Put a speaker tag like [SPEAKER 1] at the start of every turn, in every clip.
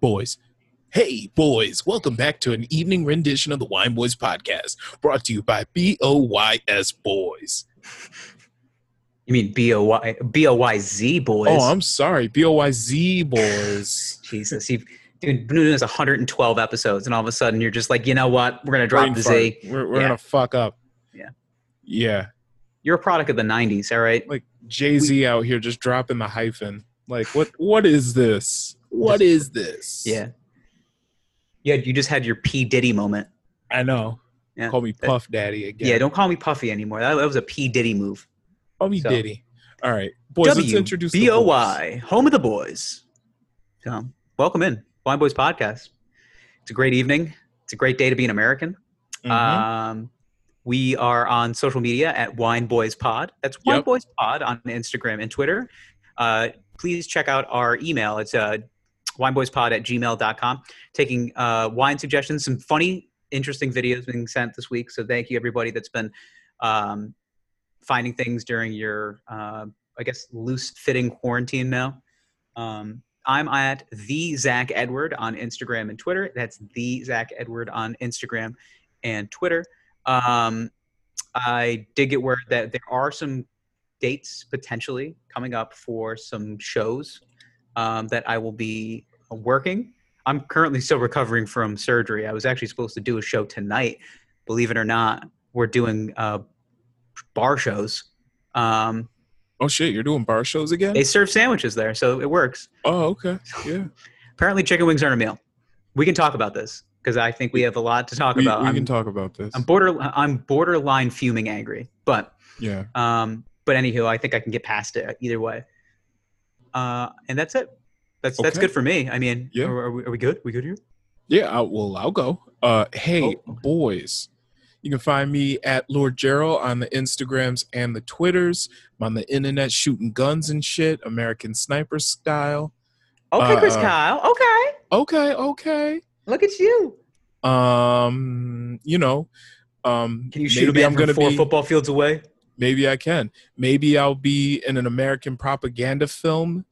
[SPEAKER 1] boys. Hey, boys, welcome back to an evening rendition of the Wine Boys podcast, brought to you by BOYS Boys.
[SPEAKER 2] You mean B O Y B O Y Z boys?
[SPEAKER 1] Oh, I'm sorry, BOYZ Boys.
[SPEAKER 2] Jesus, you've dude, been doing this 112 episodes, and all of a sudden you're just like, you know what? We're gonna drop
[SPEAKER 1] Brain
[SPEAKER 2] the
[SPEAKER 1] fart.
[SPEAKER 2] Z.
[SPEAKER 1] We're, we're
[SPEAKER 2] Yeah.
[SPEAKER 1] going to fuck up.
[SPEAKER 2] Yeah.
[SPEAKER 1] Yeah.
[SPEAKER 2] You're a product of the 90s, all right?
[SPEAKER 1] Like Jay Z out here just dropping the hyphen. Like, what? what is this? What is this?
[SPEAKER 2] Yeah. Yeah, you just had your P Diddy moment.
[SPEAKER 1] I know.
[SPEAKER 2] Yeah.
[SPEAKER 1] Call me Puff Daddy again.
[SPEAKER 2] Yeah, don't call me Puffy anymore. That, that was a P Diddy move.
[SPEAKER 1] Call me
[SPEAKER 2] so-
[SPEAKER 1] Diddy. All right, boys, let's introduce the boys.
[SPEAKER 2] W-B-O-Y, home of the boys. So, welcome in, Wine Boys Podcast. It's a great evening. It's a great day to be an American.
[SPEAKER 1] Mhm.
[SPEAKER 2] Um, we are on social media at Wine Boys Pod. That's Wine
[SPEAKER 1] Yep.
[SPEAKER 2] Boys Pod on Instagram and Twitter. Uh, please check out our email. It's uh, wineboyspod at gmail.com. Taking uh, wine suggestions, some funny, interesting videos being sent this week. So thank you, everybody that's been um, finding things during your, uh, I guess, loose fitting quarantine now. Um, I'm at the Zach Edward on Instagram and Twitter. That's the Zach Edward on Instagram and Twitter. Um, I did get word that there are some dates potentially coming up for some shows um, that I will be working. I'm currently still recovering from surgery. I was actually supposed to do a show tonight. Believe it or not, we're doing uh, bar shows. Um,
[SPEAKER 1] Oh shit, you're doing bar shows again?
[SPEAKER 2] they serve sandwiches there, so it works.
[SPEAKER 1] oh okay, yeah.
[SPEAKER 2] Apparently, chicken wings aren't a meal. We can talk about this because I think we have a lot to talk
[SPEAKER 1] We,
[SPEAKER 2] about.
[SPEAKER 1] we
[SPEAKER 2] I'm,
[SPEAKER 1] can talk about this.
[SPEAKER 2] I'm border. I'm borderline fuming angry, but
[SPEAKER 1] yeah.
[SPEAKER 2] Um, but anywho, I think I can get past it either way. Uh, and that's it. That's that's
[SPEAKER 1] Okay.
[SPEAKER 2] good for me. I mean,
[SPEAKER 1] Yeah.
[SPEAKER 2] are, are we, are we good? We good here?
[SPEAKER 1] Yeah, I, well, I'll go. Uh, hey,
[SPEAKER 2] Oh.
[SPEAKER 1] boys, you can find me at Lord Gerald on the Instagrams and the Twitters. I'm on the internet shooting guns and shit, American sniper style.
[SPEAKER 2] Okay, Chris
[SPEAKER 1] Uh,
[SPEAKER 2] Kyle. Okay,
[SPEAKER 1] Okay, okay.
[SPEAKER 2] look at you.
[SPEAKER 1] Um, you know, um,
[SPEAKER 2] Can you shoot a
[SPEAKER 1] maybe
[SPEAKER 2] man
[SPEAKER 1] I'm
[SPEAKER 2] from
[SPEAKER 1] gonna
[SPEAKER 2] four
[SPEAKER 1] be,
[SPEAKER 2] football fields away?
[SPEAKER 1] Maybe I can. Maybe I'll be in an American propaganda film.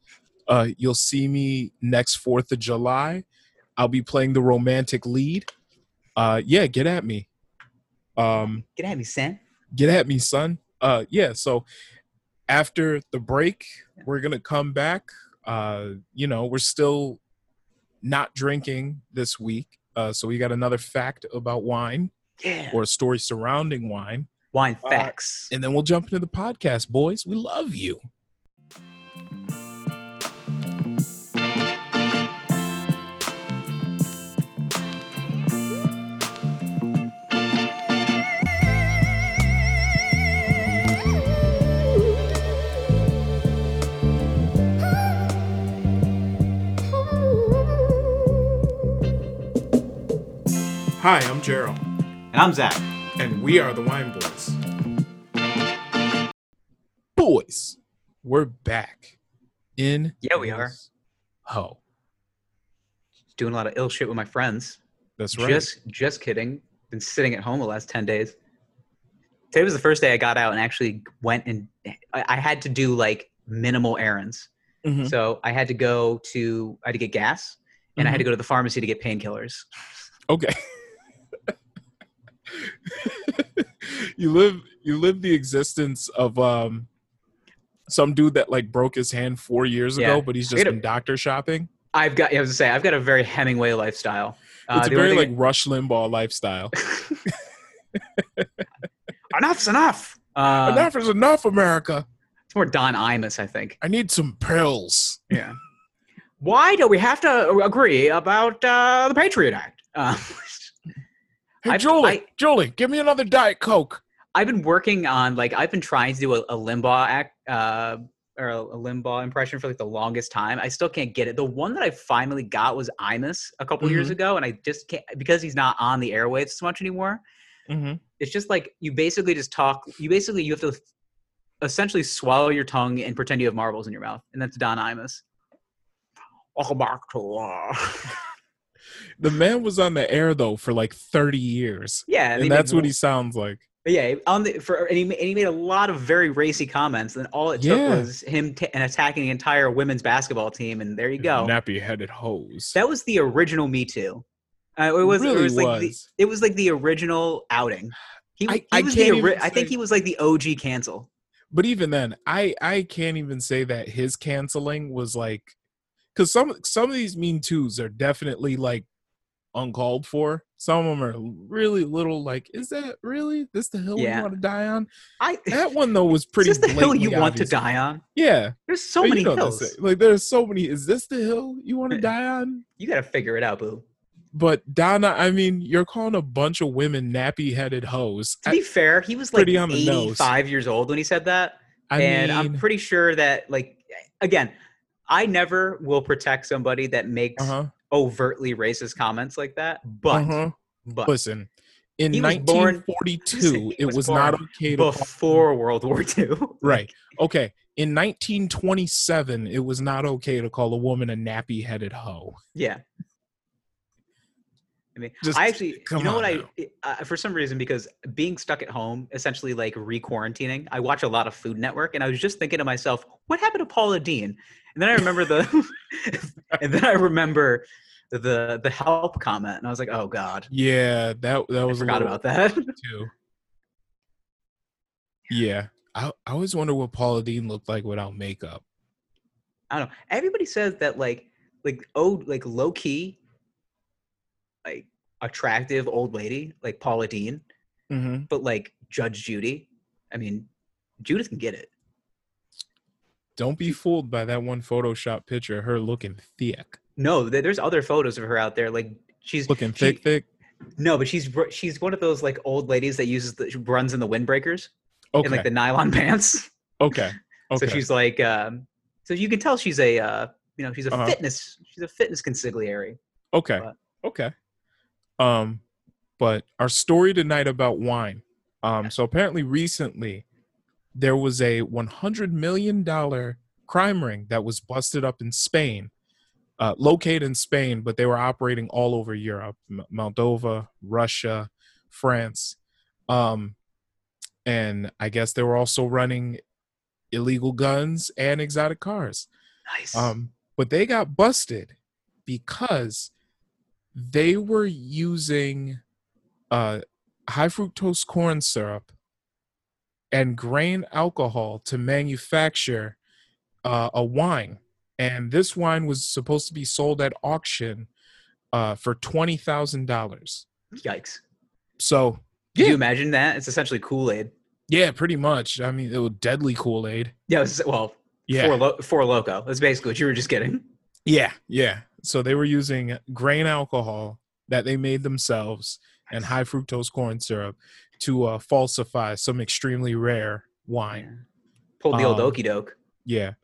[SPEAKER 1] Uh, you'll see me next Fourth of July. I'll be playing the romantic lead. Uh, yeah, get at me. Um,
[SPEAKER 2] Get at me, Sam.
[SPEAKER 1] get at me son uh yeah so after the break we're gonna come back uh you know we're still not drinking this week uh so we got another fact about wine
[SPEAKER 2] Yeah.
[SPEAKER 1] or a story surrounding wine
[SPEAKER 2] Wine
[SPEAKER 1] Uh,
[SPEAKER 2] facts.
[SPEAKER 1] and then we'll jump into the podcast boys we love you hi i'm gerald
[SPEAKER 2] and I'm Zach.
[SPEAKER 1] and we are the Wine Boys. Boys, we're back in.
[SPEAKER 2] Yeah, we are.
[SPEAKER 1] Oh,
[SPEAKER 2] Doing a lot of ill shit with my friends.
[SPEAKER 1] that's right.
[SPEAKER 2] Just just kidding. Been sitting at home the last ten days. Today was the first day I got out and actually went and I, I had to do like minimal errands.
[SPEAKER 1] Mhm.
[SPEAKER 2] So I had to go to I had to get gas and I had to go to the pharmacy to get painkillers.
[SPEAKER 1] Okay. you live you live the existence of um some dude that like broke his hand four years
[SPEAKER 2] Yeah.
[SPEAKER 1] ago, but he's just
[SPEAKER 2] Wait a-
[SPEAKER 1] been doctor shopping.
[SPEAKER 2] I've got I was to say I've got a very Hemingway lifestyle.
[SPEAKER 1] It's a
[SPEAKER 2] Uh, the only
[SPEAKER 1] very like
[SPEAKER 2] thing-
[SPEAKER 1] Rush Limbaugh lifestyle.
[SPEAKER 2] enough's enough. Uh,
[SPEAKER 1] enough is enough, America.
[SPEAKER 2] It's more Don Imus, I think.
[SPEAKER 1] I need some pills.
[SPEAKER 2] Yeah. Why do we have to agree about uh, the Patriot Act? Uh,
[SPEAKER 1] Hey,
[SPEAKER 2] I-
[SPEAKER 1] Julie,
[SPEAKER 2] I-
[SPEAKER 1] Julie, give me another Diet Coke.
[SPEAKER 2] I've been working on like I've been trying to do a, a Limbaugh act uh, or a, a Limbaugh impression for like the longest time. I still can't get it. The one that I finally got was Imus a couple years ago, and I just can't because he's not on the airwaves so much anymore.
[SPEAKER 1] Mm-hmm.
[SPEAKER 2] It's just like you basically just talk. You basically you have to essentially swallow your tongue and pretend you have marbles in your mouth, and that's Don Imus. Welcome back to. Uh...
[SPEAKER 1] The man was on the air though for like 30 years,
[SPEAKER 2] yeah,
[SPEAKER 1] and,
[SPEAKER 2] they make
[SPEAKER 1] that's what
[SPEAKER 2] wo-
[SPEAKER 1] he sounds like.
[SPEAKER 2] But yeah, on the for and he, ma- and he made a lot of very racy comments. And all it took
[SPEAKER 1] Yeah.
[SPEAKER 2] was him t- and attacking the entire women's basketball team. And there you go.
[SPEAKER 1] Nappy headed hose.
[SPEAKER 2] That was the original Me Too. Uh, it was
[SPEAKER 1] Really
[SPEAKER 2] it was, like the,
[SPEAKER 1] was.
[SPEAKER 2] it was like the original outing. He,
[SPEAKER 1] I-
[SPEAKER 2] he
[SPEAKER 1] I
[SPEAKER 2] was
[SPEAKER 1] can't
[SPEAKER 2] the ori-
[SPEAKER 1] even
[SPEAKER 2] I think
[SPEAKER 1] say-
[SPEAKER 2] he was like the OG cancel.
[SPEAKER 1] but even then, I I can't even say that his canceling was like because some some of these mean twos are definitely like uncalled for. Some of them are really little. Like, is that really this the hill
[SPEAKER 2] Yeah.
[SPEAKER 1] you want to die on?
[SPEAKER 2] I
[SPEAKER 1] That one though was pretty.
[SPEAKER 2] is this the hill you
[SPEAKER 1] blatantly
[SPEAKER 2] want to
[SPEAKER 1] obvious.
[SPEAKER 2] die on?
[SPEAKER 1] Yeah,
[SPEAKER 2] There's so
[SPEAKER 1] but you
[SPEAKER 2] many
[SPEAKER 1] know
[SPEAKER 2] hills.
[SPEAKER 1] this thing. Like, there's so many. Is this the hill you want to die on?
[SPEAKER 2] You got to figure it out, boo.
[SPEAKER 1] But Donna, I mean, you're calling a bunch of women nappy-headed hoes.
[SPEAKER 2] To
[SPEAKER 1] I,
[SPEAKER 2] be fair, he was like
[SPEAKER 1] pretty on the nose.
[SPEAKER 2] 85 years old when he said that.
[SPEAKER 1] I
[SPEAKER 2] and
[SPEAKER 1] mean,
[SPEAKER 2] I'm pretty sure that, like, again, I never will protect somebody that makes
[SPEAKER 1] uh-huh,
[SPEAKER 2] overtly racist comments like that. But,
[SPEAKER 1] uh-huh.
[SPEAKER 2] but
[SPEAKER 1] Listen, in
[SPEAKER 2] He was born-
[SPEAKER 1] 1942,
[SPEAKER 2] he
[SPEAKER 1] it
[SPEAKER 2] was
[SPEAKER 1] was
[SPEAKER 2] born
[SPEAKER 1] not okay to call-
[SPEAKER 2] before World War II.
[SPEAKER 1] right. Okay, in 1927, it was not okay to call a woman a nappy-headed hoe.
[SPEAKER 2] Yeah. I mean,
[SPEAKER 1] Just
[SPEAKER 2] I actually, you
[SPEAKER 1] come
[SPEAKER 2] know what
[SPEAKER 1] on
[SPEAKER 2] I, uh, for some reason, because being stuck at home, essentially like re quarantining, I watch a lot of Food Network and I was just thinking to myself, what happened to Paula Dean? And then I remember the, and then I remember the, the help comment and I was like, oh God,
[SPEAKER 1] Yeah, that that
[SPEAKER 2] I
[SPEAKER 1] was a
[SPEAKER 2] forgot
[SPEAKER 1] little
[SPEAKER 2] about that.
[SPEAKER 1] too. Yeah, I I always wonder what Paula Dean looked like without makeup.
[SPEAKER 2] I don't know. Everybody says that like, like, oh, like low key, like attractive old lady, like Paula Dean,
[SPEAKER 1] Mm-hmm.
[SPEAKER 2] but like Judge Judy, I mean, Judith can get it.
[SPEAKER 1] Don't be fooled by that one Photoshop picture of her looking thick.
[SPEAKER 2] No, there- there's other photos of her out there. Like she's
[SPEAKER 1] Looking
[SPEAKER 2] she-
[SPEAKER 1] thick, thick.
[SPEAKER 2] No, but she's br- she's one of those like old ladies that uses the she runs in the windbreakers
[SPEAKER 1] Okay.
[SPEAKER 2] and like the nylon pants.
[SPEAKER 1] okay. Okay.
[SPEAKER 2] So she's like, um, so you can tell she's a uh, you know she's a
[SPEAKER 1] Uh-huh.
[SPEAKER 2] fitness she's a fitness consigliere.
[SPEAKER 1] okay.
[SPEAKER 2] but-
[SPEAKER 1] Okay. Um, but our story tonight about wine. Um, so apparently recently there was a one hundred million dollar crime ring that was busted up in Spain, uh, located in Spain, but they were operating all over Europe, M- Moldova, Russia, France, um, and I guess they were also running illegal guns and exotic cars.
[SPEAKER 2] Nice.
[SPEAKER 1] Um, but they got busted because they were using uh, high fructose corn syrup and grain alcohol to manufacture uh, a wine. And this wine was supposed to be sold at auction uh, for $20,000.
[SPEAKER 2] Yikes.
[SPEAKER 1] So,
[SPEAKER 2] Could you
[SPEAKER 1] yeah,
[SPEAKER 2] imagine that? It's essentially Kool Aid.
[SPEAKER 1] yeah, pretty much. I mean, it was deadly Kool Aid.
[SPEAKER 2] Yeah. it's- well,
[SPEAKER 1] Yeah.
[SPEAKER 2] for lo- for loco. That's basically what you were just getting.
[SPEAKER 1] Yeah, yeah. So they were using grain alcohol that they made themselves and
[SPEAKER 2] Nice.
[SPEAKER 1] high fructose corn syrup to uh, falsify some extremely rare wine.
[SPEAKER 2] Yeah. Pulled the old
[SPEAKER 1] Um,
[SPEAKER 2] okey doke.
[SPEAKER 1] Yeah.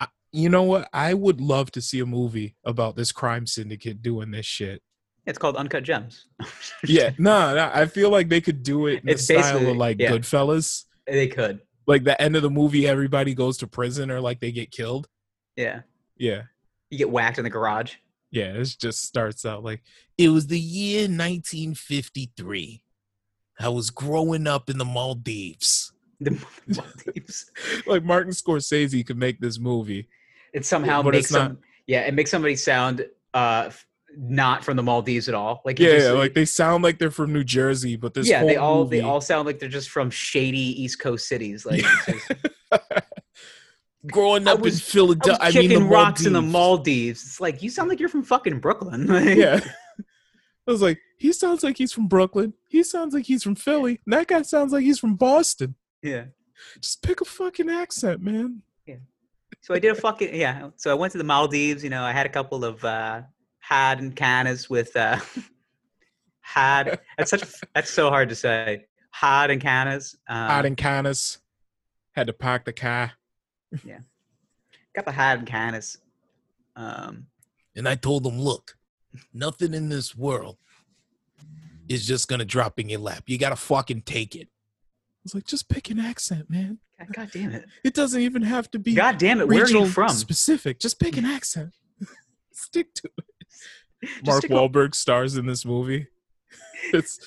[SPEAKER 1] I, you know what? I would love to see a movie about this crime syndicate doing this shit.
[SPEAKER 2] It's called uncut gems.
[SPEAKER 1] Yeah, no, nah, I feel like they could do it in
[SPEAKER 2] It's
[SPEAKER 1] the style
[SPEAKER 2] basically-
[SPEAKER 1] of like
[SPEAKER 2] yeah.
[SPEAKER 1] Goodfellas.
[SPEAKER 2] they could.
[SPEAKER 1] Like the end of the movie, everybody goes to prison or like they get killed.
[SPEAKER 2] Yeah.
[SPEAKER 1] Yeah.
[SPEAKER 2] You get whacked in the garage.
[SPEAKER 1] Yeah, it just starts out like it was the year 1953. I was growing up in the Maldives.
[SPEAKER 2] The Maldives.
[SPEAKER 1] Like Martin Scorsese could make this movie.
[SPEAKER 2] it somehow
[SPEAKER 1] But
[SPEAKER 2] makes
[SPEAKER 1] it's not-
[SPEAKER 2] some yeah it makes somebody sound uh f- not from the maldives at all like it
[SPEAKER 1] Yeah,
[SPEAKER 2] just-
[SPEAKER 1] like they sound like they're from New Jersey, but this
[SPEAKER 2] yeah
[SPEAKER 1] whole
[SPEAKER 2] they all
[SPEAKER 1] movie,
[SPEAKER 2] they all sound like they're just from shady east coast cities like it's just-
[SPEAKER 1] growing
[SPEAKER 2] I
[SPEAKER 1] up
[SPEAKER 2] was-
[SPEAKER 1] in
[SPEAKER 2] I was
[SPEAKER 1] Philadelphia. I, mean,
[SPEAKER 2] kicking
[SPEAKER 1] the
[SPEAKER 2] rocks in the
[SPEAKER 1] Maldives.
[SPEAKER 2] Maldives. It's like you sound like you're from fucking Brooklyn. Like,
[SPEAKER 1] Yeah, I was like, he sounds like he's from Brooklyn. He sounds like he's from Philly. And that guy sounds like he's from Boston.
[SPEAKER 2] yeah.
[SPEAKER 1] Just pick a fucking accent, man.
[SPEAKER 2] So I did a fucking yeah. So I went to the Maldives. You know, I had a couple of uh, had and canas with uh, had. That's such. a- That's so hard to say. Had and canas. Um,
[SPEAKER 1] Out in Canis, had to park the car.
[SPEAKER 2] got the had and canas. Um,
[SPEAKER 1] And I told him, look, nothing in this world is just gonna drop in your lap. You gotta fucking take it. I was like, just pick an accent, man.
[SPEAKER 2] God, God damn it.
[SPEAKER 1] It doesn't even have to be
[SPEAKER 2] God damn it. Where are
[SPEAKER 1] regional
[SPEAKER 2] you from?
[SPEAKER 1] specific. Just pick an accent. Stick to it.
[SPEAKER 2] Just
[SPEAKER 1] Mark
[SPEAKER 2] stick with-
[SPEAKER 1] Wahlberg stars in this movie. It's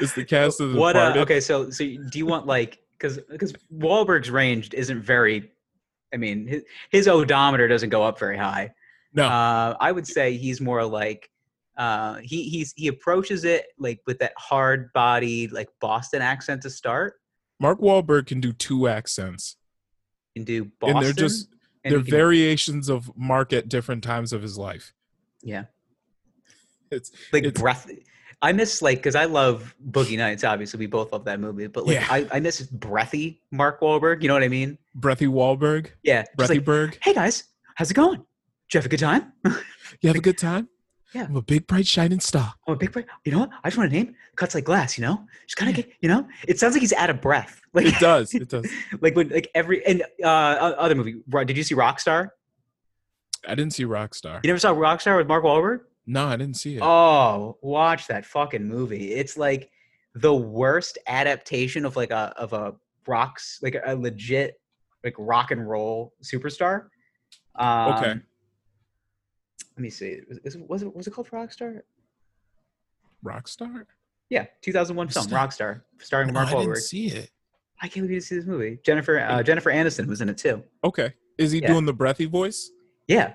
[SPEAKER 1] It's the cast of the
[SPEAKER 2] what? Uh,
[SPEAKER 1] Departed.
[SPEAKER 2] okay, so so do you want like because because Wahlberg's range isn't very. I mean, his, his odometer doesn't go up very high.
[SPEAKER 1] No.
[SPEAKER 2] uh, I would say he's more like uh, he he's he approaches it like with that hard body like Boston accent to start
[SPEAKER 1] Mark Wahlberg can do two accents,
[SPEAKER 2] and do Boston.
[SPEAKER 1] and they're just
[SPEAKER 2] and
[SPEAKER 1] they're
[SPEAKER 2] he can-
[SPEAKER 1] variations of Mark at different times of his life.
[SPEAKER 2] yeah,
[SPEAKER 1] It's
[SPEAKER 2] like
[SPEAKER 1] it's-
[SPEAKER 2] breath. I miss like because I love Boogie Nights. Obviously, we both love that movie, but like
[SPEAKER 1] Yeah.
[SPEAKER 2] I, I miss breathy Mark Wahlberg. You know what I mean?
[SPEAKER 1] Breathy Wahlberg,
[SPEAKER 2] Yeah, just like,
[SPEAKER 1] Breathyberg.
[SPEAKER 2] hey guys, how's it going? Did you have a good time? I'm
[SPEAKER 1] you have a good time.
[SPEAKER 2] Yeah.
[SPEAKER 1] I'm a big bright shining star.
[SPEAKER 2] a big break. You know what? I just want to name cuts like glass. You know, just kind of get. You know, it sounds like he's out of breath. Like
[SPEAKER 1] It does. It does.
[SPEAKER 2] like when like every and uh o- other movie. Ro- Did you see Rockstar?
[SPEAKER 1] I didn't see Rockstar.
[SPEAKER 2] You never saw Rockstar with Mark Wahlberg?
[SPEAKER 1] No, I didn't see it.
[SPEAKER 2] Oh, watch that fucking movie. It's like the worst adaptation of like a of a rocks like a legit like rock and roll superstar. Um,
[SPEAKER 1] Okay.
[SPEAKER 2] Let me see. Was, is- was it was it called Rockstar?
[SPEAKER 1] Rockstar?
[SPEAKER 2] Yeah, 2001 film
[SPEAKER 1] Star-
[SPEAKER 2] Rockstar, starring
[SPEAKER 1] No,
[SPEAKER 2] Mark
[SPEAKER 1] I didn't
[SPEAKER 2] Wahlberg.
[SPEAKER 1] see it.
[SPEAKER 2] I can't believe you didn't see this movie. Jennifer uh, Jennifer Aniston was in it too.
[SPEAKER 1] Okay. Is he
[SPEAKER 2] Yeah.
[SPEAKER 1] doing the breathy voice?
[SPEAKER 2] Yeah.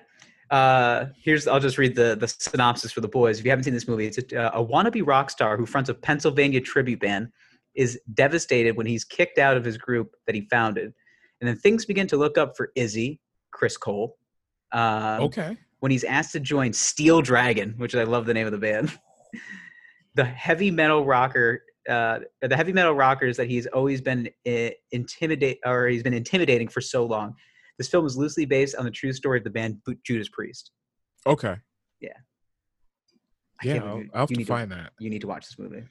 [SPEAKER 2] Uh, here's I'll just read the the synopsis for the boys. If you haven't seen this movie, it's a, a wannabe rock star who fronts a Pennsylvania tribute band is devastated when he's kicked out of his group that he founded, and then things begin to look up for Izzy Chris Cole. Um,
[SPEAKER 1] okay.
[SPEAKER 2] When he's asked to join Steel Dragon, which I love the name of the band, the heavy metal rocker. Uh, the heavy metal rockers that he's always been uh, intimidate or he's been intimidating for so long. This film is loosely based on the true story of the band Bu- Judas Priest.
[SPEAKER 1] Okay.
[SPEAKER 2] I
[SPEAKER 1] Yeah,
[SPEAKER 2] can't
[SPEAKER 1] I'll,
[SPEAKER 2] believe
[SPEAKER 1] I'll have
[SPEAKER 2] you
[SPEAKER 1] to
[SPEAKER 2] need
[SPEAKER 1] find that.
[SPEAKER 2] you need to watch this movie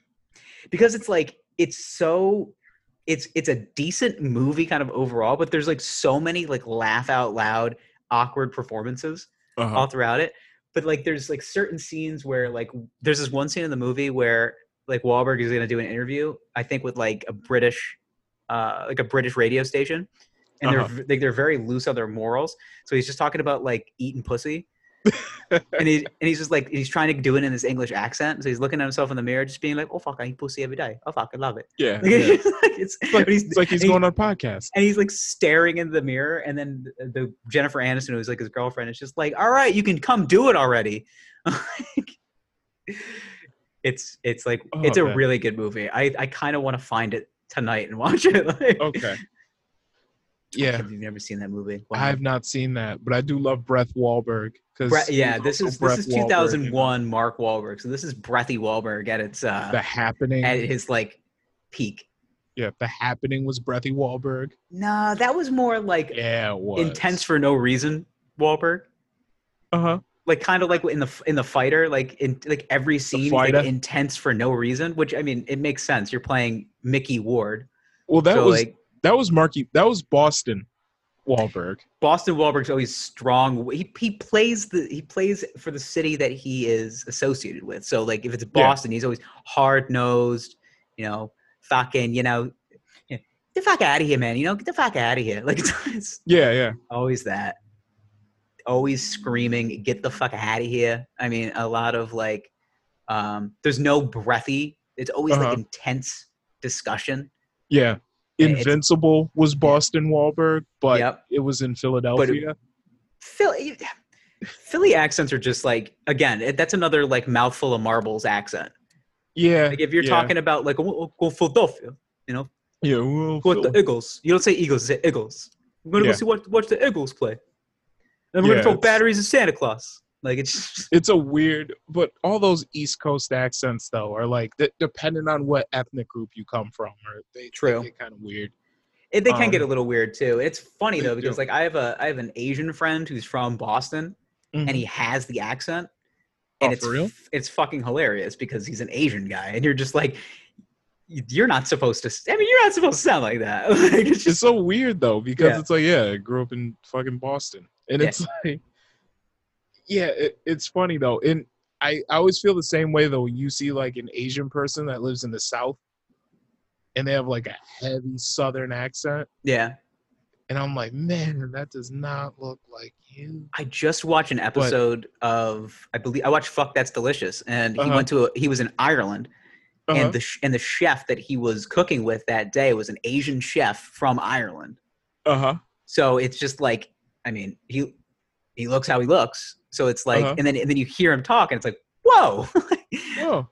[SPEAKER 2] because it's like it's so it's it's a decent movie kind of overall, but there's like so many like laugh out loud awkward performances
[SPEAKER 1] Uh-huh.
[SPEAKER 2] all throughout it. But like, there's like certain scenes where like there's this one scene in the movie where like Wahlberg is gonna do an interview, I think with like a British, uh, like a British radio station, and
[SPEAKER 1] Uh-huh.
[SPEAKER 2] they're like they're very loose on their morals. So he's just talking about like eating pussy. and he and he's just like he's trying to do it in this English accent. So he's looking at himself in the mirror, just being like, "Oh fuck, I eat pussy every day. Oh fuck, I love it."
[SPEAKER 1] yeah.
[SPEAKER 2] Like,
[SPEAKER 1] yeah.
[SPEAKER 2] it's, like, it's,
[SPEAKER 1] like-
[SPEAKER 2] but he's,
[SPEAKER 1] It's like he's
[SPEAKER 2] and he-
[SPEAKER 1] going on a podcast.
[SPEAKER 2] and he's like staring into the mirror and then the, the jennifer aniston who's like his girlfriend is just like all right you can come do it already Like, it's it's like
[SPEAKER 1] Oh,
[SPEAKER 2] it's a
[SPEAKER 1] man.
[SPEAKER 2] really good movie i i kind of want to find it tonight and watch it like,
[SPEAKER 1] Okay.
[SPEAKER 2] if
[SPEAKER 1] Oh, Yeah.
[SPEAKER 2] you've never seen that movie wow.
[SPEAKER 1] I have not seen that, but I do love Breath Wahlberg. Cause
[SPEAKER 2] Bre- yeah
[SPEAKER 1] he's
[SPEAKER 2] this
[SPEAKER 1] also
[SPEAKER 2] is this
[SPEAKER 1] Breath
[SPEAKER 2] is
[SPEAKER 1] Wahlberg in
[SPEAKER 2] 2001 mark Wahlberg. so this is breathy Wahlberg at its
[SPEAKER 1] The
[SPEAKER 2] uh
[SPEAKER 1] Happening.
[SPEAKER 2] at his like peak
[SPEAKER 1] yeah, The Happening was Breathy Wahlberg.
[SPEAKER 2] nah that was more like
[SPEAKER 1] Yeah, it was.
[SPEAKER 2] intense for no reason Wahlberg.
[SPEAKER 1] Uh-huh.
[SPEAKER 2] like kind of like in the in the fighter, like in like every scene is like
[SPEAKER 1] fighter.
[SPEAKER 2] intense for no reason. Which I mean, it makes sense. You're playing Mickey Ward,
[SPEAKER 1] Well, that
[SPEAKER 2] so
[SPEAKER 1] was
[SPEAKER 2] like
[SPEAKER 1] that was Marky. That was Boston Wahlberg.
[SPEAKER 2] Boston Wahlberg's always strong. He he plays the he plays for the city that he is associated with. So like if it's Boston, he's always hard nosed. You know, fucking you know, get the fuck out of here, man. You know, get the fuck out of here. Like it's, it's
[SPEAKER 1] Yeah, yeah.
[SPEAKER 2] always that. Always screaming, get the fuck out of here. I mean, a lot of like, um, there's no breathy. It's always
[SPEAKER 1] Uh-huh.
[SPEAKER 2] like intense discussion.
[SPEAKER 1] Yeah.
[SPEAKER 2] Yeah, it's-
[SPEAKER 1] Invincible was Boston Wahlberg, but
[SPEAKER 2] Yep.
[SPEAKER 1] it was in Philadelphia.
[SPEAKER 2] Philly, Philly accents are just like, again, it- that's another like mouthful of marbles accent.
[SPEAKER 1] yeah.
[SPEAKER 2] Like if you're
[SPEAKER 1] yeah,
[SPEAKER 2] talking about like, oh, oh, go Philadelphia, you know,
[SPEAKER 1] Yeah. Well,
[SPEAKER 2] go with
[SPEAKER 1] Phil-
[SPEAKER 2] the Eagles. You don't say Eagles, you say Eagles. We're gonna
[SPEAKER 1] Yeah.
[SPEAKER 2] go see what watch the Eagles play. And we're
[SPEAKER 1] Yeah,
[SPEAKER 2] gonna throw
[SPEAKER 1] it's-
[SPEAKER 2] batteries at Santa Claus. Like it's just,
[SPEAKER 1] it's a weird, but all those East Coast accents though are like de- depending on what ethnic group you come from, or they they
[SPEAKER 2] True.
[SPEAKER 1] get kind of weird.
[SPEAKER 2] It, they can get
[SPEAKER 1] Um,
[SPEAKER 2] a little weird too. It's funny
[SPEAKER 1] they
[SPEAKER 2] though because
[SPEAKER 1] do.
[SPEAKER 2] like I have a I have an Asian friend who's from Boston and he has the accent and
[SPEAKER 1] Mm-hmm. Oh,
[SPEAKER 2] it's
[SPEAKER 1] for real?
[SPEAKER 2] f- it's fucking hilarious because he's an Asian guy and you're just like y- you're not supposed to s- I mean you're not supposed to sound like that. like, it's
[SPEAKER 1] It's
[SPEAKER 2] just
[SPEAKER 1] so weird though because
[SPEAKER 2] Yeah.
[SPEAKER 1] it's like yeah, I grew up in fucking Boston, and
[SPEAKER 2] Yeah.
[SPEAKER 1] it's like yeah, it, it's funny though, and I I always feel the same way though. When you see like an Asian person that lives in the South, and they have like a heavy Southern accent,
[SPEAKER 2] yeah.
[SPEAKER 1] and I'm like, man, that does not look like you.
[SPEAKER 2] I just watched an episode of I believe I watched Fuck That's Delicious and he
[SPEAKER 1] Uh-huh.
[SPEAKER 2] went to a, he was in Ireland
[SPEAKER 1] Uh-huh.
[SPEAKER 2] and the sh- and the chef that he was cooking with that day was an Asian chef from Ireland.
[SPEAKER 1] uh-huh.
[SPEAKER 2] So it's just like, I mean, he he looks how he looks. So it's like,
[SPEAKER 1] Uh-huh.
[SPEAKER 2] and then and then you hear him talk, and it's like, whoa,
[SPEAKER 1] Oh,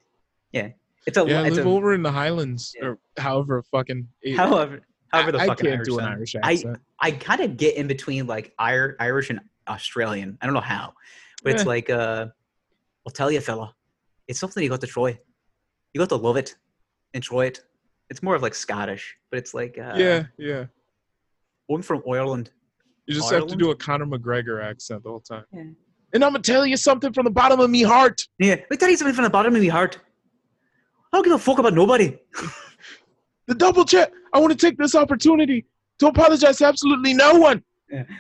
[SPEAKER 2] it's a,
[SPEAKER 1] yeah, I
[SPEAKER 2] it's
[SPEAKER 1] live
[SPEAKER 2] a
[SPEAKER 1] over in the Highlands
[SPEAKER 2] Yeah.
[SPEAKER 1] or however fucking.
[SPEAKER 2] however however the
[SPEAKER 1] I, I
[SPEAKER 2] fucking
[SPEAKER 1] can't
[SPEAKER 2] Irish
[SPEAKER 1] do an
[SPEAKER 2] sound.
[SPEAKER 1] Irish
[SPEAKER 2] I-
[SPEAKER 1] accent.
[SPEAKER 2] I kind of get in between like Ir- Irish and Australian. I don't know how, but
[SPEAKER 1] Eh.
[SPEAKER 2] it's like, uh, I'll tell you, fella, it's something you got to try. You got to love it, enjoy it. It's more of like Scottish, but it's like, uh,
[SPEAKER 1] yeah, yeah.
[SPEAKER 2] I'm from Ireland.
[SPEAKER 1] You just have to
[SPEAKER 2] Ireland?
[SPEAKER 1] do a Conor McGregor accent the whole time.
[SPEAKER 2] Yeah.
[SPEAKER 1] And I'm gonna tell you something from the bottom of me heart.
[SPEAKER 2] Yeah, let me tell you something from the bottom of my heart. I don't give a fuck about nobody.
[SPEAKER 1] The double check. I want to take this opportunity to apologize to absolutely no one.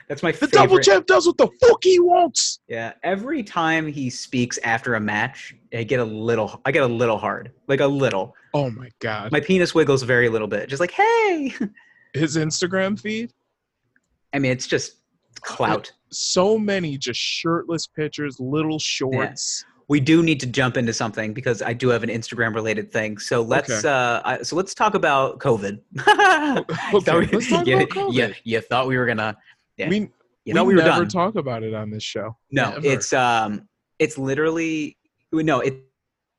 [SPEAKER 2] That's my
[SPEAKER 1] The
[SPEAKER 2] favorite.
[SPEAKER 1] double champ does what the fuck he wants.
[SPEAKER 2] Yeah, every time he speaks after a match, I get a little, I get a little hard, like a little.
[SPEAKER 1] Oh my god.
[SPEAKER 2] My penis wiggles a very little bit, just like, hey.
[SPEAKER 1] His Instagram feed,
[SPEAKER 2] I mean, it's just clout.
[SPEAKER 1] so many just shirtless pictures, little shorts.
[SPEAKER 2] We do need to jump into something because I do have an Instagram related thing. So let's
[SPEAKER 1] Okay.
[SPEAKER 2] uh, I, so let's talk about COVID.
[SPEAKER 1] Okay,
[SPEAKER 2] Thought we-
[SPEAKER 1] let's talk
[SPEAKER 2] yeah,
[SPEAKER 1] about COVID.
[SPEAKER 2] yeah, you thought we were gonna. yeah.
[SPEAKER 1] We,
[SPEAKER 2] You
[SPEAKER 1] we,
[SPEAKER 2] thought we were
[SPEAKER 1] never
[SPEAKER 2] done.
[SPEAKER 1] talk about it on this show.
[SPEAKER 2] no,
[SPEAKER 1] Never.
[SPEAKER 2] it's um, it's literally no, it,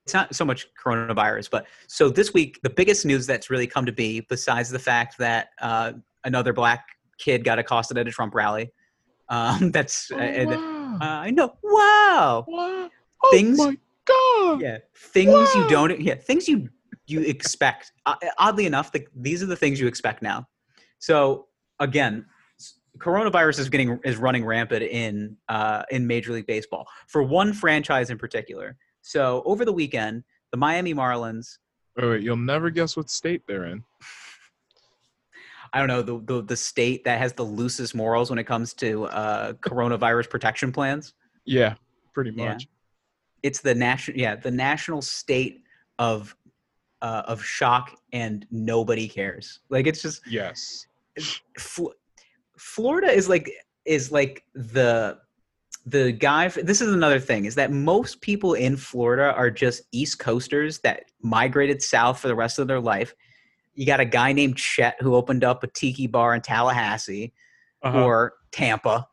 [SPEAKER 2] it's not so much coronavirus, but so this week the biggest news that's really come to be, besides the fact that uh, another black kid got accosted at a Trump rally. Um, that's
[SPEAKER 1] Oh,
[SPEAKER 2] uh, uh,
[SPEAKER 1] wow.
[SPEAKER 2] I know. Wow.
[SPEAKER 1] Wow. Oh
[SPEAKER 2] things-
[SPEAKER 1] my god.
[SPEAKER 2] yeah things you
[SPEAKER 1] Wow.
[SPEAKER 2] don't yeah things you you expect uh, oddly enough the, these are the things you expect now so again s- coronavirus is getting is running rampant in uh, in major league baseball for one franchise in particular so over the weekend the miami marlins
[SPEAKER 1] Wait, wait, you'll never guess what state they're in.
[SPEAKER 2] i don't know the, the, the state that has the loosest morals when it comes to uh, coronavirus protection plans
[SPEAKER 1] Yeah, pretty
[SPEAKER 2] Yeah.
[SPEAKER 1] much.
[SPEAKER 2] it's the national yeah the national state of uh, of shock and nobody cares like it's just
[SPEAKER 1] Yes.
[SPEAKER 2] Fl- Florida is like is like the the guy f- this is another thing is that most people in Florida are just east coasters that migrated south for the rest of their life. You got a guy named Chet who opened up a tiki bar in Tallahassee
[SPEAKER 1] Uh-huh.
[SPEAKER 2] or Tampa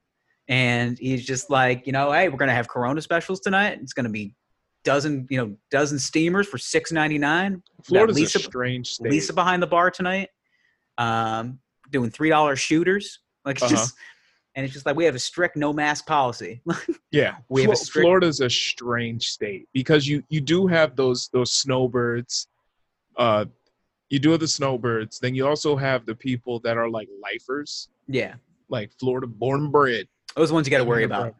[SPEAKER 2] and he's just like, you know, hey, we're going to have corona specials tonight. It's going to be dozen, you know, dozen steamers for 6.99.
[SPEAKER 1] Florida's
[SPEAKER 2] Lisa-
[SPEAKER 1] a strange state.
[SPEAKER 2] Lisa behind the bar tonight, um, doing three dollar shooters. Like it's
[SPEAKER 1] Uh-huh.
[SPEAKER 2] just, and it's just like we have a strict no mask policy.
[SPEAKER 1] Yeah,
[SPEAKER 2] We have a
[SPEAKER 1] Flo-
[SPEAKER 2] strict-
[SPEAKER 1] Florida's a strange state because you you do have those those snowbirds, uh, you do have the snowbirds. Then you also have the people that are like lifers,
[SPEAKER 2] yeah,
[SPEAKER 1] like Florida born and bred.
[SPEAKER 2] those ones you got to worry about.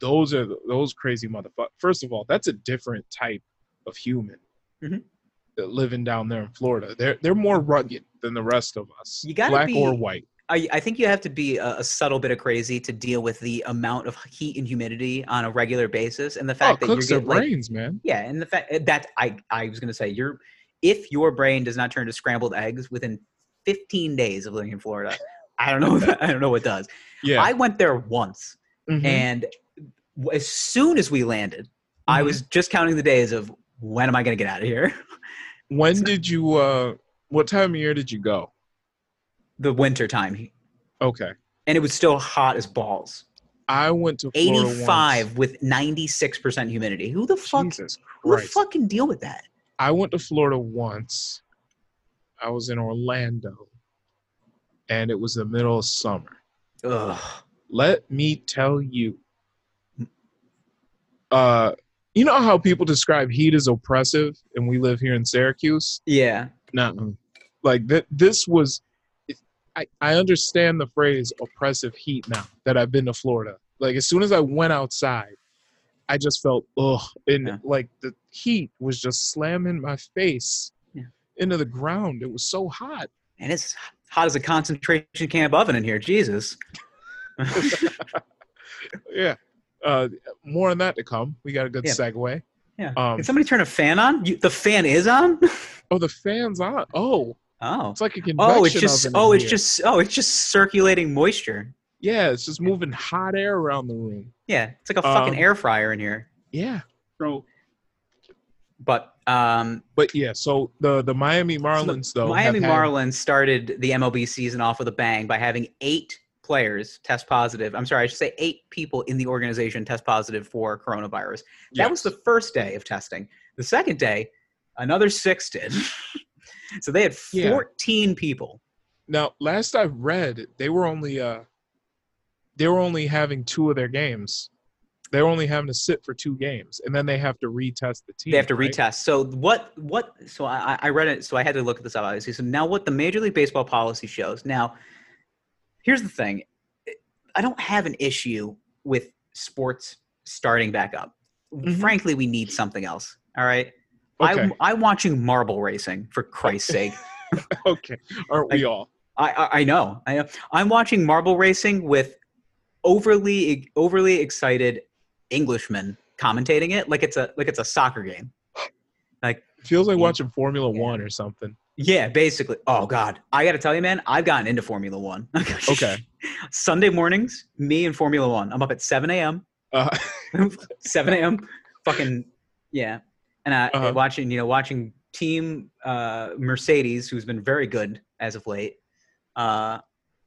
[SPEAKER 1] Those are the, those crazy motherfuckers. First of all, that's a different type of human
[SPEAKER 2] Mhm.
[SPEAKER 1] that living down there in Florida. They're they're more rugged than the rest of us,
[SPEAKER 2] You gotta
[SPEAKER 1] black
[SPEAKER 2] be-
[SPEAKER 1] or white.
[SPEAKER 2] I, I think you have to be a, a subtle bit of crazy to deal with the amount of heat and humidity on a regular basis, and the
[SPEAKER 1] Oh,
[SPEAKER 2] fact that you're
[SPEAKER 1] cooks their
[SPEAKER 2] getting, like,
[SPEAKER 1] brains, man.
[SPEAKER 2] yeah, and the fact eh, that I I was gonna say you're if your brain does not turn to scrambled eggs within 15 days of living in Florida, I don't know I don't know what does.
[SPEAKER 1] Yeah,
[SPEAKER 2] I went there once.
[SPEAKER 1] Mhm.
[SPEAKER 2] And w- as soon as we landed, I
[SPEAKER 1] Mm-hmm.
[SPEAKER 2] was just counting the days of when am I going to get out of here?
[SPEAKER 1] when did you? uh What time of year did you go?
[SPEAKER 2] the winter time.
[SPEAKER 1] Okay.
[SPEAKER 2] And it was still hot as balls.
[SPEAKER 1] I went to Florida
[SPEAKER 2] 85 with 96% humidity. Who the fuck
[SPEAKER 1] Once. Jesus
[SPEAKER 2] who the
[SPEAKER 1] Christ!
[SPEAKER 2] fuck can deal with that?
[SPEAKER 1] I went to Florida once. I was in Orlando, and it was the middle of summer.
[SPEAKER 2] Ugh.
[SPEAKER 1] Let me tell you. Uh, you know how people describe heat as oppressive, and we live here in Syracuse.
[SPEAKER 2] Yeah.
[SPEAKER 1] No, like that. This was. it- I I understand the phrase oppressive heat now that I've been to Florida. Like as soon as I went outside, I just felt ugh, and
[SPEAKER 2] Yeah.
[SPEAKER 1] like the heat was just slamming my face
[SPEAKER 2] Yeah.
[SPEAKER 1] into the ground. It was so hot.
[SPEAKER 2] And it's hot as a concentration camp oven in here. Jesus.
[SPEAKER 1] Yeah. Uh, more on that to come. We got a good
[SPEAKER 2] Yeah.
[SPEAKER 1] segue.
[SPEAKER 2] Yeah.
[SPEAKER 1] Um,
[SPEAKER 2] can somebody turn a fan on? You, the fan is on?
[SPEAKER 1] oh, the fans on. Oh,
[SPEAKER 2] oh.
[SPEAKER 1] it's like a convection
[SPEAKER 2] Oh, it's just
[SPEAKER 1] oven in
[SPEAKER 2] oh, it's
[SPEAKER 1] here.
[SPEAKER 2] just oh, it's just circulating moisture.
[SPEAKER 1] yeah. It's just moving hot air around the room.
[SPEAKER 2] Yeah, it's like a fucking
[SPEAKER 1] Um,
[SPEAKER 2] air fryer in here.
[SPEAKER 1] Yeah.
[SPEAKER 2] Bro. But Um,
[SPEAKER 1] But yeah, so the the Miami Marlins though
[SPEAKER 2] Miami
[SPEAKER 1] have had-
[SPEAKER 2] Marlins started the MLB season off with a bang by having eight players test positive. I'm sorry, I should say eight people in the organization test positive for coronavirus. That was the first day of testing. The second day, another six did. so they had
[SPEAKER 1] Yeah.
[SPEAKER 2] 14 people.
[SPEAKER 1] Now, last I read, they were only uh they were only having two of their games. They were only having to sit for two games, and then they have to retest the team.
[SPEAKER 2] They have to
[SPEAKER 1] right?
[SPEAKER 2] retest. So what? What? So I, I- I read it. So I had to look this up. Obviously. So now what the Major League Baseball policy shows. Now, here's the thing. I don't have an issue with sports starting back up.
[SPEAKER 1] Mhm.
[SPEAKER 2] Frankly, we need something else. All right.
[SPEAKER 1] Okay,
[SPEAKER 2] I, I'm watching marble racing for Christ's sake.
[SPEAKER 1] okay. Aren't we all?
[SPEAKER 2] I, I I know. I know. I'm watching marble racing with overly overly excited Englishmen commentating it like it's a like it's a soccer game.
[SPEAKER 1] Feels like
[SPEAKER 2] Yeah.
[SPEAKER 1] watching Formula
[SPEAKER 2] Yeah.
[SPEAKER 1] One or something.
[SPEAKER 2] Yeah, basically. Oh God, I gotta tell you, man, I've gotten into Formula One.
[SPEAKER 1] Okay.
[SPEAKER 2] Sunday mornings, me and Formula One. I'm up at 7 a.m.
[SPEAKER 1] Uh,
[SPEAKER 2] 7 a.m. Fucking yeah, and I
[SPEAKER 1] Uh-huh.
[SPEAKER 2] watching you know watching Team uh, Mercedes, who's been very good as of late. Uh,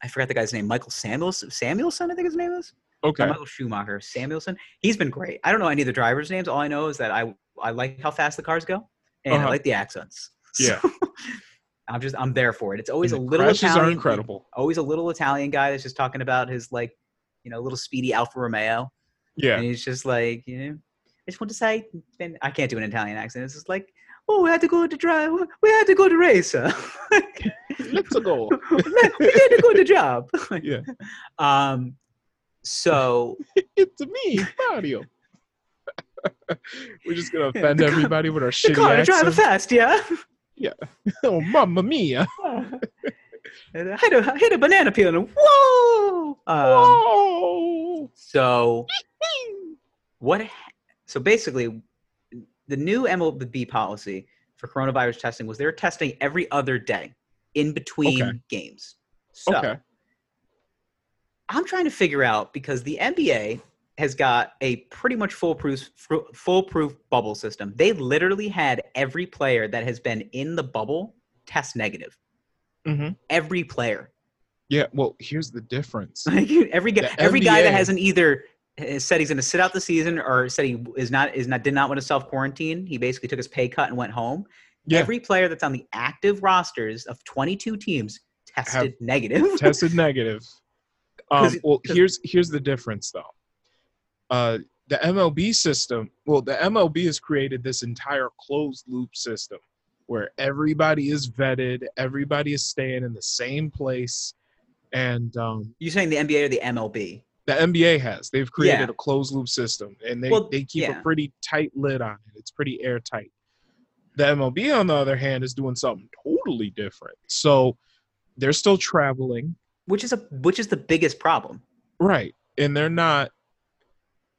[SPEAKER 2] I forgot the guy's name, Michael Samuels Samuelson, I think his name is. Not
[SPEAKER 1] okay.
[SPEAKER 2] Michael Schumacher, Samuelson. He's been great. I don't know any of the drivers' names. All I know is that I I like how fast the cars go, and I
[SPEAKER 1] Uh-huh.
[SPEAKER 2] like the accents.
[SPEAKER 1] Yeah.
[SPEAKER 2] I'm just I'm there for it. It's always a
[SPEAKER 1] And the
[SPEAKER 2] little
[SPEAKER 1] crashes
[SPEAKER 2] Italian.
[SPEAKER 1] are incredible.
[SPEAKER 2] Always a little Italian guy that's just talking about his like, you know, little speedy Alfa Romeo,
[SPEAKER 1] Yeah.
[SPEAKER 2] and he's just like, you know, I just want to say, and I can't do an Italian accent. It's just like, oh, we had to go to drive. We had to go to race. huh?"
[SPEAKER 1] Let's go.
[SPEAKER 2] we had to go to job.
[SPEAKER 1] Yeah.
[SPEAKER 2] Um. So.
[SPEAKER 1] It's me, Mario. We're just gonna
[SPEAKER 2] Yeah,
[SPEAKER 1] offend
[SPEAKER 2] the car-
[SPEAKER 1] everybody with our
[SPEAKER 2] The
[SPEAKER 1] shitty
[SPEAKER 2] car driver
[SPEAKER 1] accent.
[SPEAKER 2] fast, yeah.
[SPEAKER 1] Oh, mamma mia!
[SPEAKER 2] And I hit a, I hit a banana peel and whoa. Um,
[SPEAKER 1] Whoa!
[SPEAKER 2] so what? ha- So basically, the new MLB policy for coronavirus testing was they're testing every other day in between
[SPEAKER 1] Okay.
[SPEAKER 2] games. So
[SPEAKER 1] okay.
[SPEAKER 2] I'm trying to figure out because the NBA has got a pretty much foolproof fru- foolproof bubble system. They literally had every player that has been in the bubble test negative.
[SPEAKER 1] Mhm.
[SPEAKER 2] Every player.
[SPEAKER 1] Yeah. Well, here's the difference.
[SPEAKER 2] Like every guy,
[SPEAKER 1] The
[SPEAKER 2] every guy that
[SPEAKER 1] NBA.
[SPEAKER 2] hasn't either has said he's going to sit out the season or said he is not is not did not want to self quarantine. He basically took his pay cut and went home.
[SPEAKER 1] Yeah.
[SPEAKER 2] Every player that's on the active rosters of 22 teams tested negative.
[SPEAKER 1] tested negative.
[SPEAKER 2] 'Cause
[SPEAKER 1] Um,
[SPEAKER 2] it-
[SPEAKER 1] well,
[SPEAKER 2] 'cause-
[SPEAKER 1] here's here's the difference though. Uh, the MLB system. Well, the MLB has created this entire closed loop system where everybody is vetted, everybody is staying in the same place, and um,
[SPEAKER 2] you saying the NBA or the MLB?
[SPEAKER 1] the NBA has. They've created
[SPEAKER 2] Yeah.
[SPEAKER 1] a closed loop system, and they
[SPEAKER 2] Well,
[SPEAKER 1] they keep
[SPEAKER 2] yeah.
[SPEAKER 1] a pretty tight lid on it. It's pretty airtight. The MLB, on the other hand, is doing something totally different. So they're still traveling.
[SPEAKER 2] Which is a which is the biggest problem.
[SPEAKER 1] Right. And they're not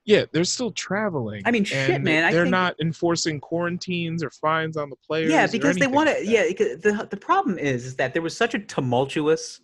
[SPEAKER 1] yeah, they're still traveling.
[SPEAKER 2] I mean, shit,
[SPEAKER 1] and
[SPEAKER 2] man, I
[SPEAKER 1] they're
[SPEAKER 2] think-
[SPEAKER 1] not enforcing quarantines or fines on the players.
[SPEAKER 2] yeah,
[SPEAKER 1] or
[SPEAKER 2] because they
[SPEAKER 1] anything
[SPEAKER 2] want
[SPEAKER 1] like
[SPEAKER 2] to.
[SPEAKER 1] that.
[SPEAKER 2] Yeah, because the the problem is, is that there was such a tumultuous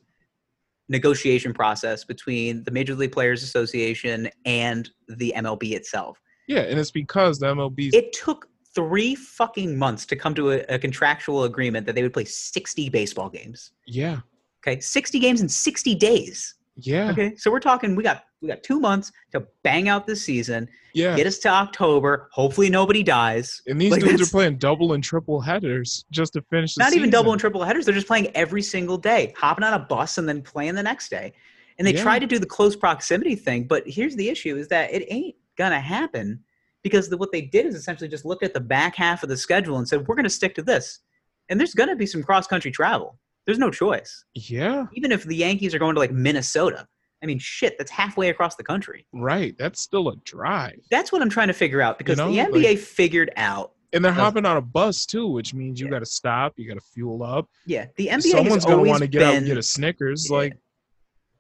[SPEAKER 2] negotiation process between the Major League Players Association and the MLB itself.
[SPEAKER 1] yeah, and it's because the MLB's
[SPEAKER 2] It took three fucking months to come to a, a contractual agreement that they would play 60 baseball games.
[SPEAKER 1] yeah,
[SPEAKER 2] Okay, 60 games in 60 days.
[SPEAKER 1] yeah,
[SPEAKER 2] Okay, so we're talking we got we got two months to bang out this season,
[SPEAKER 1] yeah.
[SPEAKER 2] get us to October. Hopefully nobody dies.
[SPEAKER 1] And these
[SPEAKER 2] like,
[SPEAKER 1] dudes are
[SPEAKER 2] that's-
[SPEAKER 1] playing double and triple headers just to finish the
[SPEAKER 2] Not even double and
[SPEAKER 1] season.
[SPEAKER 2] triple headers. They're just playing every single day, hopping on a bus and then playing the next day. And they
[SPEAKER 1] Yeah.
[SPEAKER 2] tried to do the close proximity thing, but here's the issue: is that it ain't gonna happen because the, what they did is essentially just looked at the back half of the schedule and said we're gonna stick to this. And there's gonna be some cross country travel. There's no choice.
[SPEAKER 1] Yeah,
[SPEAKER 2] Even if the Yankees are going to like Minnesota, I mean, shit, that's halfway across the country.
[SPEAKER 1] right. That's still a drive.
[SPEAKER 2] That's what I'm trying to figure out because
[SPEAKER 1] know,
[SPEAKER 2] the
[SPEAKER 1] like-
[SPEAKER 2] NBA figured out.
[SPEAKER 1] And they're
[SPEAKER 2] Doesn't-
[SPEAKER 1] hopping on a bus too, which means you
[SPEAKER 2] Yeah.
[SPEAKER 1] gotta stop, you gotta fuel up.
[SPEAKER 2] Yeah, the NBA
[SPEAKER 1] Someone's
[SPEAKER 2] has
[SPEAKER 1] gonna
[SPEAKER 2] always
[SPEAKER 1] wanna get
[SPEAKER 2] been,
[SPEAKER 1] out and get a Snickers.
[SPEAKER 2] Yeah.
[SPEAKER 1] Like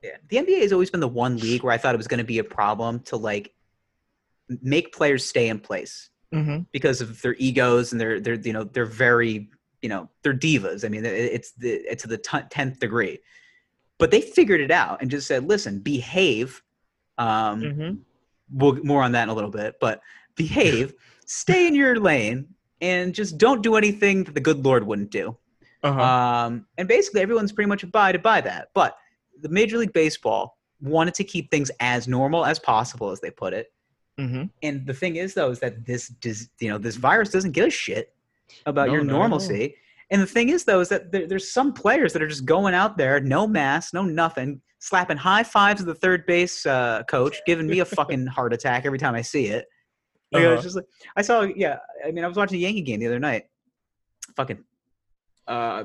[SPEAKER 2] Yeah. The NBA has always been the one league where I thought it was going to be a problem to like make players stay in place
[SPEAKER 1] mhm,
[SPEAKER 2] because of their egos and their their you know they're very you know they're divas. I mean it- it's the it's to the t- tenth degree, but they figured it out and just said, listen, behave. Um,
[SPEAKER 1] mhm.
[SPEAKER 2] We'll more on that in a little bit, but behave, stay in your lane, and just don't do anything that the good Lord wouldn't do.
[SPEAKER 1] Uh-huh.
[SPEAKER 2] Um, and basically, everyone's pretty much abide by that. But the Major League Baseball wanted to keep things as normal as possible, as they put it.
[SPEAKER 1] Mhm.
[SPEAKER 2] And the thing is, though, is that this dis, you know this virus doesn't give a shit about
[SPEAKER 1] No,
[SPEAKER 2] your
[SPEAKER 1] not at all.
[SPEAKER 2] normalcy. And the thing is, though, is that there, there's some players that are just going out there, no mask, no nothing, slapping high fives to the third base uh, coach, giving me a fucking heart attack every time I see it. Like, I
[SPEAKER 1] Uh-huh.
[SPEAKER 2] was just like, I saw, yeah. I mean, I was watching a Yankee game the other night. Fucking uh,
[SPEAKER 1] Uh-huh.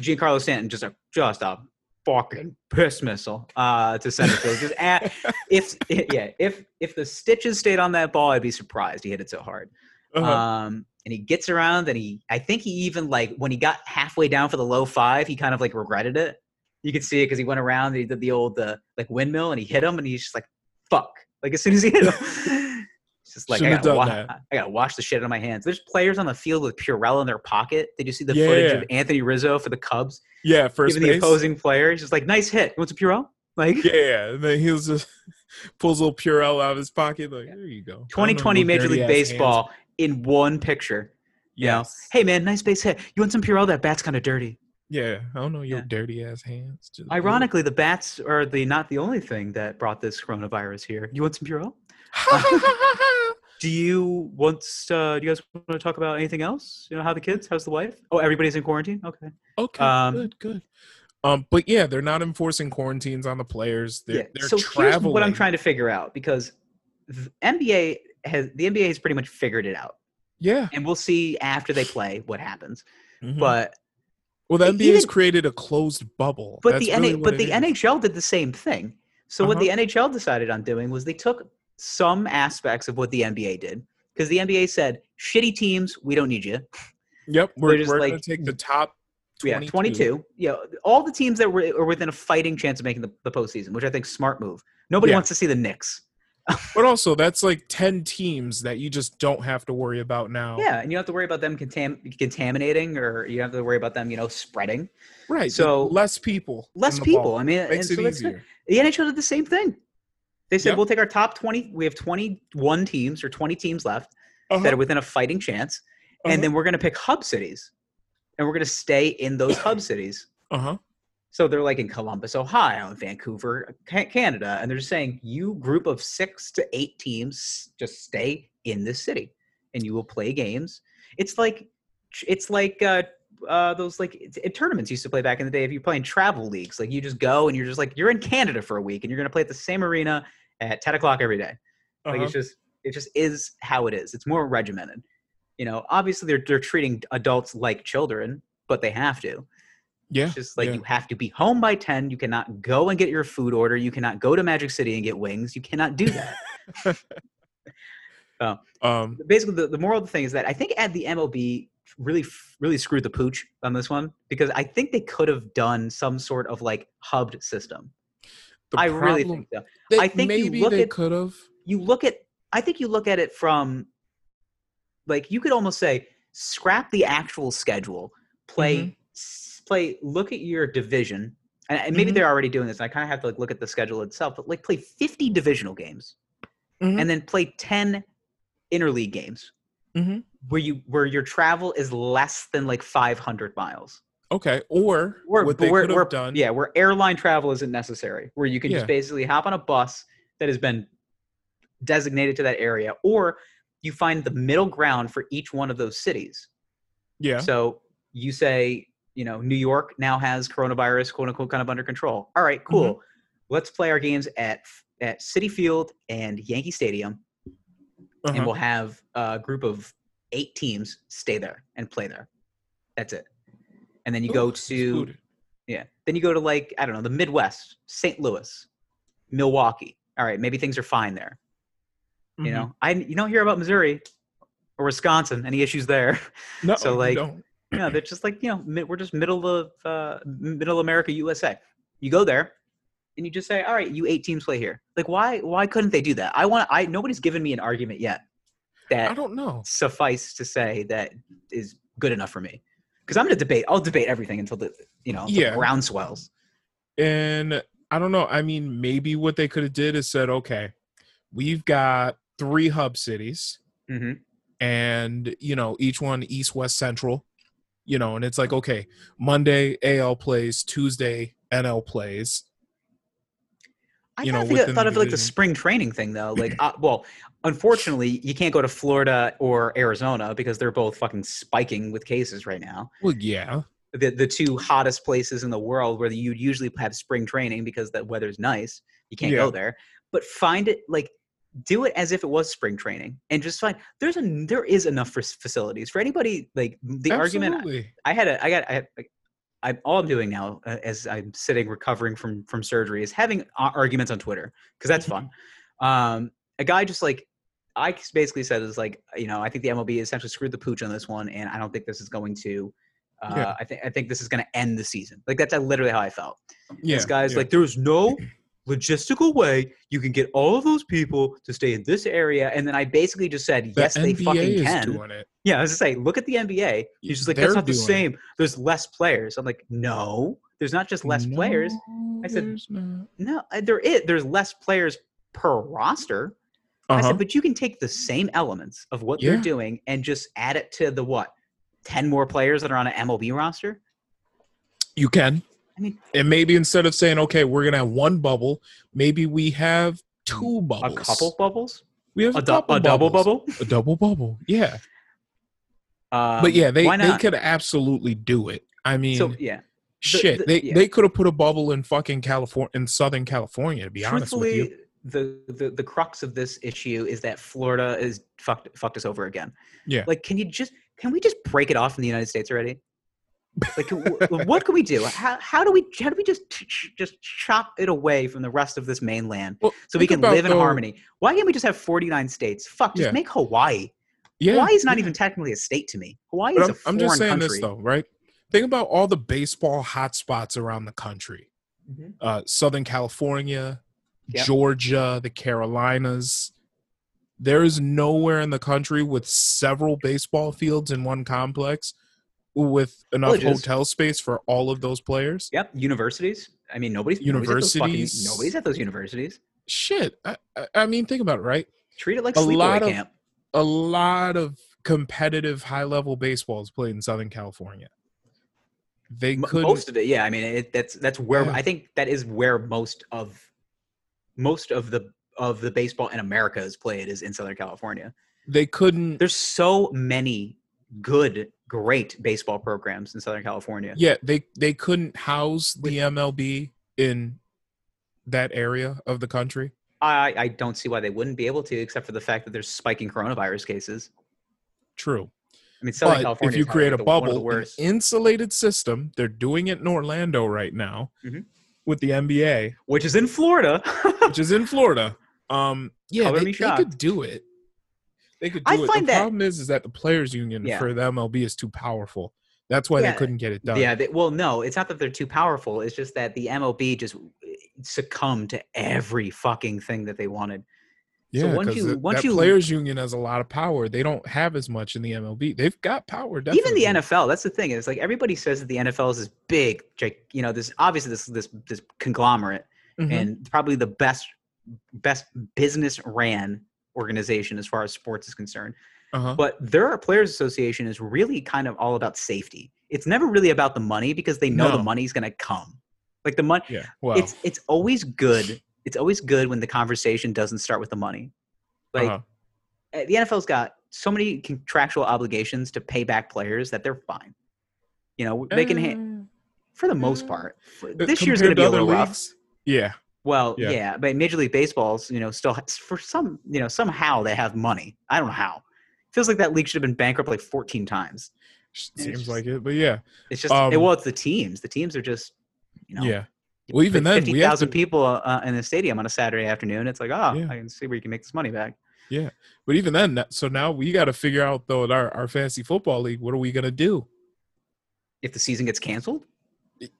[SPEAKER 2] Giancarlo Stanton just a just a fucking piss missile uh, to center field. Just at, if yeah, if if the stitches stayed on that ball, I'd be surprised he hit it so hard.
[SPEAKER 1] Uh-huh.
[SPEAKER 2] Um, and he gets around, and he I think he even like when he got halfway down for the low five, he kind of like regretted it. You could see it because he went around and he did the old uh, like windmill, and he hit him, and he's just like fuck. Like as soon as he hit him. it's Just like I
[SPEAKER 1] Shouldn't have
[SPEAKER 2] gotta,
[SPEAKER 1] done
[SPEAKER 2] wa-
[SPEAKER 1] that.
[SPEAKER 2] I gotta wash the shit out of my hands. There's players on the field with Purell in their pocket. Did you see the
[SPEAKER 1] Yeah,
[SPEAKER 2] footage
[SPEAKER 1] yeah.
[SPEAKER 2] of Anthony Rizzo for the Cubs
[SPEAKER 1] yeah, first
[SPEAKER 2] giving the
[SPEAKER 1] base.
[SPEAKER 2] opposing player? He's just like, "Nice hit. You want some Purell?" Like,
[SPEAKER 1] yeah, and then he was just pulls a little Purell out of his pocket. Like,
[SPEAKER 2] Yeah.
[SPEAKER 1] there you go.
[SPEAKER 2] 2020
[SPEAKER 1] I don't know,
[SPEAKER 2] Major League
[SPEAKER 1] dirty-ass hands.
[SPEAKER 2] Baseball in one picture. you know?
[SPEAKER 1] Yes.
[SPEAKER 2] Hey man, nice base hit. You want some Purell? That bat's kind of dirty.
[SPEAKER 1] Yeah, I don't know your
[SPEAKER 2] Yeah.
[SPEAKER 1] dirty ass hands. Just-
[SPEAKER 2] Ironically, the bats are the not the only thing that brought this coronavirus here. You want some Purell? Do you want? Uh, do you guys want to talk about anything else? You know, how the kids? How's the wife? Oh, everybody's in quarantine. Okay.
[SPEAKER 1] okay,
[SPEAKER 2] um,
[SPEAKER 1] good, good. Um, but yeah, they're not enforcing quarantines on the players. They're, they're
[SPEAKER 2] so
[SPEAKER 1] traveling.
[SPEAKER 2] here's what I'm trying to figure out because the NBA has the NBA has pretty much figured it out,
[SPEAKER 1] Yeah,
[SPEAKER 2] and we'll see after they play what happens.
[SPEAKER 1] mhm.
[SPEAKER 2] But
[SPEAKER 1] well, the
[SPEAKER 2] But
[SPEAKER 1] NBA has
[SPEAKER 2] even-
[SPEAKER 1] created a closed bubble.
[SPEAKER 2] But
[SPEAKER 1] e That's
[SPEAKER 2] the
[SPEAKER 1] really
[SPEAKER 2] NA,
[SPEAKER 1] what
[SPEAKER 2] but
[SPEAKER 1] it
[SPEAKER 2] the
[SPEAKER 1] is. Uh-huh.
[SPEAKER 2] NHL did the same thing. So what the NHL decided on doing was they took some aspects of what the NBA did because the NBA said shitty teams, we don't need you.
[SPEAKER 1] Yep,
[SPEAKER 2] they're
[SPEAKER 1] we're,
[SPEAKER 2] just
[SPEAKER 1] we're gonna
[SPEAKER 2] like- mm,
[SPEAKER 1] take the top. 22.
[SPEAKER 2] Yeah, 22. Yeah, all the teams that were are within a fighting chance of making the, the postseason, which I think is smart move. Nobody
[SPEAKER 1] Yeah.
[SPEAKER 2] wants to see the Knicks.
[SPEAKER 1] But also, that's like ten teams that you just don't have to worry about now.
[SPEAKER 2] Yeah, and you don't have to worry about them contam- contaminating or you don't have to worry about them, you know, spreading.
[SPEAKER 1] right.
[SPEAKER 2] So-
[SPEAKER 1] less people.
[SPEAKER 2] Less
[SPEAKER 1] in the
[SPEAKER 2] people.
[SPEAKER 1] ball.
[SPEAKER 2] I mean, and
[SPEAKER 1] makes
[SPEAKER 2] so
[SPEAKER 1] it
[SPEAKER 2] that's good.
[SPEAKER 1] easier.
[SPEAKER 2] The NHL did the same thing. They said
[SPEAKER 1] Yep.
[SPEAKER 2] we'll take our top 20. We have 21 teams or 20 teams left
[SPEAKER 1] Uh-huh,
[SPEAKER 2] that are within a fighting chance,
[SPEAKER 1] uh-huh,
[SPEAKER 2] and then we're going to pick hub cities, and we're going to stay in those hub cities.
[SPEAKER 1] uh-huh.
[SPEAKER 2] So they're like in Columbus, Ohio, and Vancouver, Ca- Canada, and they're just saying you group of six to eight teams just stay in this city, and you will play games. It's like it's like uh, uh, those like it's- it- tournaments used to play back in the day. If you're playing travel leagues, like you just go and you're just like you're in Canada for a week, and you're going to play at the same arena at 10 o'clock every day. Like
[SPEAKER 1] uh-huh.
[SPEAKER 2] it's just it just is how it is. It's more regimented. You know, obviously they're they're treating adults like children, but they have to.
[SPEAKER 1] yeah.
[SPEAKER 2] It's just like
[SPEAKER 1] yeah.
[SPEAKER 2] you have to be home by ten. You cannot go and get your food order. You cannot go to Magic City and get wings. You cannot do that.
[SPEAKER 1] Um.
[SPEAKER 2] Basically, the, the moral of the thing is that I think at the MLB really f- really screwed the pooch on this one because I think they could have done some sort of like hubbed system.
[SPEAKER 1] The
[SPEAKER 2] I really
[SPEAKER 1] problem-
[SPEAKER 2] think so.
[SPEAKER 1] that
[SPEAKER 2] I think you
[SPEAKER 1] maybe
[SPEAKER 2] look
[SPEAKER 1] they
[SPEAKER 2] at-
[SPEAKER 1] could have.
[SPEAKER 2] you look at i think you look at it from like you could almost say scrap the actual schedule play s- play look at your division and, and maybe
[SPEAKER 1] Mhm.
[SPEAKER 2] they're already doing this and i kind of have to like look at the schedule itself but like play 50 divisional games
[SPEAKER 1] Mhm.
[SPEAKER 2] and then play 10 interleague games
[SPEAKER 1] Mhm.
[SPEAKER 2] where you where your travel is less than like 500 miles
[SPEAKER 1] Okay, or
[SPEAKER 2] we're,
[SPEAKER 1] what they
[SPEAKER 2] we're,
[SPEAKER 1] could
[SPEAKER 2] we're-
[SPEAKER 1] have done.
[SPEAKER 2] Yeah, where airline travel isn't necessary, where you can
[SPEAKER 1] Yeah.
[SPEAKER 2] just basically hop on a bus that has been designated to that area, or you find the middle ground for each one of those cities.
[SPEAKER 1] yeah.
[SPEAKER 2] So you say, you know, New York now has coronavirus, quote unquote, kind of under control. All right, cool.
[SPEAKER 1] Mm-hmm.
[SPEAKER 2] Let's play our games at at City Field and Yankee Stadium,
[SPEAKER 1] uh-huh.
[SPEAKER 2] and we'll have a group of eight teams stay there and play there. That's it. And then you
[SPEAKER 1] Ooh,
[SPEAKER 2] go
[SPEAKER 1] it's
[SPEAKER 2] to
[SPEAKER 1] food.
[SPEAKER 2] yeah. Then you go to like, I don't know, the Midwest, St. Louis, Milwaukee. All right, maybe things are fine there. You
[SPEAKER 1] Mhm.
[SPEAKER 2] know, I you don't hear about Missouri or Wisconsin, any issues there.
[SPEAKER 1] Mm-hmm. No,
[SPEAKER 2] so,
[SPEAKER 1] you
[SPEAKER 2] like-
[SPEAKER 1] don't.
[SPEAKER 2] no, they're just like, you know, mid, we're just middle of uh, middle America USA. You go there and you just say, "All right, you eight teams play here." Like why why couldn't they do that? I want I nobody's given me an argument yet
[SPEAKER 1] I
[SPEAKER 2] that
[SPEAKER 1] don't know.
[SPEAKER 2] suffice to say that is good enough for me. Cuz I'm going to debate. I'll debate everything until the, you know, until the
[SPEAKER 1] Yeah.
[SPEAKER 2] ground swells.
[SPEAKER 1] and i don't know i mean maybe what they could have did is said okay we've got three hub cities
[SPEAKER 2] Mhm.
[SPEAKER 1] and you know each one east west central you know and it's like okay monday al plays tuesday nl plays
[SPEAKER 2] I
[SPEAKER 1] you
[SPEAKER 2] kinda
[SPEAKER 1] know,
[SPEAKER 2] think I
[SPEAKER 1] within
[SPEAKER 2] thought
[SPEAKER 1] the
[SPEAKER 2] of like the
[SPEAKER 1] division.
[SPEAKER 2] spring training thing though. Like, uh, well, unfortunately, you can't go to Florida or Arizona because they're both fucking spiking with cases right now.
[SPEAKER 1] well yeah
[SPEAKER 2] The the two hottest places in the world where you'd usually have spring training because the weather's nice. You can't
[SPEAKER 1] Yeah.
[SPEAKER 2] go there. But find it like do it as if it was spring training and just find there's a there is enough for facilities for anybody like the argument
[SPEAKER 1] Absolutely.
[SPEAKER 2] I had a, I got, I, had- I, all I'm doing now uh, as I'm sitting recovering from from surgery is having a- arguments on Twitter because that's
[SPEAKER 1] Mm-hmm.
[SPEAKER 2] fun. Um, a guy just like I basically said is like you know I think the MLB essentially screwed the pooch on this one, and I don't think this is going to. Uh,
[SPEAKER 1] Yeah.
[SPEAKER 2] I think I think this is going to end the season. Like that's literally how I felt.
[SPEAKER 1] yeah
[SPEAKER 2] this guy's
[SPEAKER 1] yeah.
[SPEAKER 2] like, there's no logistical way you can get all of those people to stay in this area, and then I basically just said,
[SPEAKER 1] the
[SPEAKER 2] yes, they
[SPEAKER 1] NBA
[SPEAKER 2] fucking
[SPEAKER 1] is
[SPEAKER 2] can.
[SPEAKER 1] doing it
[SPEAKER 2] Yeah, I was just say, look at the NBA. He's just like,
[SPEAKER 1] They're
[SPEAKER 2] that's not the
[SPEAKER 1] doing it.
[SPEAKER 2] same. There's less players. I'm like, no, there's not just less players. I said-
[SPEAKER 1] there's not.
[SPEAKER 2] No, uh, there is. There's less players per roster. I
[SPEAKER 1] uh-huh
[SPEAKER 2] said, but you can take the same elements of what they're
[SPEAKER 1] Yeah.
[SPEAKER 2] doing and just add it to the what, ten more players that are on an MLB roster.
[SPEAKER 1] you can
[SPEAKER 2] I mean-
[SPEAKER 1] and maybe instead of saying okay we're gonna have one bubble maybe we have two bubbles
[SPEAKER 2] A couple bubbles.
[SPEAKER 1] we have
[SPEAKER 2] A,
[SPEAKER 1] a,
[SPEAKER 2] dou-
[SPEAKER 1] couple
[SPEAKER 2] a double
[SPEAKER 1] bubbles.
[SPEAKER 2] bubble.
[SPEAKER 1] a double bubble yeah
[SPEAKER 2] Um,
[SPEAKER 1] but yeah they,
[SPEAKER 2] why
[SPEAKER 1] they
[SPEAKER 2] not?
[SPEAKER 1] could absolutely do it i mean
[SPEAKER 2] so yeah,
[SPEAKER 1] shit
[SPEAKER 2] the-
[SPEAKER 1] they,
[SPEAKER 2] yeah.
[SPEAKER 1] they could have put a bubble in fucking california in southern california to be honest with you
[SPEAKER 2] truthfully, the, the the crux of this issue is that Florida is fucked fucked us over again.
[SPEAKER 1] Yeah.
[SPEAKER 2] Like, can you just can we just break it off in the United States already? Like, wh- what can we do? How how do we how do we just ch- ch- just chop it away from the rest of this mainland
[SPEAKER 1] Well,
[SPEAKER 2] so we
[SPEAKER 1] think
[SPEAKER 2] can
[SPEAKER 1] about,
[SPEAKER 2] live in
[SPEAKER 1] though-
[SPEAKER 2] harmony? Why can't we just have forty nine states? Fuck, just
[SPEAKER 1] Yeah.
[SPEAKER 2] make Hawaii.
[SPEAKER 1] yeah
[SPEAKER 2] Hawaii is not even technically a state to me. Hawaii
[SPEAKER 1] but
[SPEAKER 2] is a
[SPEAKER 1] I'm, I'm
[SPEAKER 2] foreign
[SPEAKER 1] just saying
[SPEAKER 2] country.
[SPEAKER 1] this though right think about all the baseball hotspots around the country
[SPEAKER 2] Mhm.
[SPEAKER 1] uh, southern california
[SPEAKER 2] Yep.
[SPEAKER 1] georgia the carolinas there is nowhere in the country with several baseball fields in one complex with enough
[SPEAKER 2] Villages.
[SPEAKER 1] hotel space for all of those players
[SPEAKER 2] Yep, universities. I mean, nobody's nobody's at those, fucking,
[SPEAKER 1] Universities.
[SPEAKER 2] nobody's at those universities.
[SPEAKER 1] shit I, I- I mean think about it right
[SPEAKER 2] Treat it like
[SPEAKER 1] A
[SPEAKER 2] sleepaway
[SPEAKER 1] lot of-
[SPEAKER 2] camp.
[SPEAKER 1] a lot of competitive high level baseball is played in Southern California. They
[SPEAKER 2] M-
[SPEAKER 1] could
[SPEAKER 2] most of it yeah i mean it, that's that's where
[SPEAKER 1] Yeah.
[SPEAKER 2] i think that is where most of most of the of the baseball in america is played is in southern california
[SPEAKER 1] they couldn't
[SPEAKER 2] there's so many good great baseball programs in southern california
[SPEAKER 1] yeah, they they couldn't house the MLB in that area of the country.
[SPEAKER 2] i i don't see why they wouldn't be able to except for the fact that there's spiking coronavirus cases
[SPEAKER 1] True.
[SPEAKER 2] i mean southern
[SPEAKER 1] but
[SPEAKER 2] california
[SPEAKER 1] if you
[SPEAKER 2] is
[SPEAKER 1] create a
[SPEAKER 2] the, one of the
[SPEAKER 1] bubble, an
[SPEAKER 2] worst.
[SPEAKER 1] insulated system, they're doing it in Orlando right now
[SPEAKER 2] Mhm.
[SPEAKER 1] with the NBA,
[SPEAKER 2] which is in florida
[SPEAKER 1] which is in Florida. Um yeah,
[SPEAKER 2] Color
[SPEAKER 1] they,
[SPEAKER 2] me
[SPEAKER 1] they could do it. They could do
[SPEAKER 2] I
[SPEAKER 1] it.
[SPEAKER 2] find
[SPEAKER 1] the
[SPEAKER 2] that-
[SPEAKER 1] problem is is that the players union
[SPEAKER 2] Yeah.
[SPEAKER 1] for the MLB is too powerful. That's why
[SPEAKER 2] Yeah.
[SPEAKER 1] they couldn't get it done.
[SPEAKER 2] yeah they, well no it's not that they're too powerful it's just that the mlb just eh, succumbed to every fucking thing that they wanted So
[SPEAKER 1] Yeah,
[SPEAKER 2] once
[SPEAKER 1] 'cause
[SPEAKER 2] you-
[SPEAKER 1] that-
[SPEAKER 2] once
[SPEAKER 1] that
[SPEAKER 2] you-
[SPEAKER 1] players union has a lot of power. They don't have as much in the MLB. They've got power. Definitely.
[SPEAKER 2] Even the NFL, that's the thing is like everybody says that the NFL is this big, gi- you know, this obviously this this this conglomerate
[SPEAKER 1] Mhm.
[SPEAKER 2] and probably the best best business ran organization as far as sports is concerned.
[SPEAKER 1] uh-huh.
[SPEAKER 2] But their players association is really kind of all about safety. It's never really about the money because they know the
[SPEAKER 1] No.
[SPEAKER 2] money's going to come. Like the money
[SPEAKER 1] yeah. Well,
[SPEAKER 2] it's it's always good. It's always good when the conversation doesn't start with the money. Like
[SPEAKER 1] uh-huh.
[SPEAKER 2] uh, the NFL's got so many contractual obligations to pay back players that they're fine. You know, they can ha- for the most
[SPEAKER 1] uh,
[SPEAKER 2] part. For-
[SPEAKER 1] Uh,
[SPEAKER 2] This year's going to
[SPEAKER 1] compared to
[SPEAKER 2] be a
[SPEAKER 1] other
[SPEAKER 2] little rough.
[SPEAKER 1] leagues? Yeah.
[SPEAKER 2] Well, yeah.
[SPEAKER 1] Yeah.
[SPEAKER 2] but Major League Baseball's, you know, still has, for some, you know, somehow they have money. I don't know how. Feels like that league should have been bankrupt like 14 times.
[SPEAKER 1] s-
[SPEAKER 2] it's
[SPEAKER 1] Seems
[SPEAKER 2] just-
[SPEAKER 1] like it, but yeah,
[SPEAKER 2] It's just
[SPEAKER 1] Um,
[SPEAKER 2] well, it's the teams. The teams are just, you know,
[SPEAKER 1] yeah. Well, even then, we have
[SPEAKER 2] 50,000 people uh, in a stadium on a Saturday afternoon. It's like, oh,
[SPEAKER 1] Yeah.
[SPEAKER 2] I can see where you can make this money back.
[SPEAKER 1] But even then, that- so now we got to figure out though, in our our fantasy football league, what are we gonna do?
[SPEAKER 2] If the season gets canceled,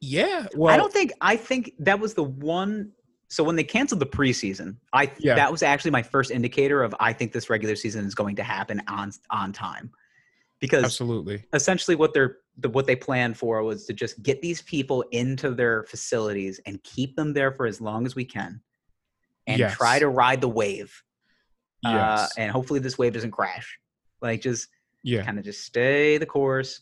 [SPEAKER 1] Yeah. Well,
[SPEAKER 2] I don't think I think that was the one. So when they canceled the preseason, I
[SPEAKER 1] Yeah.
[SPEAKER 2] that was actually my first indicator of I think this regular season is going to happen on on time, because
[SPEAKER 1] absolutely.
[SPEAKER 2] essentially what they're the, what they planned for was to just get these people into their facilities and keep them there for as long as we can, and
[SPEAKER 1] Yes.
[SPEAKER 2] try to ride the wave. Uh,
[SPEAKER 1] Yes.
[SPEAKER 2] and hopefully this wave doesn't crash. Like just
[SPEAKER 1] Yeah.
[SPEAKER 2] kind of just stay the course.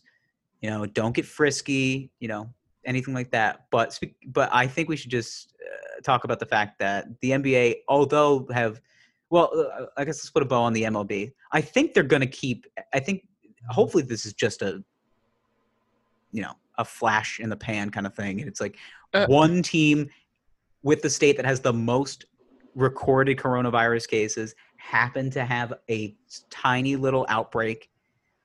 [SPEAKER 2] You know, don't get frisky. You know, anything like that. But speak, but I think we should just uh, talk about the fact that the NBA, although have, well, uh, I guess let's put a bow on the MLB. I think they're going to keep. I think hopefully this is just a, you know, a flash in the pan kind of thing. And it's like
[SPEAKER 1] Uh.
[SPEAKER 2] one team with the state that has the most recorded coronavirus cases happen to have a tiny little outbreak.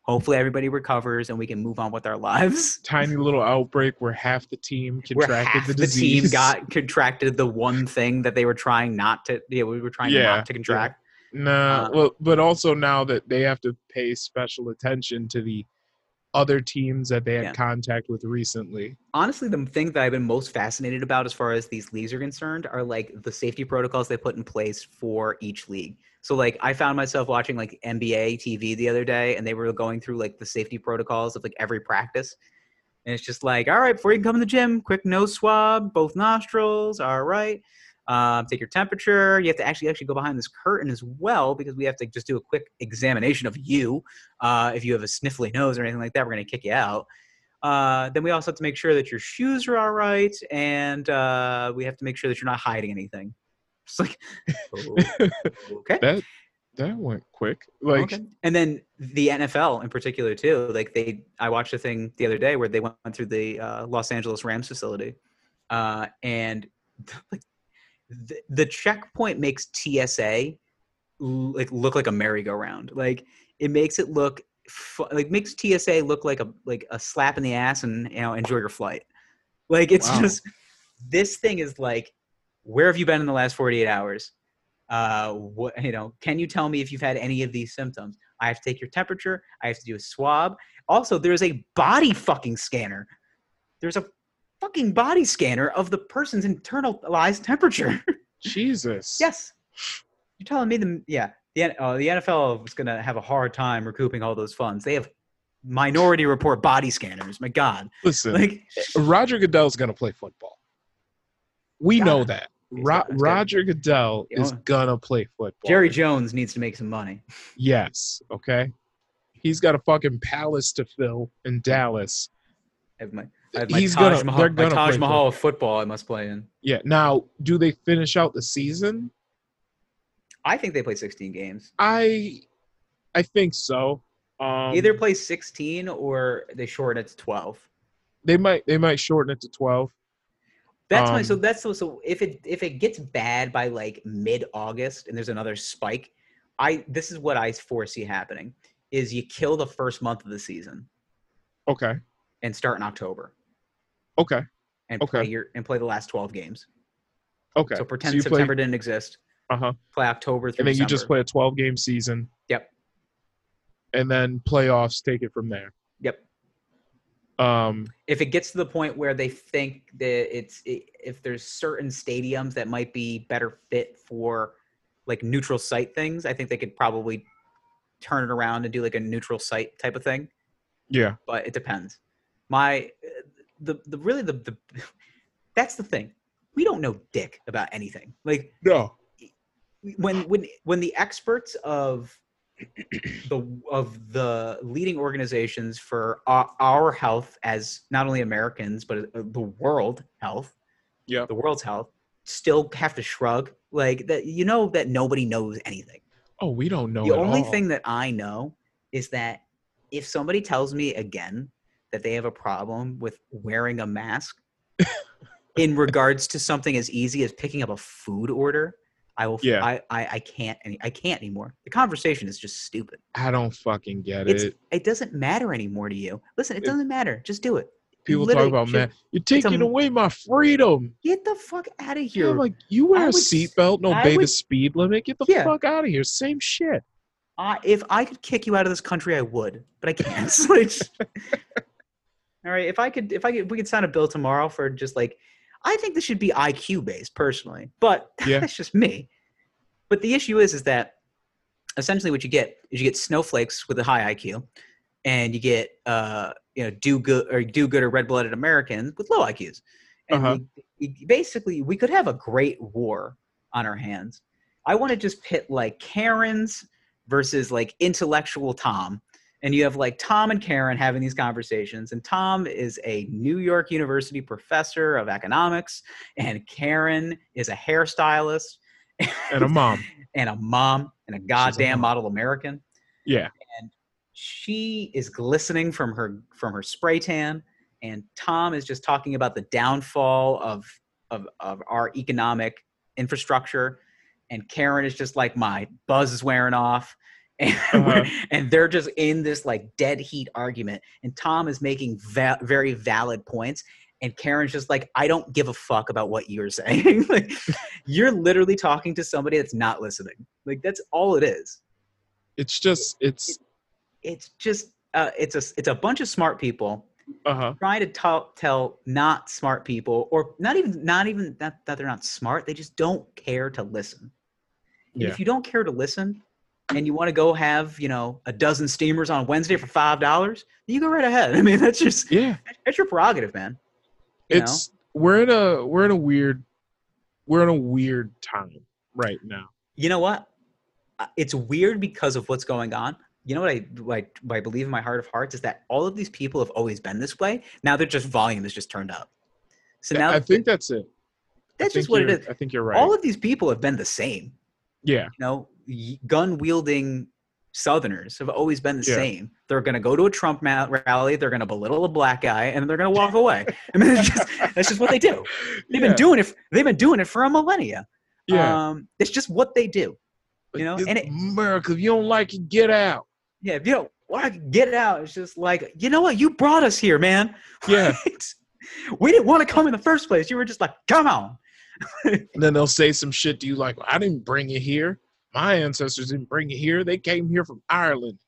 [SPEAKER 2] Hopefully everybody recovers and we can move on with our lives
[SPEAKER 1] Tiny little outbreak where half the team
[SPEAKER 2] where
[SPEAKER 1] contracted
[SPEAKER 2] half
[SPEAKER 1] the
[SPEAKER 2] the,
[SPEAKER 1] disease.
[SPEAKER 2] team got contracted the one thing that they were trying not to. Yeah, we were trying
[SPEAKER 1] Yeah,
[SPEAKER 2] not to contract.
[SPEAKER 1] Nah,
[SPEAKER 2] Uh,
[SPEAKER 1] well, but also now that they have to pay special attention to the other teams that they had
[SPEAKER 2] Yeah.
[SPEAKER 1] contact with recently.
[SPEAKER 2] Honestly, the thing that I've been most fascinated about, as far as these leagues are concerned, are like the safety protocols they put in place for each league. So, like, I found myself watching like NBA TV the other day, and they were going through like the safety protocols of like every practice. And it's just like, all right, before you can come in the gym, quick nose swab, both nostrils. All right, um, take your temperature. You have to actually actually go behind this curtain as well because we have to just do a quick examination of you. Uh, if you have a sniffly nose or anything like that, we're gonna kick you out. Uh, then we also have to make sure that your shoes are all right, and uh, we have to make sure that you're not hiding anything. Just like, oh, okay.
[SPEAKER 1] That that went quick. Like
[SPEAKER 2] Okay. and then the NFL in particular too. Like they, I watched a thing the other day where they went through the uh, Los Angeles Rams facility, uh, and like the, the checkpoint makes TSA l- like look like a merry-go-round. Like it makes it look fu- like makes TSA look like a like a slap in the ass and you know enjoy your flight. Like it's
[SPEAKER 1] Wow.
[SPEAKER 2] just this thing is like where have you been in the last 48 hours? Uh, what you know? Can you tell me if you've had any of these symptoms? I have to take your temperature. I have to do a swab. Also, there's a body fucking scanner. There's a fucking body scanner of the person's internalized temperature.
[SPEAKER 1] Jesus.
[SPEAKER 2] yes. You're telling me the yeah the N- uh, the NFL is gonna have a hard time recouping all those funds. They have minority report body scanners. My God,
[SPEAKER 1] Listen,
[SPEAKER 2] like
[SPEAKER 1] Roger Goodell's gonna play football. We
[SPEAKER 2] Yeah.
[SPEAKER 1] know that. Ro-
[SPEAKER 2] He's gonna- he's gonna-
[SPEAKER 1] Roger Goodell
[SPEAKER 2] Yeah.
[SPEAKER 1] is gonna play football.
[SPEAKER 2] Jerry Jones needs to make some money.
[SPEAKER 1] Yes. Okay. He's got a fucking palace to fill in Dallas.
[SPEAKER 2] I have my, I have my
[SPEAKER 1] He's
[SPEAKER 2] Taj
[SPEAKER 1] gonna-
[SPEAKER 2] Mahal,
[SPEAKER 1] they're
[SPEAKER 2] my
[SPEAKER 1] gonna
[SPEAKER 2] Taj
[SPEAKER 1] play
[SPEAKER 2] Mahal of football. I must play in.
[SPEAKER 1] Yeah. Now, do they finish out the season?
[SPEAKER 2] I think they play 16 games.
[SPEAKER 1] I, I think so. Um,
[SPEAKER 2] Either play 16 or they shorten it to 12.
[SPEAKER 1] they might they might shorten it to twelve.
[SPEAKER 2] That's my so
[SPEAKER 1] Um,
[SPEAKER 2] that's so so if it if it gets bad by like mid August and there's another spike, I this is what I foresee happening is you kill the first month of the season
[SPEAKER 1] Okay.
[SPEAKER 2] and start in October
[SPEAKER 1] Okay.
[SPEAKER 2] and
[SPEAKER 1] Okay.
[SPEAKER 2] play your and play the last 12 games.
[SPEAKER 1] Okay.
[SPEAKER 2] So pretend
[SPEAKER 1] you play-
[SPEAKER 2] September didn't exist.
[SPEAKER 1] Uh-huh.
[SPEAKER 2] Play October through
[SPEAKER 1] And then you just
[SPEAKER 2] December.
[SPEAKER 1] play a twelve game season.
[SPEAKER 2] Yep.
[SPEAKER 1] And then playoffs take it from there.
[SPEAKER 2] Yep.
[SPEAKER 1] Um.
[SPEAKER 2] if it gets to the point where they think that it's i if there's certain stadiums that might be better fit for like neutral site things i think they could probably turn it around and do like a neutral site type of thing
[SPEAKER 1] Yeah.
[SPEAKER 2] but it depends my the, the really the, the that's the thing we don't know dick about anything like
[SPEAKER 1] No.
[SPEAKER 2] when when when the experts of the of the leading organizations for our, our health as not only Americans but uh, the world health,
[SPEAKER 1] Yeah.
[SPEAKER 2] the world's health, still have to shrug like that. You know that nobody knows anything.
[SPEAKER 1] Oh, we don't know.
[SPEAKER 2] the
[SPEAKER 1] at
[SPEAKER 2] only
[SPEAKER 1] all.
[SPEAKER 2] thing that I know is that if somebody tells me again that they have a problem with wearing a mask in regards to something as easy as picking up a food order, I will.
[SPEAKER 1] Yeah.
[SPEAKER 2] I, I, I can't. Any, I can't anymore. The conversation is just stupid.
[SPEAKER 1] I don't fucking get
[SPEAKER 2] It's,
[SPEAKER 1] it.
[SPEAKER 2] it doesn't matter anymore to you. Listen, it
[SPEAKER 1] It-
[SPEAKER 2] doesn't matter. Just do it.
[SPEAKER 1] People talk
[SPEAKER 2] literally
[SPEAKER 1] about
[SPEAKER 2] should-
[SPEAKER 1] man, you're taking
[SPEAKER 2] a-
[SPEAKER 1] away my freedom.
[SPEAKER 2] Get the fuck out of
[SPEAKER 1] Yeah,
[SPEAKER 2] here.
[SPEAKER 1] I'm like you wear
[SPEAKER 2] I
[SPEAKER 1] a
[SPEAKER 2] would s-
[SPEAKER 1] seatbelt, no
[SPEAKER 2] I
[SPEAKER 1] obey the
[SPEAKER 2] would-
[SPEAKER 1] speed limit. Get the
[SPEAKER 2] Yeah.
[SPEAKER 1] fuck out of here. Same shit.
[SPEAKER 2] I, if I could kick you out of this country, I would, but I can't. So it's- all right, if I could, if I could, we could sign a bill tomorrow for just like, I think this should be IQ based personally, but
[SPEAKER 1] Yeah.
[SPEAKER 2] that's just me. But the issue is, is that essentially what you get is you get snowflakes with a high IQ, and you get uh, you know do good or do good or red blooded Americans with low IQs, and
[SPEAKER 1] Uh-huh.
[SPEAKER 2] we- we- basically we could have a great war on our hands. I want to just pit like Karens versus like intellectual Tom. And you have like Tom and Karen having these conversations. And Tom is a New York University professor of economics. And Karen is a hairstylist
[SPEAKER 1] and a mom.
[SPEAKER 2] and a mom and a
[SPEAKER 1] mom.
[SPEAKER 2] goddamn model American.
[SPEAKER 1] Yeah.
[SPEAKER 2] She is glistening from her from her spray tan. And Tom is just talking about the downfall of of, of our economic infrastructure. And Karen is just like, my buzz is wearing off. And, we're- and they're just in this like dead heat argument. And Tom is making va- very valid points. And Karen's just like, I don't give a fuck about what you're saying. like, you're literally talking to somebody that's not listening. Like, that's all it is
[SPEAKER 1] It's just it's
[SPEAKER 2] it's just uh, it's a it's a bunch of smart people
[SPEAKER 1] uh huh.
[SPEAKER 2] trying to tell tell not smart people or not even not even that, that they're not smart they just don't care to listen And
[SPEAKER 1] Yeah.
[SPEAKER 2] if you don't care to listen and you want to go have you know a dozen steamers on wednesday for five dollars you go right ahead i mean that's just
[SPEAKER 1] Yeah.
[SPEAKER 2] that's your prerogative man you know?
[SPEAKER 1] it's we're in a we're in a weird we're in a weird time right now.
[SPEAKER 2] you know what Uh, it's weird because of what's going on you know what I, what I what i believe in my heart of hearts is that all of these people have always been this way now they're just volume is just turned up so now
[SPEAKER 1] I think that's it. I think
[SPEAKER 2] that's just what it
[SPEAKER 1] you're-
[SPEAKER 2] is
[SPEAKER 1] I think you're right.
[SPEAKER 2] all of these people have been the same
[SPEAKER 1] yeah,
[SPEAKER 2] you know gun wielding southerners have always been the
[SPEAKER 1] Yeah.
[SPEAKER 2] same they're going to go to a trump ma- rally they're going to belittle a black guy and they're going to walk away i mean it's just, that's just what they do they've
[SPEAKER 1] yeah.
[SPEAKER 2] been doing it they've been doing it for a millennia
[SPEAKER 1] yeah.
[SPEAKER 2] um, it's just what they do you know,
[SPEAKER 1] Like,
[SPEAKER 2] and it-
[SPEAKER 1] America, if you don't like it, get out.
[SPEAKER 2] Yeah, if you don't want to get out, it's just like, you know what? You brought us here, man.
[SPEAKER 1] Yeah.
[SPEAKER 2] we didn't want to come in the first place. You were just like, come on.
[SPEAKER 1] And then they'll say some shit to you like, "I didn't bring it here. My ancestors didn't bring it here. They came here from Ireland,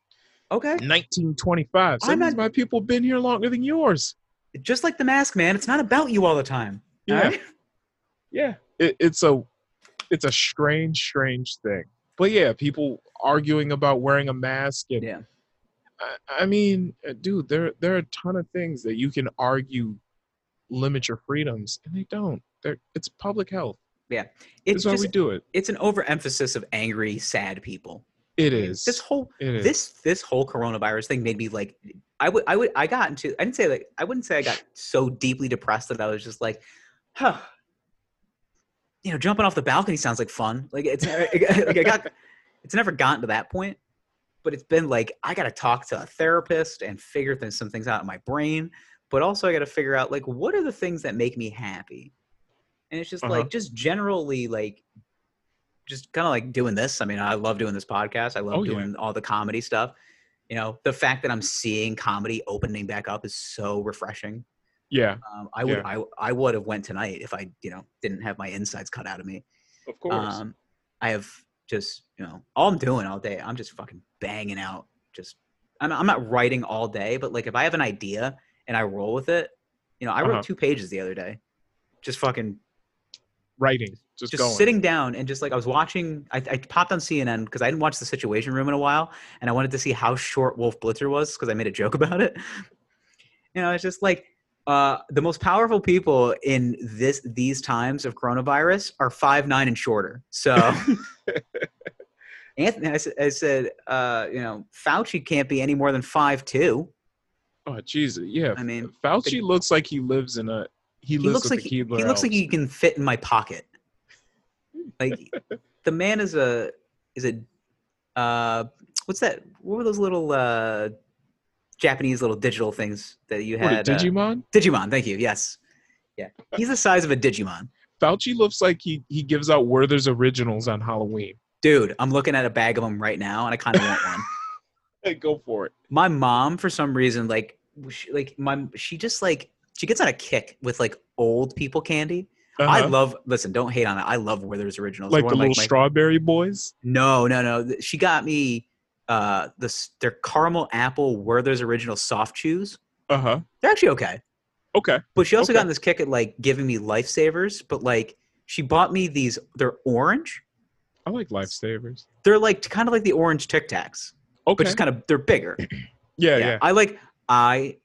[SPEAKER 2] Okay.
[SPEAKER 1] 1925. Some
[SPEAKER 2] I'm
[SPEAKER 1] of
[SPEAKER 2] not-
[SPEAKER 1] my people have been here longer than yours."
[SPEAKER 2] Just like the mask, man. It's not about you all the time. all
[SPEAKER 1] Yeah,
[SPEAKER 2] right?
[SPEAKER 1] yeah. It, it's a it's a strange, strange thing. But yeah, people arguing about wearing a mask and
[SPEAKER 2] Yeah.
[SPEAKER 1] I, I mean, uh, dude, there there are a ton of things that you can argue limit your freedoms, and they don't. They're, it's public health.
[SPEAKER 2] It's
[SPEAKER 1] It's why
[SPEAKER 2] just,
[SPEAKER 1] we do it.
[SPEAKER 2] it's an overemphasis of angry, sad people.
[SPEAKER 1] It is.
[SPEAKER 2] This whole
[SPEAKER 1] it is.
[SPEAKER 2] this this whole coronavirus thing made me like I would I would I got into I didn't say like I wouldn't say I got so deeply depressed that I was just like, huh. You know, jumping off the balcony sounds like fun. Like it's never, like I got it's never gotten to that point, but it's been like I got to talk to a therapist and figure things, some things out in my brain, but also I got to figure out like what are the things that make me happy, and it's just
[SPEAKER 1] Uh-huh.
[SPEAKER 2] like just generally like just kind of like doing this. I mean, I love doing this podcast. I love
[SPEAKER 1] Oh, yeah.
[SPEAKER 2] doing all the comedy stuff. You know, the fact that I'm seeing comedy opening back up is so refreshing.
[SPEAKER 1] yeah,
[SPEAKER 2] Um, I would
[SPEAKER 1] Yeah.
[SPEAKER 2] I, I would have went tonight if I you know didn't have my insides cut out of me.
[SPEAKER 1] of course.
[SPEAKER 2] Um, I have just, you know, all I'm doing all day, I'm just fucking banging out. Just, I'm, I'm not writing all day, but like if I have an idea and I roll with it, you know, I wrote
[SPEAKER 1] Uh-huh.
[SPEAKER 2] two pages the other day, just fucking,
[SPEAKER 1] Writing, just,
[SPEAKER 2] just
[SPEAKER 1] going.
[SPEAKER 2] sitting down and just like I was watching. I, I popped on CNN because I didn't watch the Situation Room in a while, and I wanted to see how short Wolf Blitzer was because I made a joke about it. you know, it's just like. Uh, the most powerful people in this these times of coronavirus are five nine and shorter. So Anthony, I, s- I said, uh, you know, Fauci can't be any more than five two.
[SPEAKER 1] oh Jesus, yeah.
[SPEAKER 2] I mean,
[SPEAKER 1] Fauci looks like he lives in a he
[SPEAKER 2] he
[SPEAKER 1] lives
[SPEAKER 2] looks
[SPEAKER 1] with
[SPEAKER 2] like
[SPEAKER 1] the
[SPEAKER 2] he, he
[SPEAKER 1] Keebler.
[SPEAKER 2] looks like
[SPEAKER 1] elves.
[SPEAKER 2] he can fit in my pocket. Like the man is a is a uh, what's that? What were those little uh, Japanese little digital things that you
[SPEAKER 1] What, a
[SPEAKER 2] had? uh,
[SPEAKER 1] Digimon.
[SPEAKER 2] Digimon. Thank you. Yes. Yeah. He's the size of a Digimon.
[SPEAKER 1] Fauci looks like he he gives out Werther's originals on Halloween.
[SPEAKER 2] Dude, I'm looking at a bag of them right now, and I kind of want one.
[SPEAKER 1] Hey, go for it.
[SPEAKER 2] my mom for some reason like she, like my she just like she gets on a kick with like old people candy. I
[SPEAKER 1] Uh-huh.
[SPEAKER 2] love listen, don't hate on it. I love Withers originals.
[SPEAKER 1] like
[SPEAKER 2] They're
[SPEAKER 1] the
[SPEAKER 2] one of,
[SPEAKER 1] little
[SPEAKER 2] my-
[SPEAKER 1] strawberry boys.
[SPEAKER 2] No, no, no. Th- She got me uh this their caramel apple Werther's original soft chews.
[SPEAKER 1] Uh huh.
[SPEAKER 2] They're actually okay.
[SPEAKER 1] Okay.
[SPEAKER 2] But she also
[SPEAKER 1] Okay.
[SPEAKER 2] got on this kick at like giving me lifesavers, but like she bought me these they're orange.
[SPEAKER 1] I like lifesavers.
[SPEAKER 2] They're like kind of like the orange Tic Tacs, but
[SPEAKER 1] Okay.
[SPEAKER 2] just kind of they're bigger.
[SPEAKER 1] yeah,
[SPEAKER 2] yeah,
[SPEAKER 1] yeah.
[SPEAKER 2] I like I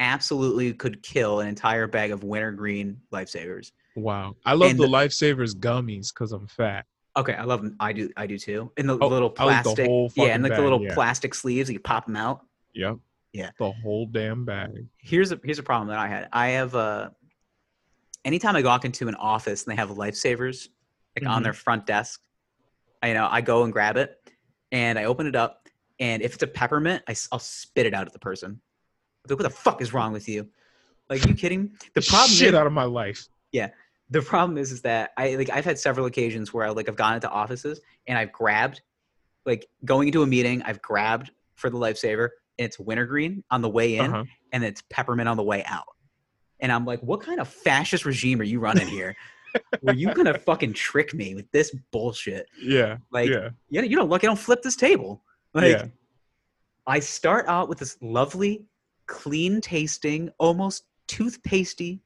[SPEAKER 2] absolutely could kill an entire bag of wintergreen lifesavers.
[SPEAKER 1] Wow. I love
[SPEAKER 2] And
[SPEAKER 1] the
[SPEAKER 2] the-
[SPEAKER 1] lifesavers gummies because I'm fat.
[SPEAKER 2] Okay, I love them. I do. I do too. In the
[SPEAKER 1] Oh,
[SPEAKER 2] little
[SPEAKER 1] I like the
[SPEAKER 2] plastic,
[SPEAKER 1] whole
[SPEAKER 2] yeah,
[SPEAKER 1] fucking
[SPEAKER 2] and like
[SPEAKER 1] bag,
[SPEAKER 2] the little
[SPEAKER 1] yeah.
[SPEAKER 2] plastic sleeves, you pop them out.
[SPEAKER 1] Yep.
[SPEAKER 2] Yeah.
[SPEAKER 1] The whole damn bag.
[SPEAKER 2] Here's a here's a problem that I had. I have uh, anytime I walk into an office and they have lifesavers like on
[SPEAKER 1] Mhm.
[SPEAKER 2] their front desk, I, you know, I go and grab it, and I open it up, and if it's a peppermint, I, will spit it out at the person. I'm like, what the fuck is wrong with you? Like, you kidding? me? The problem
[SPEAKER 1] shit
[SPEAKER 2] is,
[SPEAKER 1] out of my life.
[SPEAKER 2] the problem is is that I like I've had several occasions where I like I've gone into offices and I've grabbed like going into a meeting, I've grabbed for the lifesaver and it's wintergreen on the way in
[SPEAKER 1] Uh-huh.
[SPEAKER 2] and it's peppermint on the way out. And I'm like, what kind of fascist regime are you running here? Were you gonna fucking trick me with this bullshit?
[SPEAKER 1] Yeah.
[SPEAKER 2] Like
[SPEAKER 1] yeah.
[SPEAKER 2] you, you don't look, you don't flip this table. Like
[SPEAKER 1] yeah.
[SPEAKER 2] I start out with this lovely, clean tasting, almost toothpastey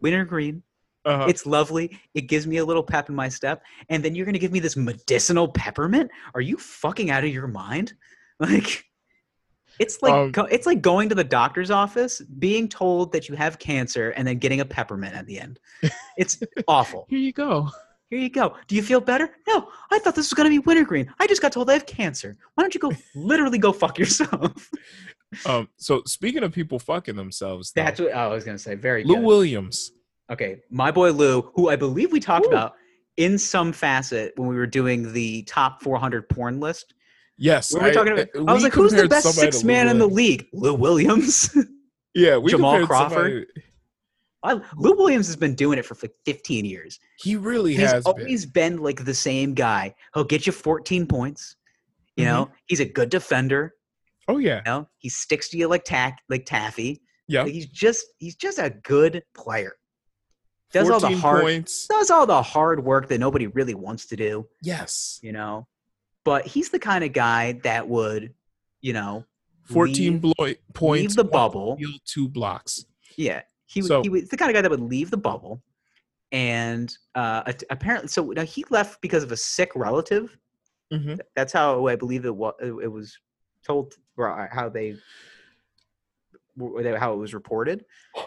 [SPEAKER 2] wintergreen
[SPEAKER 1] Uh-huh.
[SPEAKER 2] it's lovely. It gives me a little pep in my step. And then you're going to give me this medicinal peppermint? Are you fucking out of your mind? Like it's like
[SPEAKER 1] Um,
[SPEAKER 2] go- it's like going to the doctor's office, being told that you have cancer and then getting a peppermint at the end. It's awful.
[SPEAKER 1] Here you go.
[SPEAKER 2] Here you go. Do you feel better? No. I thought this was going to be wintergreen. I just got told I have cancer. Why don't you go literally go fuck yourself?
[SPEAKER 1] Um, so speaking of people fucking themselves, though,
[SPEAKER 2] That's what I was going to say. Very
[SPEAKER 1] Lou
[SPEAKER 2] good.
[SPEAKER 1] Williams.
[SPEAKER 2] Okay, my boy Lou, who I believe we talked
[SPEAKER 1] Woo.
[SPEAKER 2] about in some facet when we were doing the top 400 porn list.
[SPEAKER 1] Yes. uh,
[SPEAKER 2] We were talking about, I,
[SPEAKER 1] we
[SPEAKER 2] was like, who's the
[SPEAKER 1] compared
[SPEAKER 2] best
[SPEAKER 1] somebody to
[SPEAKER 2] six
[SPEAKER 1] Lou
[SPEAKER 2] man in the
[SPEAKER 1] Williams.
[SPEAKER 2] league? Lou Williams.
[SPEAKER 1] Yeah, we
[SPEAKER 2] Jamal
[SPEAKER 1] compared
[SPEAKER 2] Crawford?
[SPEAKER 1] somebody-
[SPEAKER 2] I, Lou Williams has been doing it for like 15 years.
[SPEAKER 1] he really
[SPEAKER 2] he's
[SPEAKER 1] has been.
[SPEAKER 2] always been. like the same guy. He'll get you 14 points. You
[SPEAKER 1] Mm-hmm.
[SPEAKER 2] know, he's a good defender.
[SPEAKER 1] Oh yeah.
[SPEAKER 2] You know, he sticks to you like tack, like taffy.
[SPEAKER 1] Yeah.
[SPEAKER 2] Like, he's just he's just a good player. Does all the
[SPEAKER 1] 14
[SPEAKER 2] hard
[SPEAKER 1] points.
[SPEAKER 2] does all the hard work that nobody really wants to do,
[SPEAKER 1] Yes.
[SPEAKER 2] you know. But he's the kind of guy that would, you know,
[SPEAKER 1] 14
[SPEAKER 2] leave-
[SPEAKER 1] blo- points.
[SPEAKER 2] leave the
[SPEAKER 1] one
[SPEAKER 2] bubble.
[SPEAKER 1] steal, two blocks.
[SPEAKER 2] Yeah, he would.
[SPEAKER 1] So-
[SPEAKER 2] he was the kind of guy that would leave the bubble, and uh, a- apparently, so now he left because of a sick relative.
[SPEAKER 1] hmm
[SPEAKER 2] That's how I believe it was. It was told or uh, how they how it was reported. So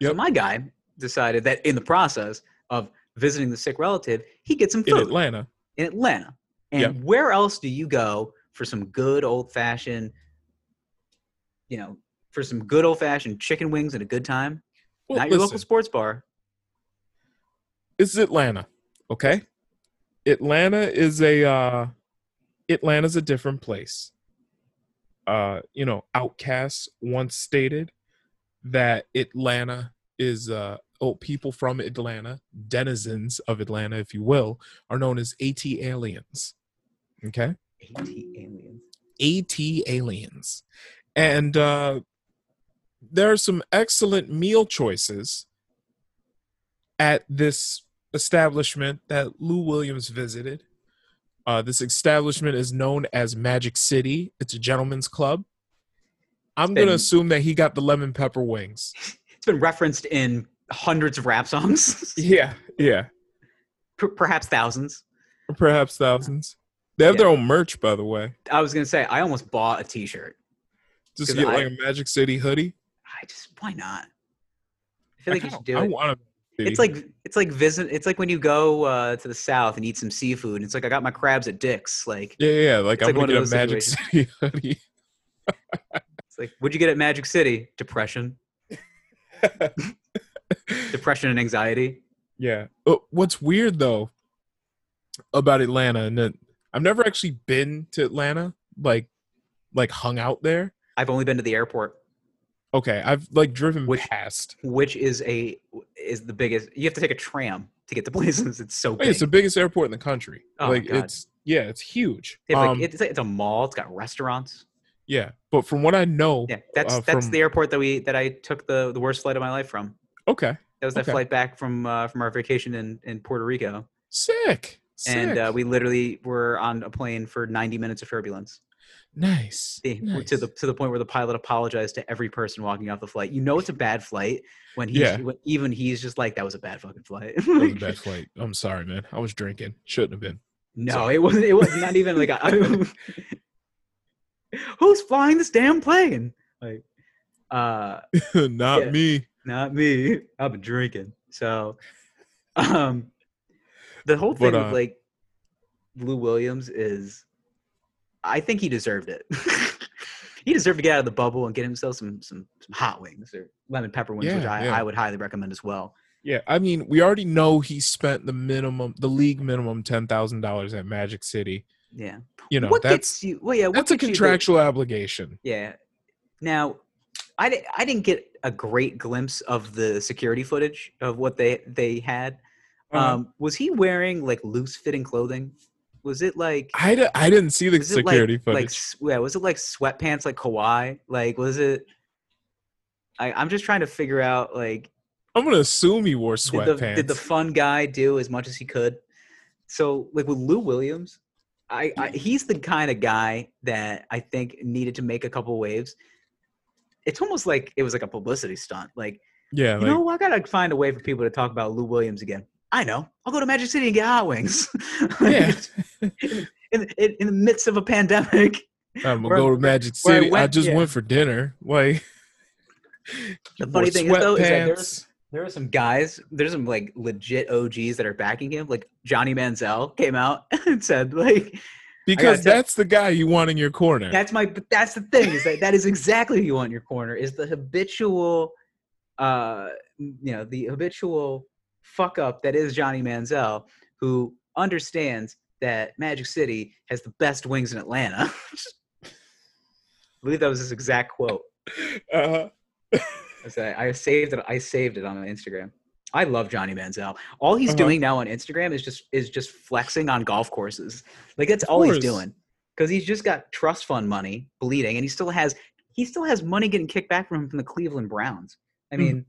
[SPEAKER 1] Yep.
[SPEAKER 2] my guy decided that in the process of visiting the sick relative, he gets some
[SPEAKER 1] In
[SPEAKER 2] food.
[SPEAKER 1] Atlanta.
[SPEAKER 2] in Atlanta. And
[SPEAKER 1] Yeah.
[SPEAKER 2] where else do you go for some good old fashioned, you know, for some good old fashioned chicken wings and a good time?
[SPEAKER 1] Well,
[SPEAKER 2] Not your
[SPEAKER 1] listen,
[SPEAKER 2] local sports bar.
[SPEAKER 1] it's Atlanta. Okay. Atlanta is a uh Atlanta's a different place. Uh, you know, Outcasts once stated that Atlanta is uh oh people from Atlanta, denizens of Atlanta, if you will, are known as AT aliens. Okay?
[SPEAKER 2] AT aliens.
[SPEAKER 1] AT aliens. And uh, there are some excellent meal choices at this establishment that Lou Williams visited. Uh, this establishment is known as Magic City, it's a gentleman's club. I'm going to
[SPEAKER 2] Then-
[SPEAKER 1] assume that he got the lemon pepper wings.
[SPEAKER 2] It's been referenced in hundreds of rap songs,
[SPEAKER 1] Yeah, yeah.
[SPEAKER 2] per- perhaps thousands.
[SPEAKER 1] Perhaps thousands. They have their own merch, by the way.
[SPEAKER 2] I was going to say, I almost bought a t shirt.
[SPEAKER 1] Just
[SPEAKER 2] 'Cause
[SPEAKER 1] get
[SPEAKER 2] I-
[SPEAKER 1] like a Magic City hoodie.
[SPEAKER 2] I just, why not? I
[SPEAKER 1] I,
[SPEAKER 2] feel like you
[SPEAKER 1] kinda-
[SPEAKER 2] should do
[SPEAKER 1] I
[SPEAKER 2] it.
[SPEAKER 1] want a
[SPEAKER 2] It's like it's like visit. It's like when you go uh, to the south and eat some seafood. And it's like I got my crabs at Dick's. Like
[SPEAKER 1] Yeah, yeah. yeah, Like
[SPEAKER 2] It's
[SPEAKER 1] I'm
[SPEAKER 2] like one
[SPEAKER 1] gonna
[SPEAKER 2] of
[SPEAKER 1] get a
[SPEAKER 2] those
[SPEAKER 1] Magic City hoodie.
[SPEAKER 2] It's like, what'd you get at Magic City? Depression, depression, and anxiety.
[SPEAKER 1] yeah. But what's weird though about Atlanta, and that I've never actually been to Atlanta, like like hung out there.
[SPEAKER 2] I've only been to the airport,
[SPEAKER 1] Okay, I've like driven
[SPEAKER 2] Which-
[SPEAKER 1] past.
[SPEAKER 2] which is a is the biggest. You have to take a tram to get to places. It's so
[SPEAKER 1] Wait,
[SPEAKER 2] big.
[SPEAKER 1] it's the biggest airport in the country.
[SPEAKER 2] Oh,
[SPEAKER 1] like
[SPEAKER 2] God.
[SPEAKER 1] it's yeah, it's huge.
[SPEAKER 2] They have, like,
[SPEAKER 1] Um,
[SPEAKER 2] it's, it's a mall. It's got restaurants.
[SPEAKER 1] yeah, but from what I know,
[SPEAKER 2] Yeah, that's
[SPEAKER 1] uh,
[SPEAKER 2] that's
[SPEAKER 1] from-
[SPEAKER 2] the airport that we that I took the the worst flight of my life from.
[SPEAKER 1] okay,
[SPEAKER 2] That was that
[SPEAKER 1] Okay.
[SPEAKER 2] flight back from uh, from our vacation in in Puerto Rico,
[SPEAKER 1] sick, sick,
[SPEAKER 2] and uh, we literally were on a plane for ninety minutes of turbulence.
[SPEAKER 1] nice,
[SPEAKER 2] The-
[SPEAKER 1] nice.
[SPEAKER 2] eh, to the to the point where the pilot apologized to every person walking off the flight. You know it's a bad flight when he's
[SPEAKER 1] Yeah.
[SPEAKER 2] when even he's just like that was a bad fucking flight.
[SPEAKER 1] That was a bad flight. I'm sorry, man. I was drinking. Shouldn't have been.
[SPEAKER 2] no,
[SPEAKER 1] Sorry.
[SPEAKER 2] it wasn't. It was not even like I, who's flying this damn plane? Like, uh,
[SPEAKER 1] Not
[SPEAKER 2] Yeah.
[SPEAKER 1] me.
[SPEAKER 2] not me. I've been drinking. So, um, the whole
[SPEAKER 1] But,
[SPEAKER 2] thing with
[SPEAKER 1] uh,
[SPEAKER 2] like Lou Williams is, I think he deserved it. he deserved to get out of the bubble and get himself some some, some hot wings or lemon pepper wings,
[SPEAKER 1] Yeah,
[SPEAKER 2] which I,
[SPEAKER 1] yeah.
[SPEAKER 2] I would highly recommend as well.
[SPEAKER 1] Yeah, I mean, we already know he spent the minimum, the league minimum, ten thousand dollars at Magic City.
[SPEAKER 2] Yeah.
[SPEAKER 1] You know,
[SPEAKER 2] what
[SPEAKER 1] that's
[SPEAKER 2] gets you? Well, yeah. What
[SPEAKER 1] that's a
[SPEAKER 2] gets you the-
[SPEAKER 1] contractual obligation.
[SPEAKER 2] yeah. Now, I di- I didn't get a great glimpse of the security footage of what they they had.
[SPEAKER 1] Um,
[SPEAKER 2] Um, was he wearing like loose fitting clothing? Was it like
[SPEAKER 1] I d- I didn't see the
[SPEAKER 2] was it
[SPEAKER 1] security
[SPEAKER 2] like, Like,
[SPEAKER 1] footage.
[SPEAKER 2] s- yeah, was it like sweatpants like Kawhi? Like, was it? I, I'm just trying to figure out like
[SPEAKER 1] I'm gonna assume he wore
[SPEAKER 2] did the,
[SPEAKER 1] sweatpants.
[SPEAKER 2] did the fun guy do as much as he could? So like with Lou Williams, I, I he's the kind of guy that I think needed to make a couple waves. It's almost like it was like a publicity stunt. Like
[SPEAKER 1] yeah,
[SPEAKER 2] you
[SPEAKER 1] like,
[SPEAKER 2] know, I gotta find a way for people to talk about Lou Williams again. I know. I'll go to Magic City and get hot wings.
[SPEAKER 1] Yeah.
[SPEAKER 2] in, in, in, in the midst of a pandemic,
[SPEAKER 1] I'm gonna
[SPEAKER 2] where-
[SPEAKER 1] go to Magic
[SPEAKER 2] where I
[SPEAKER 1] City. I,
[SPEAKER 2] went-
[SPEAKER 1] just
[SPEAKER 2] yeah.
[SPEAKER 1] went for dinner. Like
[SPEAKER 2] the
[SPEAKER 1] wore
[SPEAKER 2] funny thing is though is that there's
[SPEAKER 1] sweatpants.
[SPEAKER 2] There are some guys, there's some like legit OGs that are backing him. Like Johnny Manziel came out and said, like,
[SPEAKER 1] because
[SPEAKER 2] tell-
[SPEAKER 1] that's the guy you want in your corner.
[SPEAKER 2] that's my but that's the thing, is that that is exactly who you want in your corner, is the habitual uh you know, the habitual fuck up that is Johnny Manziel, who understands that Magic City has the best wings in Atlanta. I believe that was his exact quote.
[SPEAKER 1] Uh,
[SPEAKER 2] I said- I saved it. I saved it on my Instagram. I love Johnny Manziel. All he's
[SPEAKER 1] Uh-huh.
[SPEAKER 2] doing now on Instagram is just is just flexing on golf courses. Like that's all
[SPEAKER 1] course.
[SPEAKER 2] he's doing because he's just got trust fund money bleeding, and he still has he still has money getting kicked back from him from the Cleveland Browns. I
[SPEAKER 1] Mhm.
[SPEAKER 2] mean,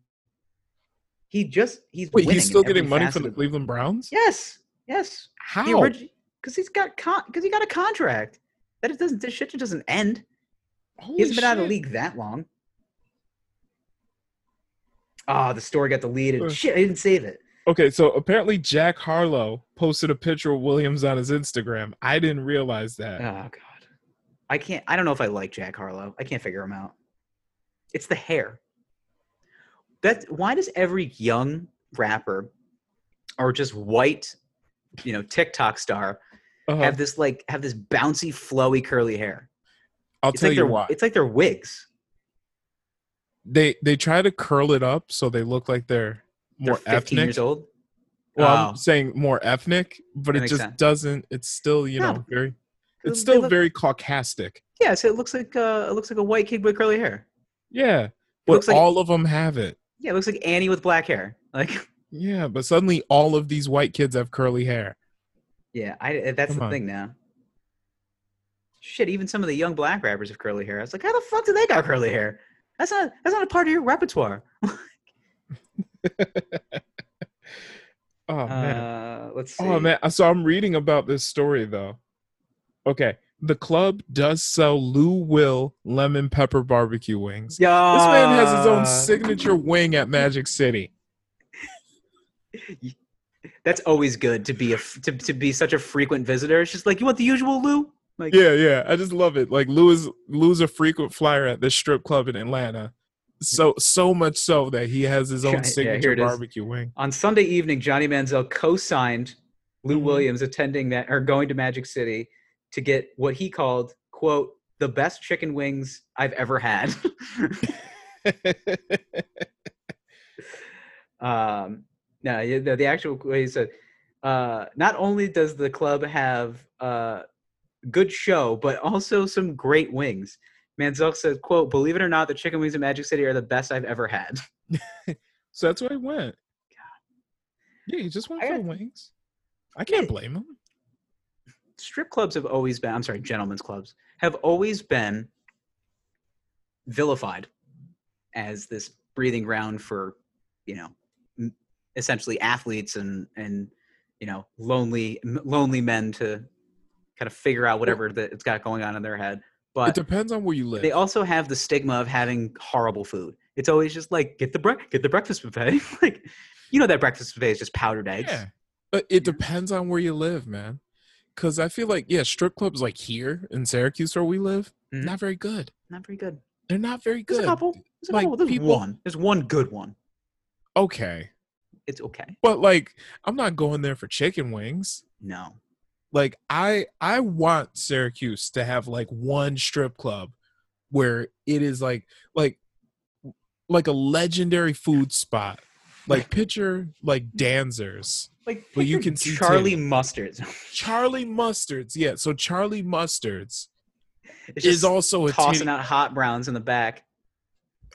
[SPEAKER 2] he just he's
[SPEAKER 1] wait,
[SPEAKER 2] winning in
[SPEAKER 1] he's still
[SPEAKER 2] every
[SPEAKER 1] getting money from
[SPEAKER 2] facet
[SPEAKER 1] the
[SPEAKER 2] of-
[SPEAKER 1] Cleveland Browns?
[SPEAKER 2] Yes, yes.
[SPEAKER 1] How?
[SPEAKER 2] Because he's got con because he got a contract that it doesn't this shit just doesn't end.
[SPEAKER 1] Holy
[SPEAKER 2] He hasn't been out of the
[SPEAKER 1] shit.
[SPEAKER 2] league that long. Ah, the store got deleted.
[SPEAKER 1] Ugh.
[SPEAKER 2] Shit, I didn't save it.
[SPEAKER 1] Okay, so apparently Jack Harlow posted a picture of Williams on his Instagram. I didn't realize
[SPEAKER 2] Oh
[SPEAKER 1] that.
[SPEAKER 2] god. I can't I don't know if I like Jack Harlow. I can't figure him out. It's the hair. That why does every young rapper or just white, you know, TikTok star
[SPEAKER 1] Uh-huh.
[SPEAKER 2] have this like have this bouncy, flowy, curly hair?
[SPEAKER 1] I'll
[SPEAKER 2] It's
[SPEAKER 1] tell
[SPEAKER 2] like
[SPEAKER 1] you
[SPEAKER 2] they're-
[SPEAKER 1] why.
[SPEAKER 2] It's like they're wigs.
[SPEAKER 1] They they try to curl it up so they look like they're
[SPEAKER 2] They're
[SPEAKER 1] more
[SPEAKER 2] 15
[SPEAKER 1] ethnic.
[SPEAKER 2] years old.
[SPEAKER 1] Well, I'm
[SPEAKER 2] Oh.
[SPEAKER 1] saying more ethnic, but
[SPEAKER 2] That
[SPEAKER 1] it
[SPEAKER 2] makes
[SPEAKER 1] just
[SPEAKER 2] sense.
[SPEAKER 1] doesn't. It's still you
[SPEAKER 2] No.
[SPEAKER 1] know very.
[SPEAKER 2] They
[SPEAKER 1] It's still
[SPEAKER 2] look-
[SPEAKER 1] very caucastic.
[SPEAKER 2] Yeah, so it looks like uh, it looks like a white kid with curly hair.
[SPEAKER 1] Yeah,
[SPEAKER 2] looks
[SPEAKER 1] but
[SPEAKER 2] like-
[SPEAKER 1] all of them have it.
[SPEAKER 2] Yeah, it looks like Annie with black hair. Like,
[SPEAKER 1] Yeah, but suddenly all of these white kids have curly hair.
[SPEAKER 2] yeah, I eh, that's
[SPEAKER 1] Come
[SPEAKER 2] the
[SPEAKER 1] on.
[SPEAKER 2] thing now. Shit, even some of the young black rappers have curly hair. I was like, how the fuck do they got curly hair? That's not that's not a part of your repertoire.
[SPEAKER 1] Oh man.
[SPEAKER 2] Uh, let's see.
[SPEAKER 1] Oh man, so I'm reading about this story though. Okay, the club does sell Lou Will lemon pepper barbecue wings.
[SPEAKER 2] Yeah,
[SPEAKER 1] This man has his own signature wing at Magic City.
[SPEAKER 2] That's always good to be a f- to, to be such a frequent visitor. It's just like you want the usual Lou. Like,
[SPEAKER 1] Yeah, yeah, I just love it. Like Lou is Lou's a frequent flyer at this strip club in Atlanta. So so much so that he has his
[SPEAKER 2] Yeah,
[SPEAKER 1] own
[SPEAKER 2] here
[SPEAKER 1] signature
[SPEAKER 2] it is.
[SPEAKER 1] barbecue wing.
[SPEAKER 2] On Sunday evening, Johnny Manziel co-signed Lou
[SPEAKER 1] Mhm.
[SPEAKER 2] Williams attending that or going to Magic City to get what he called "quote the best chicken wings I've ever had." um, no, yeah, the, the actual he said. Uh, not only does the club have uh, good show, but also some great wings. Manziel said, "quote Believe it or not, the chicken wings in Magic City are the best I've ever had."
[SPEAKER 1] so that's where he went. Yeah, he just went
[SPEAKER 2] I
[SPEAKER 1] for
[SPEAKER 2] got-
[SPEAKER 1] the wings. I can't
[SPEAKER 2] Yeah.
[SPEAKER 1] blame him.
[SPEAKER 2] strip clubs have always been i'm sorry gentlemen's clubs have always been vilified as this breathing ground for you know m- essentially athletes and and you know lonely m- lonely men to kind of figure out whatever that it's got going on in their head
[SPEAKER 1] It
[SPEAKER 2] but
[SPEAKER 1] depends on where you live.
[SPEAKER 2] they also have the stigma of having horrible food it's always just like get the break get the breakfast buffet like you know that breakfast buffet is just powdered eggs
[SPEAKER 1] Yeah. But uh, it
[SPEAKER 2] Yeah.
[SPEAKER 1] depends on where you live, man. Because I feel like, yeah, strip clubs like here in Syracuse where we live,
[SPEAKER 2] Mhm.
[SPEAKER 1] not very good.
[SPEAKER 2] not very good
[SPEAKER 1] They're not very
[SPEAKER 2] there's
[SPEAKER 1] good.
[SPEAKER 2] a couple there's a
[SPEAKER 1] Like,
[SPEAKER 2] couple there's
[SPEAKER 1] people-
[SPEAKER 2] one there's one good one
[SPEAKER 1] Okay.
[SPEAKER 2] it's okay.
[SPEAKER 1] But like, I'm not going there for chicken wings.
[SPEAKER 2] No.
[SPEAKER 1] Like I I want Syracuse to have like one strip club where it is like like like a legendary food spot. Like picture like Danzers.
[SPEAKER 2] Like,
[SPEAKER 1] Well, you
[SPEAKER 2] picture
[SPEAKER 1] can see
[SPEAKER 2] Charlie Mustard's
[SPEAKER 1] Charlie Mustards. Yeah, so Charlie Mustards
[SPEAKER 2] It's
[SPEAKER 1] is
[SPEAKER 2] just
[SPEAKER 1] also a
[SPEAKER 2] tossing
[SPEAKER 1] team.
[SPEAKER 2] out hot browns in the back.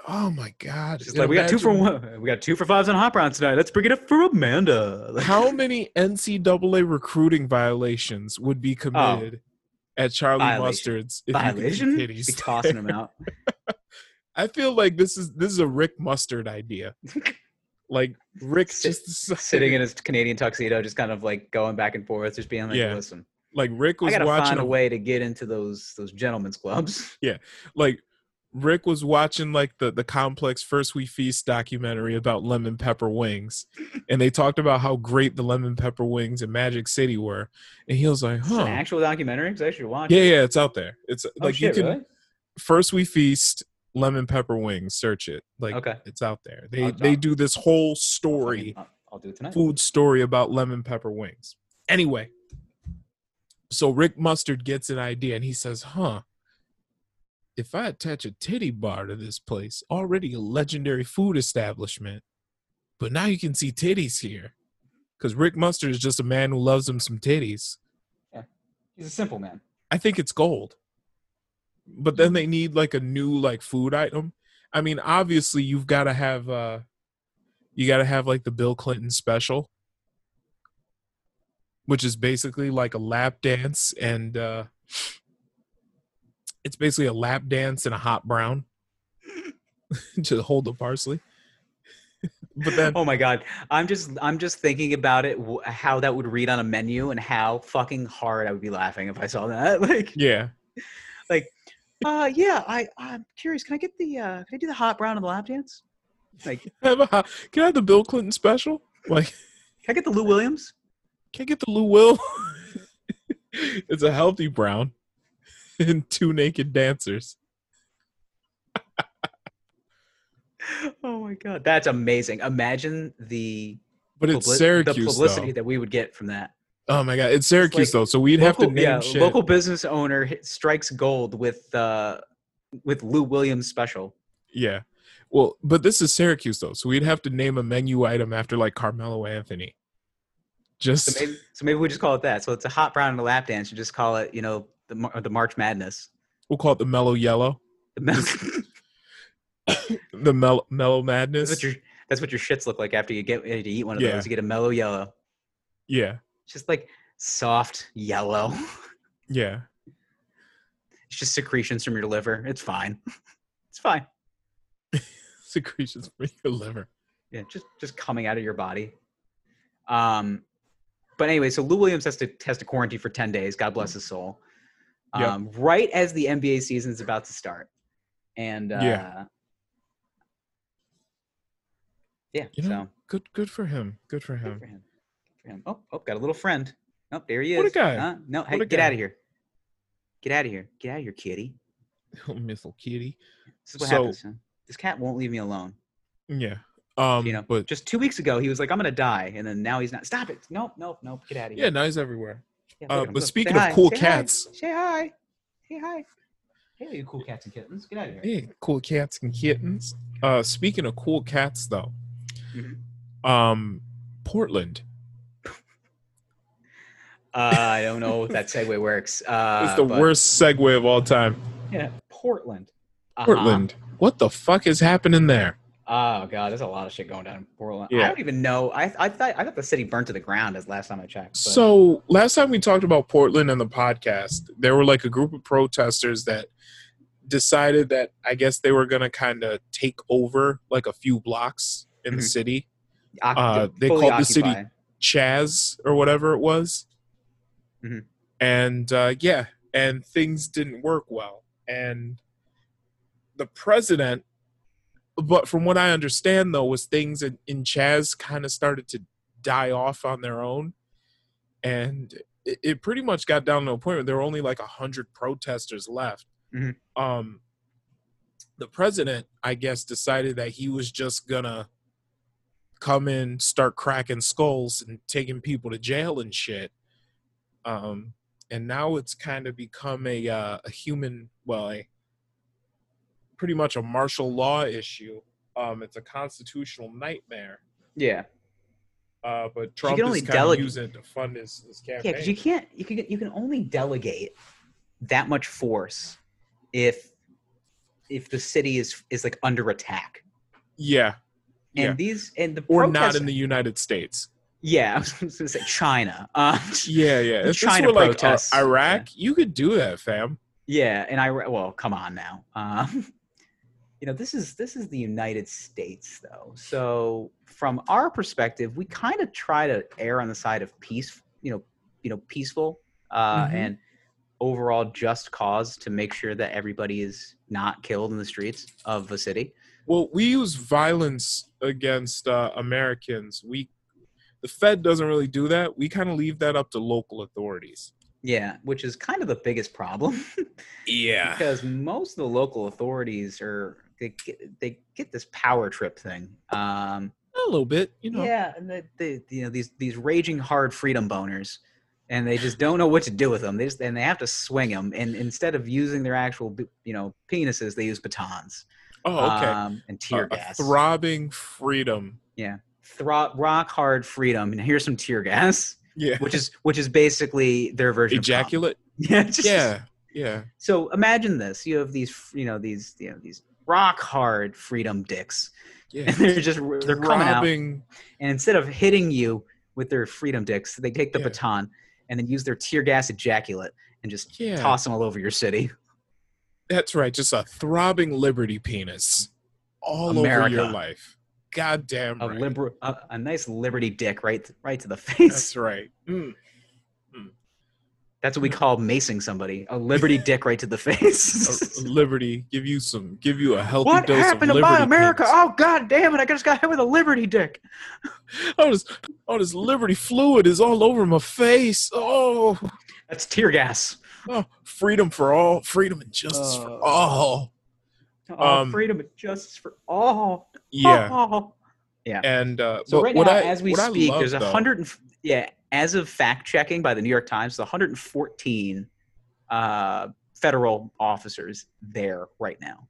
[SPEAKER 1] Oh my god.
[SPEAKER 2] It's just like we got two for
[SPEAKER 1] Imagine-
[SPEAKER 2] one, we got two for fives on hot browns tonight. Let's bring it up for Amanda. Like,
[SPEAKER 1] How many NCAA recruiting violations would be committed at Charlie
[SPEAKER 2] Oh. Violation.
[SPEAKER 1] Mustard's if
[SPEAKER 2] violation?
[SPEAKER 1] you could
[SPEAKER 2] Be
[SPEAKER 1] see titties?
[SPEAKER 2] tossing them out.
[SPEAKER 1] I feel like this is this is a Rick Mustard idea. like Rick's
[SPEAKER 2] Sit-
[SPEAKER 1] just decided-
[SPEAKER 2] Sitting in his Canadian tuxedo, just kind of like going back and forth, just being like,
[SPEAKER 1] Yeah.
[SPEAKER 2] "Listen,
[SPEAKER 1] like Rick
[SPEAKER 2] I
[SPEAKER 1] was
[SPEAKER 2] gotta
[SPEAKER 1] watching
[SPEAKER 2] find a
[SPEAKER 1] a-
[SPEAKER 2] way to get into those those gentlemen's clubs."
[SPEAKER 1] like Rick was watching like the the complex first we feast documentary about lemon pepper wings, and they talked about how great the lemon pepper wings in Magic City were, and he was like,
[SPEAKER 2] It's an
[SPEAKER 1] "Huh,
[SPEAKER 2] actual documentary because I should watch.
[SPEAKER 1] yeah,
[SPEAKER 2] it.
[SPEAKER 1] yeah, it's out there. It's
[SPEAKER 2] Oh,
[SPEAKER 1] like
[SPEAKER 2] shit,
[SPEAKER 1] you can
[SPEAKER 2] really?
[SPEAKER 1] first we feast lemon pepper wings. Search it, like
[SPEAKER 2] Okay.
[SPEAKER 1] it's out there. They
[SPEAKER 2] I'll-
[SPEAKER 1] they
[SPEAKER 2] I'll-
[SPEAKER 1] do this whole story,
[SPEAKER 2] I'll, I'll do it tonight.
[SPEAKER 1] food story about lemon pepper wings. Anyway, so Rick Mustard gets an idea, and he says, "Huh." if I attach a titty bar to this place, already a legendary food establishment, but now you can see titties here. Because Rick Mustard is just a man who loves him some titties.
[SPEAKER 2] He's a simple man.
[SPEAKER 1] I think it's gold. But then they need like a new like food item. I mean, obviously you've got to have uh you got to have like the Bill Clinton special, which is basically like a lap dance and uh it's basically a lap dance and a hot brown to hold the parsley. but then
[SPEAKER 2] Oh my god, I'm just I'm just thinking about it wh- how that would read on a menu and how fucking hard I would be laughing if I saw that. Like,
[SPEAKER 1] yeah,
[SPEAKER 2] uh, yeah, I I'm curious. Can I get the uh, can I do the hot brown and the lap dance? Like, can
[SPEAKER 1] have a hot, can I have the Bill Clinton special? Like
[SPEAKER 2] I get the Lou Williams?
[SPEAKER 1] Can't get the Lou Will. it's a healthy brown and two naked dancers.
[SPEAKER 2] Oh my god, that's amazing. Imagine the
[SPEAKER 1] But it's
[SPEAKER 2] publi- the
[SPEAKER 1] Syracuse
[SPEAKER 2] publicity
[SPEAKER 1] though.
[SPEAKER 2] that we would get from that.
[SPEAKER 1] Oh my god, it's Syracuse
[SPEAKER 2] like
[SPEAKER 1] though. So we'd have to
[SPEAKER 2] Local-
[SPEAKER 1] name
[SPEAKER 2] yeah,
[SPEAKER 1] shit.
[SPEAKER 2] local business owner hit, strikes gold with uh with Lou Williams special.
[SPEAKER 1] Yeah. Well, but this is Syracuse though, so we'd have to name a menu item after like Carmelo Anthony.
[SPEAKER 2] So
[SPEAKER 1] Just
[SPEAKER 2] maybe, so maybe we just call it that. So it's a hot brown and a lap dance. You just call it, you know, the Mar- the March Madness.
[SPEAKER 1] we'll call it the Mellow Yellow,
[SPEAKER 2] The mel-
[SPEAKER 1] the Mel- Mellow
[SPEAKER 2] that's what
[SPEAKER 1] Madness.
[SPEAKER 2] your that's what your shits look like after you get ready to eat one of
[SPEAKER 1] Yeah.
[SPEAKER 2] those. You get a mellow yellow,
[SPEAKER 1] Yeah,
[SPEAKER 2] It's just like soft yellow.
[SPEAKER 1] yeah.
[SPEAKER 2] It's just secretions from your liver. It's fine. It's fine.
[SPEAKER 1] Secretions for your liver.
[SPEAKER 2] Yeah, just just coming out of your body. Um, but anyway, so Lou Williams has to has to quarantine for ten days. God bless his soul.
[SPEAKER 1] Yep.
[SPEAKER 2] Um, Right as the NBA season's about to start, and uh,
[SPEAKER 1] Yeah.
[SPEAKER 2] yeah,
[SPEAKER 1] You know,
[SPEAKER 2] so
[SPEAKER 1] Good, good for him. Good for
[SPEAKER 2] good
[SPEAKER 1] him.
[SPEAKER 2] for him. Good for him. Oh, oh, got a little friend. Oh, there he is.
[SPEAKER 1] What a guy.
[SPEAKER 2] Huh? no, hey,
[SPEAKER 1] a
[SPEAKER 2] get
[SPEAKER 1] guy.
[SPEAKER 2] out of here. Get out of here. Get out of here, kitty.
[SPEAKER 1] Little missile kitty.
[SPEAKER 2] This is what
[SPEAKER 1] So-
[SPEAKER 2] happens. Huh? This cat won't leave me alone.
[SPEAKER 1] Yeah. Um.
[SPEAKER 2] you know,
[SPEAKER 1] but
[SPEAKER 2] just two weeks ago he was like, "I'm gonna die," and then now he's not. Stop it! Nope, nope, nope. Get out of here.
[SPEAKER 1] yeah, now he's everywhere.
[SPEAKER 2] Yeah,
[SPEAKER 1] Uh,
[SPEAKER 2] look at him.
[SPEAKER 1] but
[SPEAKER 2] Look,
[SPEAKER 1] speaking
[SPEAKER 2] say
[SPEAKER 1] of
[SPEAKER 2] hi,
[SPEAKER 1] cool
[SPEAKER 2] say hi,
[SPEAKER 1] cats-
[SPEAKER 2] say hi. Say hi. Hey, you cool cats and kittens. Get out of here.
[SPEAKER 1] Yeah, cool cats and kittens. Uh, speaking of cool cats, though,
[SPEAKER 2] Mhm.
[SPEAKER 1] um, Portland
[SPEAKER 2] Uh, I don't know if that segue works. Uh,
[SPEAKER 1] is the
[SPEAKER 2] but-
[SPEAKER 1] worst segue of all time.
[SPEAKER 2] Yeah, Portland. Uh-huh.
[SPEAKER 1] Portland, what the fuck is happening there?
[SPEAKER 2] Oh god, there's a lot of shit going down in Portland.
[SPEAKER 1] Yeah.
[SPEAKER 2] I don't even know. I I thought I thought the city burnt to the ground as last time I checked. but-
[SPEAKER 1] So last time we talked about Portland on the podcast, there were like a group of protesters that decided that I guess they were gonna kind of take over like a few blocks in the
[SPEAKER 2] Mhm.
[SPEAKER 1] city,
[SPEAKER 2] Oc-
[SPEAKER 1] uh, they
[SPEAKER 2] fully
[SPEAKER 1] called the city-
[SPEAKER 2] occupied.
[SPEAKER 1] Chaz or whatever it was,
[SPEAKER 2] Mhm.
[SPEAKER 1] and uh, yeah, and things didn't work well, and the president. But from what I understand, though, was things in, in Chaz kind of started to die off on their own, and it, it pretty much got down to a point where there were only like a hundred protesters left.
[SPEAKER 2] Mhm.
[SPEAKER 1] Um, the president, I guess, decided that he was just gonna come in, start cracking skulls and taking people to jail and shit. um, and now it's kind of become a uh, a human well a pretty much a martial law issue. Um, it's a constitutional nightmare.
[SPEAKER 2] Yeah.
[SPEAKER 1] Uh, but Trump
[SPEAKER 2] can
[SPEAKER 1] is
[SPEAKER 2] only
[SPEAKER 1] kind of
[SPEAKER 2] delegate-
[SPEAKER 1] using it to fund his, his
[SPEAKER 2] Yeah,
[SPEAKER 1] campaign.
[SPEAKER 2] because you can't. You can. You can only delegate that much force if if the city is is like under attack.
[SPEAKER 1] yeah,
[SPEAKER 2] And
[SPEAKER 1] Yeah.
[SPEAKER 2] these and the
[SPEAKER 1] or
[SPEAKER 2] protests,
[SPEAKER 1] not in the United States.
[SPEAKER 2] Yeah, I was going to say China. Um,
[SPEAKER 1] Yeah, yeah. If
[SPEAKER 2] The
[SPEAKER 1] this
[SPEAKER 2] China
[SPEAKER 1] were like uh,
[SPEAKER 2] protests,
[SPEAKER 1] Iraq, you could do that, fam.
[SPEAKER 2] yeah, and I well, come on now. Um, you know, this is this is the United States, though. So from our perspective, we kind of try to err on the side of peace. You know, you know, peaceful uh,
[SPEAKER 1] Mhm.
[SPEAKER 2] and overall just cause to make sure that everybody is not killed in the streets of a city.
[SPEAKER 1] Well, we use violence against uh, Americans. We, the Fed doesn't really do that. We kind of leave that up to local authorities.
[SPEAKER 2] Yeah, which is kind of the biggest problem.
[SPEAKER 1] Yeah.
[SPEAKER 2] because most of the local authorities are they get, they get this power trip thing. Um,
[SPEAKER 1] A little bit, you know.
[SPEAKER 2] Yeah, and they, they you know these these raging hard freedom boners, and they just don't know what to do with them. They just and they have to swing them, and instead of using their actual b- you know penises, they use batons.
[SPEAKER 1] Oh, okay.
[SPEAKER 2] um, and tear
[SPEAKER 1] A- a
[SPEAKER 2] gas.
[SPEAKER 1] throbbing freedom.
[SPEAKER 2] Thro- rock hard freedom, and here's some tear gas,
[SPEAKER 1] Yeah.
[SPEAKER 2] which is which is basically their version of cum.
[SPEAKER 1] Ejaculate.
[SPEAKER 2] Yeah, just-
[SPEAKER 1] Yeah. Yeah.
[SPEAKER 2] So imagine this: you have these, you know, these, you know, these rock hard freedom dicks, and
[SPEAKER 1] Yeah.
[SPEAKER 2] they're just they're coming out,
[SPEAKER 1] throbbing.
[SPEAKER 2] and instead of hitting you with their freedom dicks, they take the
[SPEAKER 1] Yeah.
[SPEAKER 2] baton and then use their tear gas ejaculate and just
[SPEAKER 1] Yeah.
[SPEAKER 2] toss them all over your city.
[SPEAKER 1] That's right. Just a throbbing liberty penis all over your
[SPEAKER 2] America.
[SPEAKER 1] life. Goddamn
[SPEAKER 2] A
[SPEAKER 1] right.
[SPEAKER 2] liber- a, a nice liberty dick right right to the
[SPEAKER 1] That's
[SPEAKER 2] face.
[SPEAKER 1] right. Mm.
[SPEAKER 2] That's what we call macing somebody. A liberty dick right to the
[SPEAKER 1] A-
[SPEAKER 2] face.
[SPEAKER 1] liberty. Give you some. Give you a healthy
[SPEAKER 2] What
[SPEAKER 1] dose
[SPEAKER 2] happened
[SPEAKER 1] of
[SPEAKER 2] to
[SPEAKER 1] liberty.
[SPEAKER 2] my America?
[SPEAKER 1] penis.
[SPEAKER 2] Oh god damn it, I just got hit with a liberty dick.
[SPEAKER 1] Oh, this, oh, this liberty fluid is all over my face. Oh,
[SPEAKER 2] That's tear gas.
[SPEAKER 1] oh freedom for all, freedom and justice
[SPEAKER 2] Oh.
[SPEAKER 1] for all.
[SPEAKER 2] Oh,
[SPEAKER 1] Um,
[SPEAKER 2] freedom and justice for all.
[SPEAKER 1] Yeah,
[SPEAKER 2] Oh.
[SPEAKER 1] and uh,
[SPEAKER 2] So
[SPEAKER 1] but
[SPEAKER 2] right
[SPEAKER 1] what
[SPEAKER 2] now,
[SPEAKER 1] I-
[SPEAKER 2] as we
[SPEAKER 1] what I
[SPEAKER 2] speak,
[SPEAKER 1] love,
[SPEAKER 2] there's a
[SPEAKER 1] though-
[SPEAKER 2] hundred and f- yeah. As of fact checking by the New York Times, the 114 uh, federal officers there right now.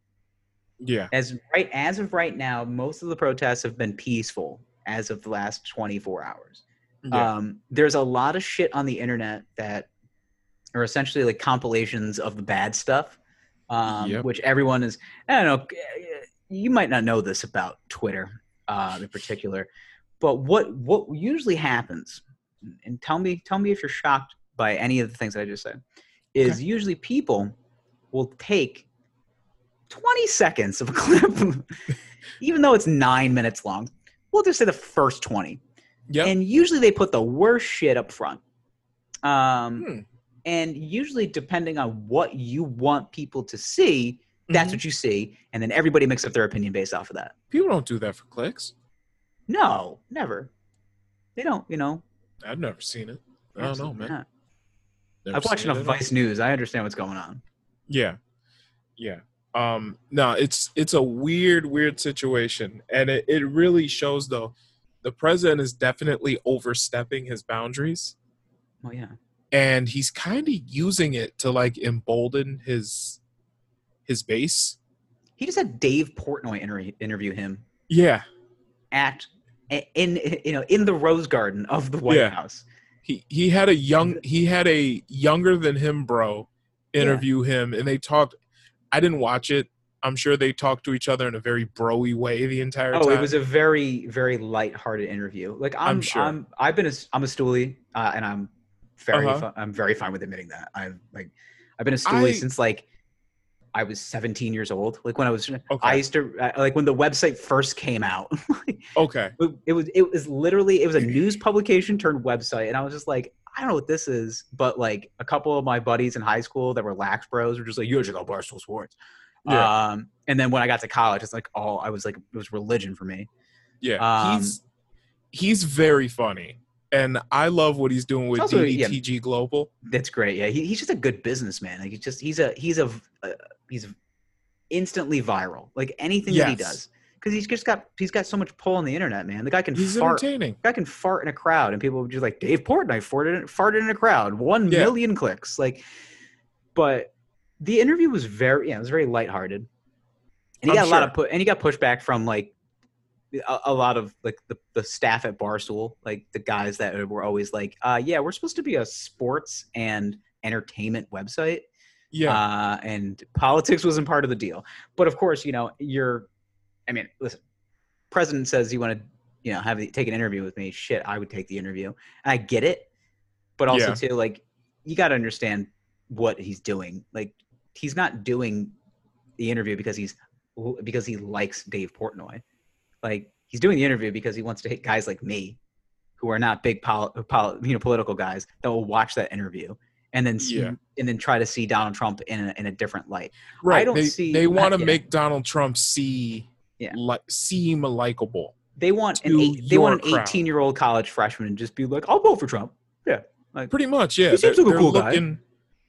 [SPEAKER 1] Yeah,
[SPEAKER 2] As right as of right now, most of the protests have been peaceful as of the last 24 hours.
[SPEAKER 1] yeah,
[SPEAKER 2] Um, there's a lot of shit on the internet that are essentially like compilations of the bad stuff, um,
[SPEAKER 1] Yep.
[SPEAKER 2] which everyone is. I don't know. eh, You might not know this about Twitter uh, in particular, but what what usually happens, and tell me tell me if you're shocked by any of the things that I just said, is usually people will take 20 seconds of a clip, even though it's nine minutes long. We'll just say the first 20
[SPEAKER 1] Yep.
[SPEAKER 2] and usually they put the worst shit up front. Um,
[SPEAKER 1] Hmm.
[SPEAKER 2] And usually, depending on what you want people to see, that's
[SPEAKER 1] Mhm.
[SPEAKER 2] what you see, and then everybody makes up their opinion based off of that.
[SPEAKER 1] people don't do that for clicks.
[SPEAKER 2] No, never. They don't. You know.
[SPEAKER 1] I've never seen it. I don't know,
[SPEAKER 2] absolutely
[SPEAKER 1] man.
[SPEAKER 2] not.
[SPEAKER 1] Never
[SPEAKER 2] I've watched
[SPEAKER 1] seen it
[SPEAKER 2] enough
[SPEAKER 1] at all.
[SPEAKER 2] Vice News. I understand what's going on.
[SPEAKER 1] Yeah, yeah. Um, no, it's it's a weird, weird situation, and it, it really shows though. The president is definitely overstepping his boundaries.
[SPEAKER 2] Oh yeah.
[SPEAKER 1] and he's kind of using it to like embolden his his base.
[SPEAKER 2] He just had Dave Portnoy inter- interview him
[SPEAKER 1] Yeah,
[SPEAKER 2] at in you know in the Rose Garden of the White
[SPEAKER 1] Yeah.
[SPEAKER 2] House.
[SPEAKER 1] he he had a young he had a younger than him bro interview him, and they talked. I didn't watch it. I'm sure they talked to each other in a very broy way the entire
[SPEAKER 2] Oh,
[SPEAKER 1] time.
[SPEAKER 2] it was a very, very light-hearted interview. Like I'm,
[SPEAKER 1] I'm
[SPEAKER 2] I'm,
[SPEAKER 1] sure.
[SPEAKER 2] i have been, a, I'm a stoolie, uh, and I'm very,
[SPEAKER 1] Uh-huh.
[SPEAKER 2] fi- I'm very fine with admitting that. I've like, I've been a stoolie
[SPEAKER 1] I-
[SPEAKER 2] since like I was 17 years old. Like when I was, I
[SPEAKER 1] Okay.
[SPEAKER 2] used to I- like when the website first came out.
[SPEAKER 1] okay.
[SPEAKER 2] it- it was, it was literally, it was a news publication turned website, and I was just like, I don't know what this is, but like a couple of my buddies in high school that were lax bros were just like, you should go Barstool Sports.
[SPEAKER 1] Yeah.
[SPEAKER 2] Um, and then when I got to college, it's like, oh, I was like, it was religion for me.
[SPEAKER 1] Yeah,
[SPEAKER 2] Um,
[SPEAKER 1] he's he's very funny, and I love what he's doing with
[SPEAKER 2] It's also- yeah.
[SPEAKER 1] DDTG Global.
[SPEAKER 2] That's great. Yeah, he, he's just a good businessman. Like he's just he's a he's a uh, he's instantly viral. Like anything that he
[SPEAKER 1] Yes.
[SPEAKER 2] does, because he's just got he's got so much pull on the internet, man. The guy can
[SPEAKER 1] He's
[SPEAKER 2] fart. The
[SPEAKER 1] entertaining.
[SPEAKER 2] guy can fart in a crowd, and people would just like Dave Portnoy farted in, farted in a crowd. One
[SPEAKER 1] Yeah.
[SPEAKER 2] million clicks, like. But the interview was very yeah, it was very lighthearted, and he
[SPEAKER 1] I'm
[SPEAKER 2] got a lot
[SPEAKER 1] sure.
[SPEAKER 2] of put and he got pushback from like a, a lot of like the, the staff at Barstool, like the guys that were always like, uh, yeah, we're supposed to be a sports and entertainment website
[SPEAKER 1] Yeah.
[SPEAKER 2] uh, and politics wasn't part of the deal. But of course, you know, you're, I mean, listen, president says you want to, you know, have the, take an interview with me. Shit, I would take the interview. And I get it, but also
[SPEAKER 1] Yeah.
[SPEAKER 2] too, like, you got to understand what he's doing. Like, he's not doing the interview because he's because he likes Dave Portnoy. Like, he's doing the interview because he wants to hit guys like me. Who are not big pol- pol- you know, political guys that will watch that interview and then see,
[SPEAKER 1] Yeah.
[SPEAKER 2] and then try to see Donald Trump in a, in a different light.
[SPEAKER 1] right.
[SPEAKER 2] don't
[SPEAKER 1] they
[SPEAKER 2] see-
[SPEAKER 1] they want to
[SPEAKER 2] yeah.
[SPEAKER 1] make Donald Trump see
[SPEAKER 2] Yeah.
[SPEAKER 1] li- seem likable.
[SPEAKER 2] They want an
[SPEAKER 1] To
[SPEAKER 2] eight, they want
[SPEAKER 1] your
[SPEAKER 2] an
[SPEAKER 1] crowd.
[SPEAKER 2] eighteen year old college freshman to just be like, "I'll vote for Trump."
[SPEAKER 1] Pretty much, yeah.
[SPEAKER 2] He seems
[SPEAKER 1] They're-
[SPEAKER 2] like a
[SPEAKER 1] they're
[SPEAKER 2] cool guy.
[SPEAKER 1] looking-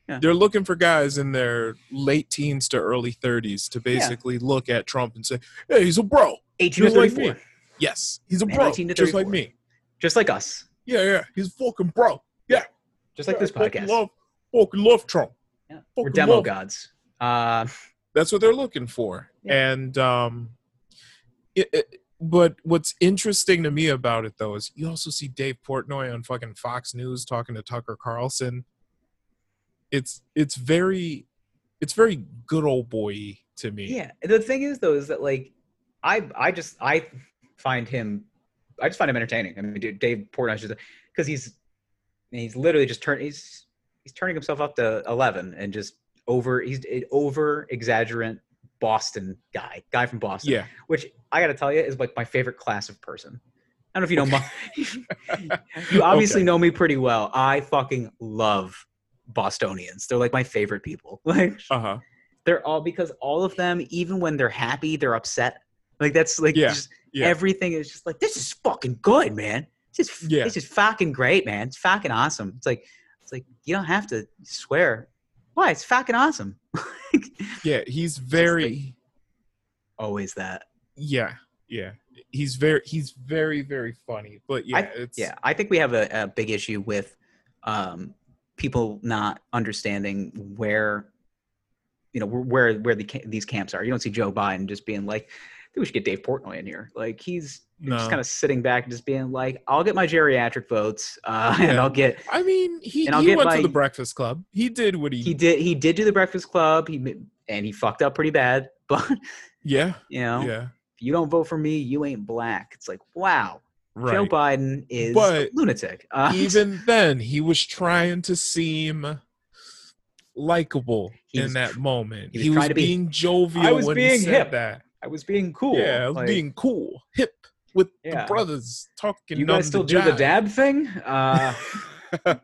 [SPEAKER 2] Yeah.
[SPEAKER 1] They're looking for guys in their late teens to early 30s to basically look at Trump and say, "Hey, he's a bro.
[SPEAKER 2] Eighteen to
[SPEAKER 1] Just like
[SPEAKER 2] thirty four,
[SPEAKER 1] me. Yes, he's a
[SPEAKER 2] Man,
[SPEAKER 1] bro,
[SPEAKER 2] 18 to
[SPEAKER 1] just like
[SPEAKER 2] 34.
[SPEAKER 1] me.
[SPEAKER 2] just like us,
[SPEAKER 1] Yeah, yeah, he's fucking bro.
[SPEAKER 2] just like
[SPEAKER 1] Yeah,
[SPEAKER 2] this
[SPEAKER 1] I fucking
[SPEAKER 2] podcast.
[SPEAKER 1] Love, fucking love Trump.
[SPEAKER 2] Yeah. We're
[SPEAKER 1] Fucking
[SPEAKER 2] demo
[SPEAKER 1] love
[SPEAKER 2] gods. Uh,
[SPEAKER 1] that's what they're looking for and um it, it- but what's interesting to me about it though is you also see dave portnoy on fucking fox news talking to tucker carlson it's it's very it's very good old boy to me
[SPEAKER 2] yeah. The thing is, though, is that like, I I just I find him, I just find him entertaining. I mean, dude, Dave Portnoy's just because he's he's literally just turn he's he's turning himself up to eleven and just over he's an over exaggerant Boston guy, guy from Boston.
[SPEAKER 1] yeah
[SPEAKER 2] which I gotta tell you is like my favorite class of person. I don't know if you know my, you obviously
[SPEAKER 1] Okay.
[SPEAKER 2] know me pretty well. I fucking love Bostonians. They're like my favorite people. Like
[SPEAKER 1] uh-huh
[SPEAKER 2] they're all because all of them, even when they're happy, they're upset. Like that's like
[SPEAKER 1] Yeah,
[SPEAKER 2] just-
[SPEAKER 1] yeah.
[SPEAKER 2] everything is just like this is fucking good, man. This is
[SPEAKER 1] Yeah.
[SPEAKER 2] this is fucking great, man. It's fucking awesome. It's like it's like you don't have to swear. Why? It's fucking awesome.
[SPEAKER 1] yeah he's very
[SPEAKER 2] Always that.
[SPEAKER 1] yeah yeah he's very he's very very funny but yeah
[SPEAKER 2] I-
[SPEAKER 1] it's
[SPEAKER 2] yeah i think we have a, a big issue with um, people not understanding where you know wh- where where the, ca- these camps are you don't see joe biden just being like i think we should get dave portnoy in here like he's
[SPEAKER 1] no
[SPEAKER 2] just kind of sitting back and just being like i'll get my geriatric votes uh, and
[SPEAKER 1] Yeah.
[SPEAKER 2] i'll get
[SPEAKER 1] i mean he,
[SPEAKER 2] And I'll
[SPEAKER 1] he
[SPEAKER 2] get
[SPEAKER 1] went
[SPEAKER 2] my-
[SPEAKER 1] to the breakfast club he did what he,
[SPEAKER 2] he did he did do the breakfast club he ma- and he fucked up pretty bad but
[SPEAKER 1] yeah
[SPEAKER 2] you know if
[SPEAKER 1] yeah
[SPEAKER 2] you don't vote for me you ain't black it's like wow
[SPEAKER 1] right
[SPEAKER 2] joe biden is a
[SPEAKER 1] But
[SPEAKER 2] lunatic uh,
[SPEAKER 1] even then he was trying to seem likable
[SPEAKER 2] He
[SPEAKER 1] in
[SPEAKER 2] was
[SPEAKER 1] that
[SPEAKER 2] tr-
[SPEAKER 1] moment
[SPEAKER 2] he
[SPEAKER 1] he was,
[SPEAKER 2] was trying to be-
[SPEAKER 1] being jovial
[SPEAKER 2] I was
[SPEAKER 1] when
[SPEAKER 2] being
[SPEAKER 1] he said
[SPEAKER 2] hip.
[SPEAKER 1] that
[SPEAKER 2] i was being cool
[SPEAKER 1] yeah I was
[SPEAKER 2] like-
[SPEAKER 1] being cool hip with
[SPEAKER 2] Yeah.
[SPEAKER 1] the brothers talking
[SPEAKER 2] You
[SPEAKER 1] on
[SPEAKER 2] guys still
[SPEAKER 1] the
[SPEAKER 2] do the
[SPEAKER 1] jive.
[SPEAKER 2] dab thing? Uh,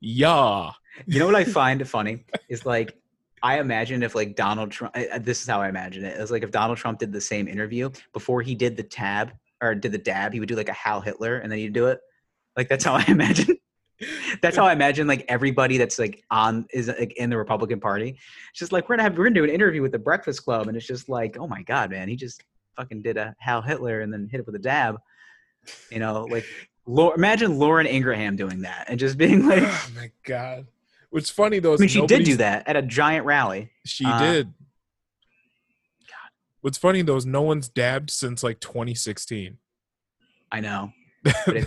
[SPEAKER 1] yeah
[SPEAKER 2] you know what I find funny is like I imagine if like Donald Trump. I, I- this is how I imagine it. It's like if Donald Trump did the same interview before he did the tab or did the dab, he would do like a Hal Hitler and then he'd do it. Like that's how I imagine. That's how I imagine like everybody that's like on is like in the Republican Party. It's just like we're gonna have we're gonna do an interview with the Breakfast Club, and it's just like oh my god, man, he just fucking did a Hal Hitler and then hit it with a dab. You know, like Lau- imagine Lauren Ingraham doing that and just being like, I
[SPEAKER 1] oh my god what's funny though is
[SPEAKER 2] mean, she did do
[SPEAKER 1] nobody's-
[SPEAKER 2] that at a giant rally.
[SPEAKER 1] she
[SPEAKER 2] Uh,
[SPEAKER 1] did what's funny though is no one's dabbed since like 2016
[SPEAKER 2] I know. it-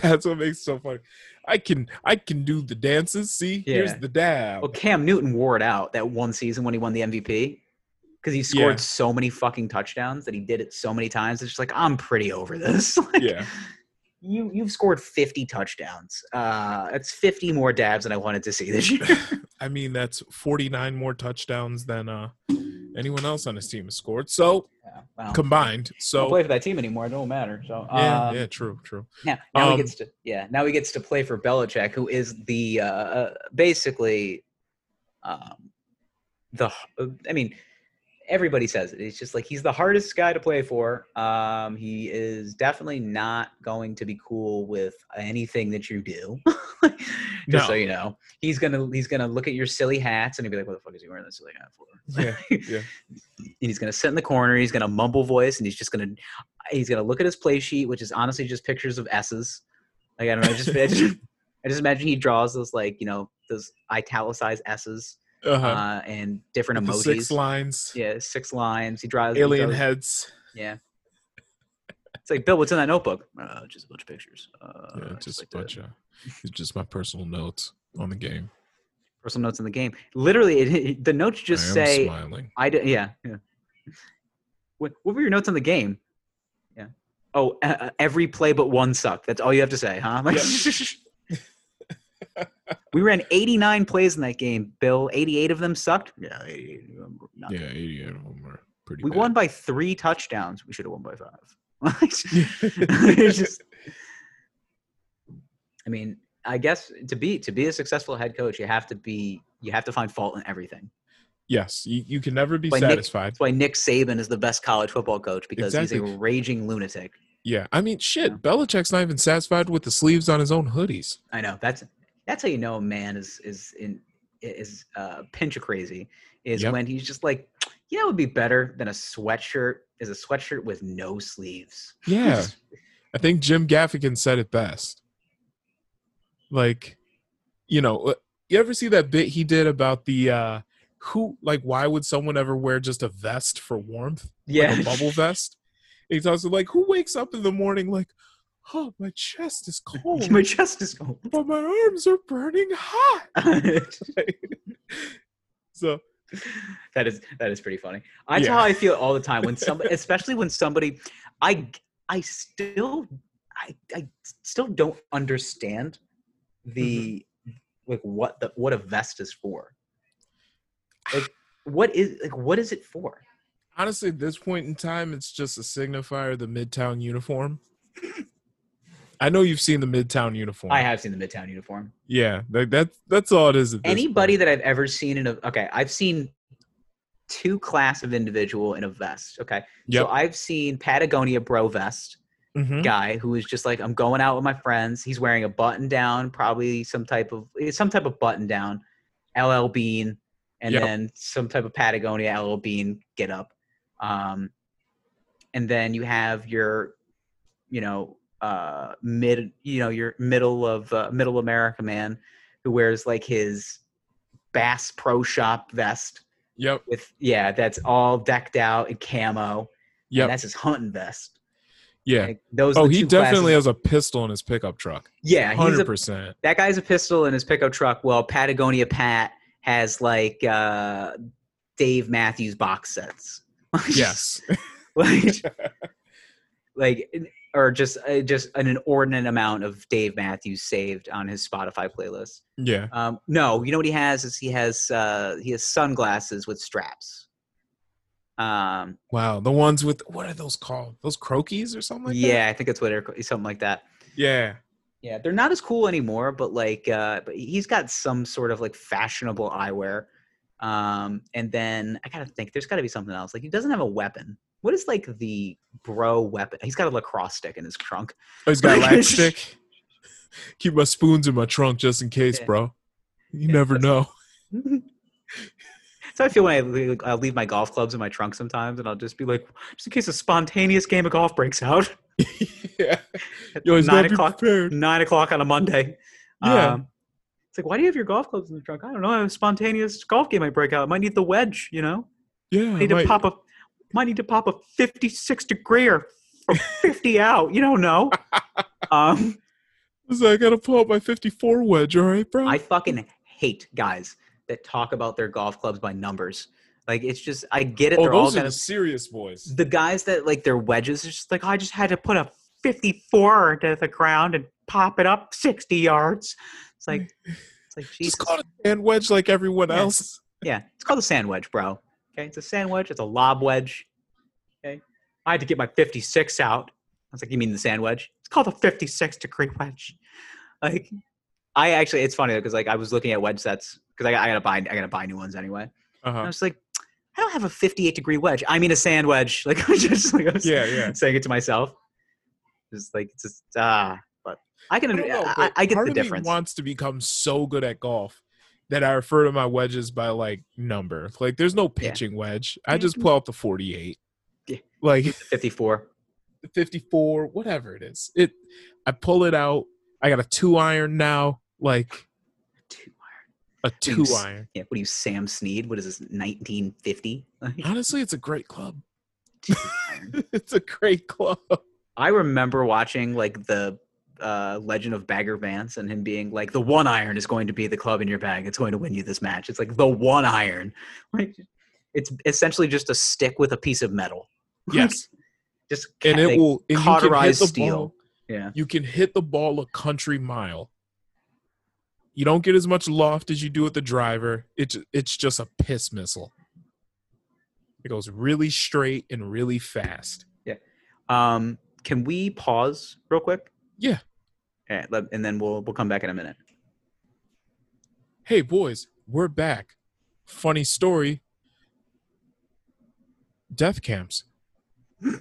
[SPEAKER 1] That's what makes it so funny. I can I can do the dances. See, here's
[SPEAKER 2] Yeah.
[SPEAKER 1] the dab.
[SPEAKER 2] Well, Cam Newton wore it out that one season when he won the MVP because he scored
[SPEAKER 1] Yeah.
[SPEAKER 2] so many fucking touchdowns that he did it so many times. It's just like I'm pretty over this. Like,
[SPEAKER 1] Yeah.
[SPEAKER 2] You you've scored 50 touchdowns. Uh, that's 50 more dabs than I wanted to see this year.
[SPEAKER 1] I mean, that's 49 more touchdowns than uh anyone else on his team has scored. So
[SPEAKER 2] yeah, wow.
[SPEAKER 1] combined.
[SPEAKER 2] don't
[SPEAKER 1] So
[SPEAKER 2] play for that team anymore. It don't matter. So
[SPEAKER 1] yeah,
[SPEAKER 2] um,
[SPEAKER 1] yeah, true, true.
[SPEAKER 2] Now, now
[SPEAKER 1] Um,
[SPEAKER 2] he gets to yeah. Now he gets to play for Belichick, who is the uh, uh, basically um, the. h- uh, I mean, everybody says it. It's just like he's the hardest guy to play for. Um, he is definitely not going to be cool with anything that you do. Just
[SPEAKER 1] No.
[SPEAKER 2] so you know, he's gonna he's gonna look at your silly hats and he'll be like, "What the fuck is he wearing that silly hat for?"
[SPEAKER 1] Yeah, yeah.
[SPEAKER 2] and he's gonna sit in the corner. He's gonna mumble voice, and he's just gonna he's gonna look at his play sheet, which is honestly just pictures of S's. Like I don't know, I just I just, I just imagine he draws those like you know those italicized S's
[SPEAKER 1] Uh-huh.
[SPEAKER 2] uh, and different
[SPEAKER 1] The
[SPEAKER 2] emojis.
[SPEAKER 1] six lines,
[SPEAKER 2] Yeah, six lines. He draws he
[SPEAKER 1] alien
[SPEAKER 2] draws-
[SPEAKER 1] heads.
[SPEAKER 2] Yeah. It's like Bill, what's in that notebook? Uh, just a bunch of pictures. Uh,
[SPEAKER 1] Yeah,
[SPEAKER 2] I
[SPEAKER 1] just a
[SPEAKER 2] like to-
[SPEAKER 1] bunch of. It's just my personal notes on the game.
[SPEAKER 2] personal notes in the game. Literally, it, it- the notes just
[SPEAKER 1] I am
[SPEAKER 2] say,
[SPEAKER 1] smiling.
[SPEAKER 2] "I did." Yeah, yeah. What, what were your notes on the game? Yeah. Oh, uh, uh, every play but one sucked. That's all you have to say, huh? Like- we ran 89 plays in that game, Bill. 88 of them sucked. Yeah, 88 of them were not
[SPEAKER 1] Yeah, 88 of them are pretty.
[SPEAKER 2] we
[SPEAKER 1] bad.
[SPEAKER 2] won by three touchdowns. We should have won by five.
[SPEAKER 1] Yeah.
[SPEAKER 2] it's just, I mean, I guess to be to be a successful head coach, you have to be you have to find fault in everything.
[SPEAKER 1] Yes, you, you can never be
[SPEAKER 2] By Nick-
[SPEAKER 1] satisfied.
[SPEAKER 2] That's why Nick Saban is the best college football coach because he's
[SPEAKER 1] Exactly.
[SPEAKER 2] a raging lunatic.
[SPEAKER 1] yeah, I mean, shit.
[SPEAKER 2] Yeah.
[SPEAKER 1] Belichick's not even satisfied with the sleeves on his own hoodies.
[SPEAKER 2] I know that's that's how you know a man is is in is uh, pinch of crazy is
[SPEAKER 1] Yep.
[SPEAKER 2] when he's just like, you know, it would be better than a sweatshirt is a sweatshirt with no sleeves.
[SPEAKER 1] Yeah, I think Jim Gaffigan said it best. Like, you know, uh, you ever see that bit he did about the uh who? Like, why would someone ever wear just a vest for warmth?
[SPEAKER 2] yeah,
[SPEAKER 1] like a bubble vest. And he talks about, like, who wakes up in the morning like, oh, my chest is cold,
[SPEAKER 2] Oh, my chest is cold.
[SPEAKER 1] but my arms are burning hot. So
[SPEAKER 2] that is that is pretty funny. That's
[SPEAKER 1] Yeah.
[SPEAKER 2] how I feel all the time when somebody, especially when somebody, I I still I I still don't understand the
[SPEAKER 1] Mm-hmm.
[SPEAKER 2] like what the what a vest is for. Like what is like what is it for?
[SPEAKER 1] honestly, at this point in time, it's just a signifier of the Midtown uniform. I know you've seen the Midtown uniform.
[SPEAKER 2] I have seen the Midtown uniform.
[SPEAKER 1] Yeah, like that, that's all it is. At this
[SPEAKER 2] Anybody
[SPEAKER 1] point.
[SPEAKER 2] that I've ever seen in a okay, I've seen two class of individual in a vest. Okay,
[SPEAKER 1] Yep.
[SPEAKER 2] so I've seen Patagonia bro vest.
[SPEAKER 1] Mhm.
[SPEAKER 2] guy who is just like, I'm going out with my friends. He's wearing a button down, probably some type of it's some type of button down, LL Bean, and
[SPEAKER 1] Yep.
[SPEAKER 2] then some type of Patagonia LL Bean get up. Um, and then you have your, you know, uh, mid, you know, your middle of uh, middle America man who wears like his Bass Pro Shop vest
[SPEAKER 1] Yep.
[SPEAKER 2] with yeah, that's all decked out in camo. Yeah,
[SPEAKER 1] Yep.
[SPEAKER 2] that's his hunting vest.
[SPEAKER 1] yeah.
[SPEAKER 2] Like, those. are
[SPEAKER 1] oh,
[SPEAKER 2] the
[SPEAKER 1] he
[SPEAKER 2] two classes-
[SPEAKER 1] definitely has a pistol in his pickup truck.
[SPEAKER 2] Yeah, he's
[SPEAKER 1] Hundred
[SPEAKER 2] a,
[SPEAKER 1] percent.
[SPEAKER 2] that guy's a pistol in his pickup truck. Well, Patagonia Pat has like uh, Dave Matthews box sets.
[SPEAKER 1] Yes.
[SPEAKER 2] like, like, or just uh, just an inordinate amount of Dave Matthews saved on his Spotify playlist.
[SPEAKER 1] yeah.
[SPEAKER 2] Um, no, you know what he has is he has uh, he has sunglasses with straps. Um,
[SPEAKER 1] Wow. The ones with what are those called? Those croquis or something like that?
[SPEAKER 2] yeah, I think that's what they're ca- something like that.
[SPEAKER 1] Yeah.
[SPEAKER 2] Yeah, they're not as cool anymore, but like, uh, but he's got some sort of like fashionable eyewear. Um, and then I gotta think, there's gotta be something else. Like, he doesn't have a weapon. What is like the bro weapon? He's got a lacrosse stick in his trunk.
[SPEAKER 1] Oh, he's got a lag stick. Keep my spoons in my trunk just in case,
[SPEAKER 2] Yeah.
[SPEAKER 1] bro. You
[SPEAKER 2] Yeah,
[SPEAKER 1] never know.
[SPEAKER 2] so I feel when I leave, I leave my golf clubs in my trunk sometimes, and I'll just be like, just in case a spontaneous game of golf breaks out.
[SPEAKER 1] yeah.
[SPEAKER 2] at
[SPEAKER 1] You always
[SPEAKER 2] nine
[SPEAKER 1] gotta be
[SPEAKER 2] o'clock,
[SPEAKER 1] prepared.
[SPEAKER 2] nine o'clock on a Monday.
[SPEAKER 1] Yeah.
[SPEAKER 2] Um, it's like, why do you have your golf clubs in the trunk? I don't know. I have a spontaneous golf game I break out. I might need the wedge, you know?
[SPEAKER 1] Yeah.
[SPEAKER 2] need
[SPEAKER 1] right.
[SPEAKER 2] to pop a might need to pop a 56 degree or, or 50 out you don't know um
[SPEAKER 1] So I gotta pull out my 54 wedge, all right, bro?
[SPEAKER 2] i fucking hate guys that talk about their golf clubs by numbers like it's just i get it
[SPEAKER 1] oh,
[SPEAKER 2] they're all
[SPEAKER 1] those are
[SPEAKER 2] kind
[SPEAKER 1] the
[SPEAKER 2] of
[SPEAKER 1] serious boys.
[SPEAKER 2] the guys that like their wedges are just like "Oh, i just had to put a 54 to the ground and pop it up 60 yards it's like it's like Jesus.
[SPEAKER 1] Just call it a hand wedge like everyone
[SPEAKER 2] Yeah.
[SPEAKER 1] else.
[SPEAKER 2] Yeah, it's called a sand wedge, bro. Okay, it's a sand wedge. It's a lob wedge. Okay, I had to get my 56 out. I was like, you mean the sand wedge? It's called a 56 degree wedge. Like, I actually, it's funny because like I was looking at wedge sets because I, I gotta buy, I gotta buy new ones anyway. And I
[SPEAKER 1] Uh-huh.
[SPEAKER 2] was like, I don't have a 58 degree wedge. I mean a sand wedge. Like, I was just like, I was
[SPEAKER 1] Yeah, yeah.
[SPEAKER 2] saying it to myself. Just like, it's just ah, but I can,
[SPEAKER 1] I,
[SPEAKER 2] under
[SPEAKER 1] don't know,
[SPEAKER 2] I,
[SPEAKER 1] but
[SPEAKER 2] I, I get
[SPEAKER 1] part
[SPEAKER 2] the
[SPEAKER 1] of
[SPEAKER 2] difference.
[SPEAKER 1] me wants to become so good at golf that I refer to my wedges by like number. Like there's no pitching wedge. I just pull out the 48.
[SPEAKER 2] Mm-hmm. Yeah.
[SPEAKER 1] Like
[SPEAKER 2] 54.
[SPEAKER 1] 54, whatever it is. It I pull it out. I got a 2 iron now, like
[SPEAKER 2] Two
[SPEAKER 1] a
[SPEAKER 2] iron.
[SPEAKER 1] 2 iron.
[SPEAKER 2] Yeah. What are you, Sam Sneed? What is this, 1950?
[SPEAKER 1] Honestly, it's a great club.
[SPEAKER 2] Two iron.
[SPEAKER 1] it's a great club.
[SPEAKER 2] I remember watching like the uh, Legend of Bagger Vance and him being like, the one iron is going to be the club in your bag. It's going to win you this match. It's like the one iron. Like, it's essentially just a stick with a piece of metal.
[SPEAKER 1] Yes.
[SPEAKER 2] just ca-
[SPEAKER 1] And it
[SPEAKER 2] they-
[SPEAKER 1] will and you can hit
[SPEAKER 2] cauterized
[SPEAKER 1] the
[SPEAKER 2] steel.
[SPEAKER 1] ball.
[SPEAKER 2] Yeah.
[SPEAKER 1] You can hit the ball a country mile. You don't get as much loft as you do with the driver. It's it's just a piss missile. It goes really straight and really fast.
[SPEAKER 2] Um, can we pause real quick?
[SPEAKER 1] Yeah.
[SPEAKER 2] All right, let, and then we'll we'll come back in a minute.
[SPEAKER 1] Hey boys, we're back. Funny story. Death camps.
[SPEAKER 2] I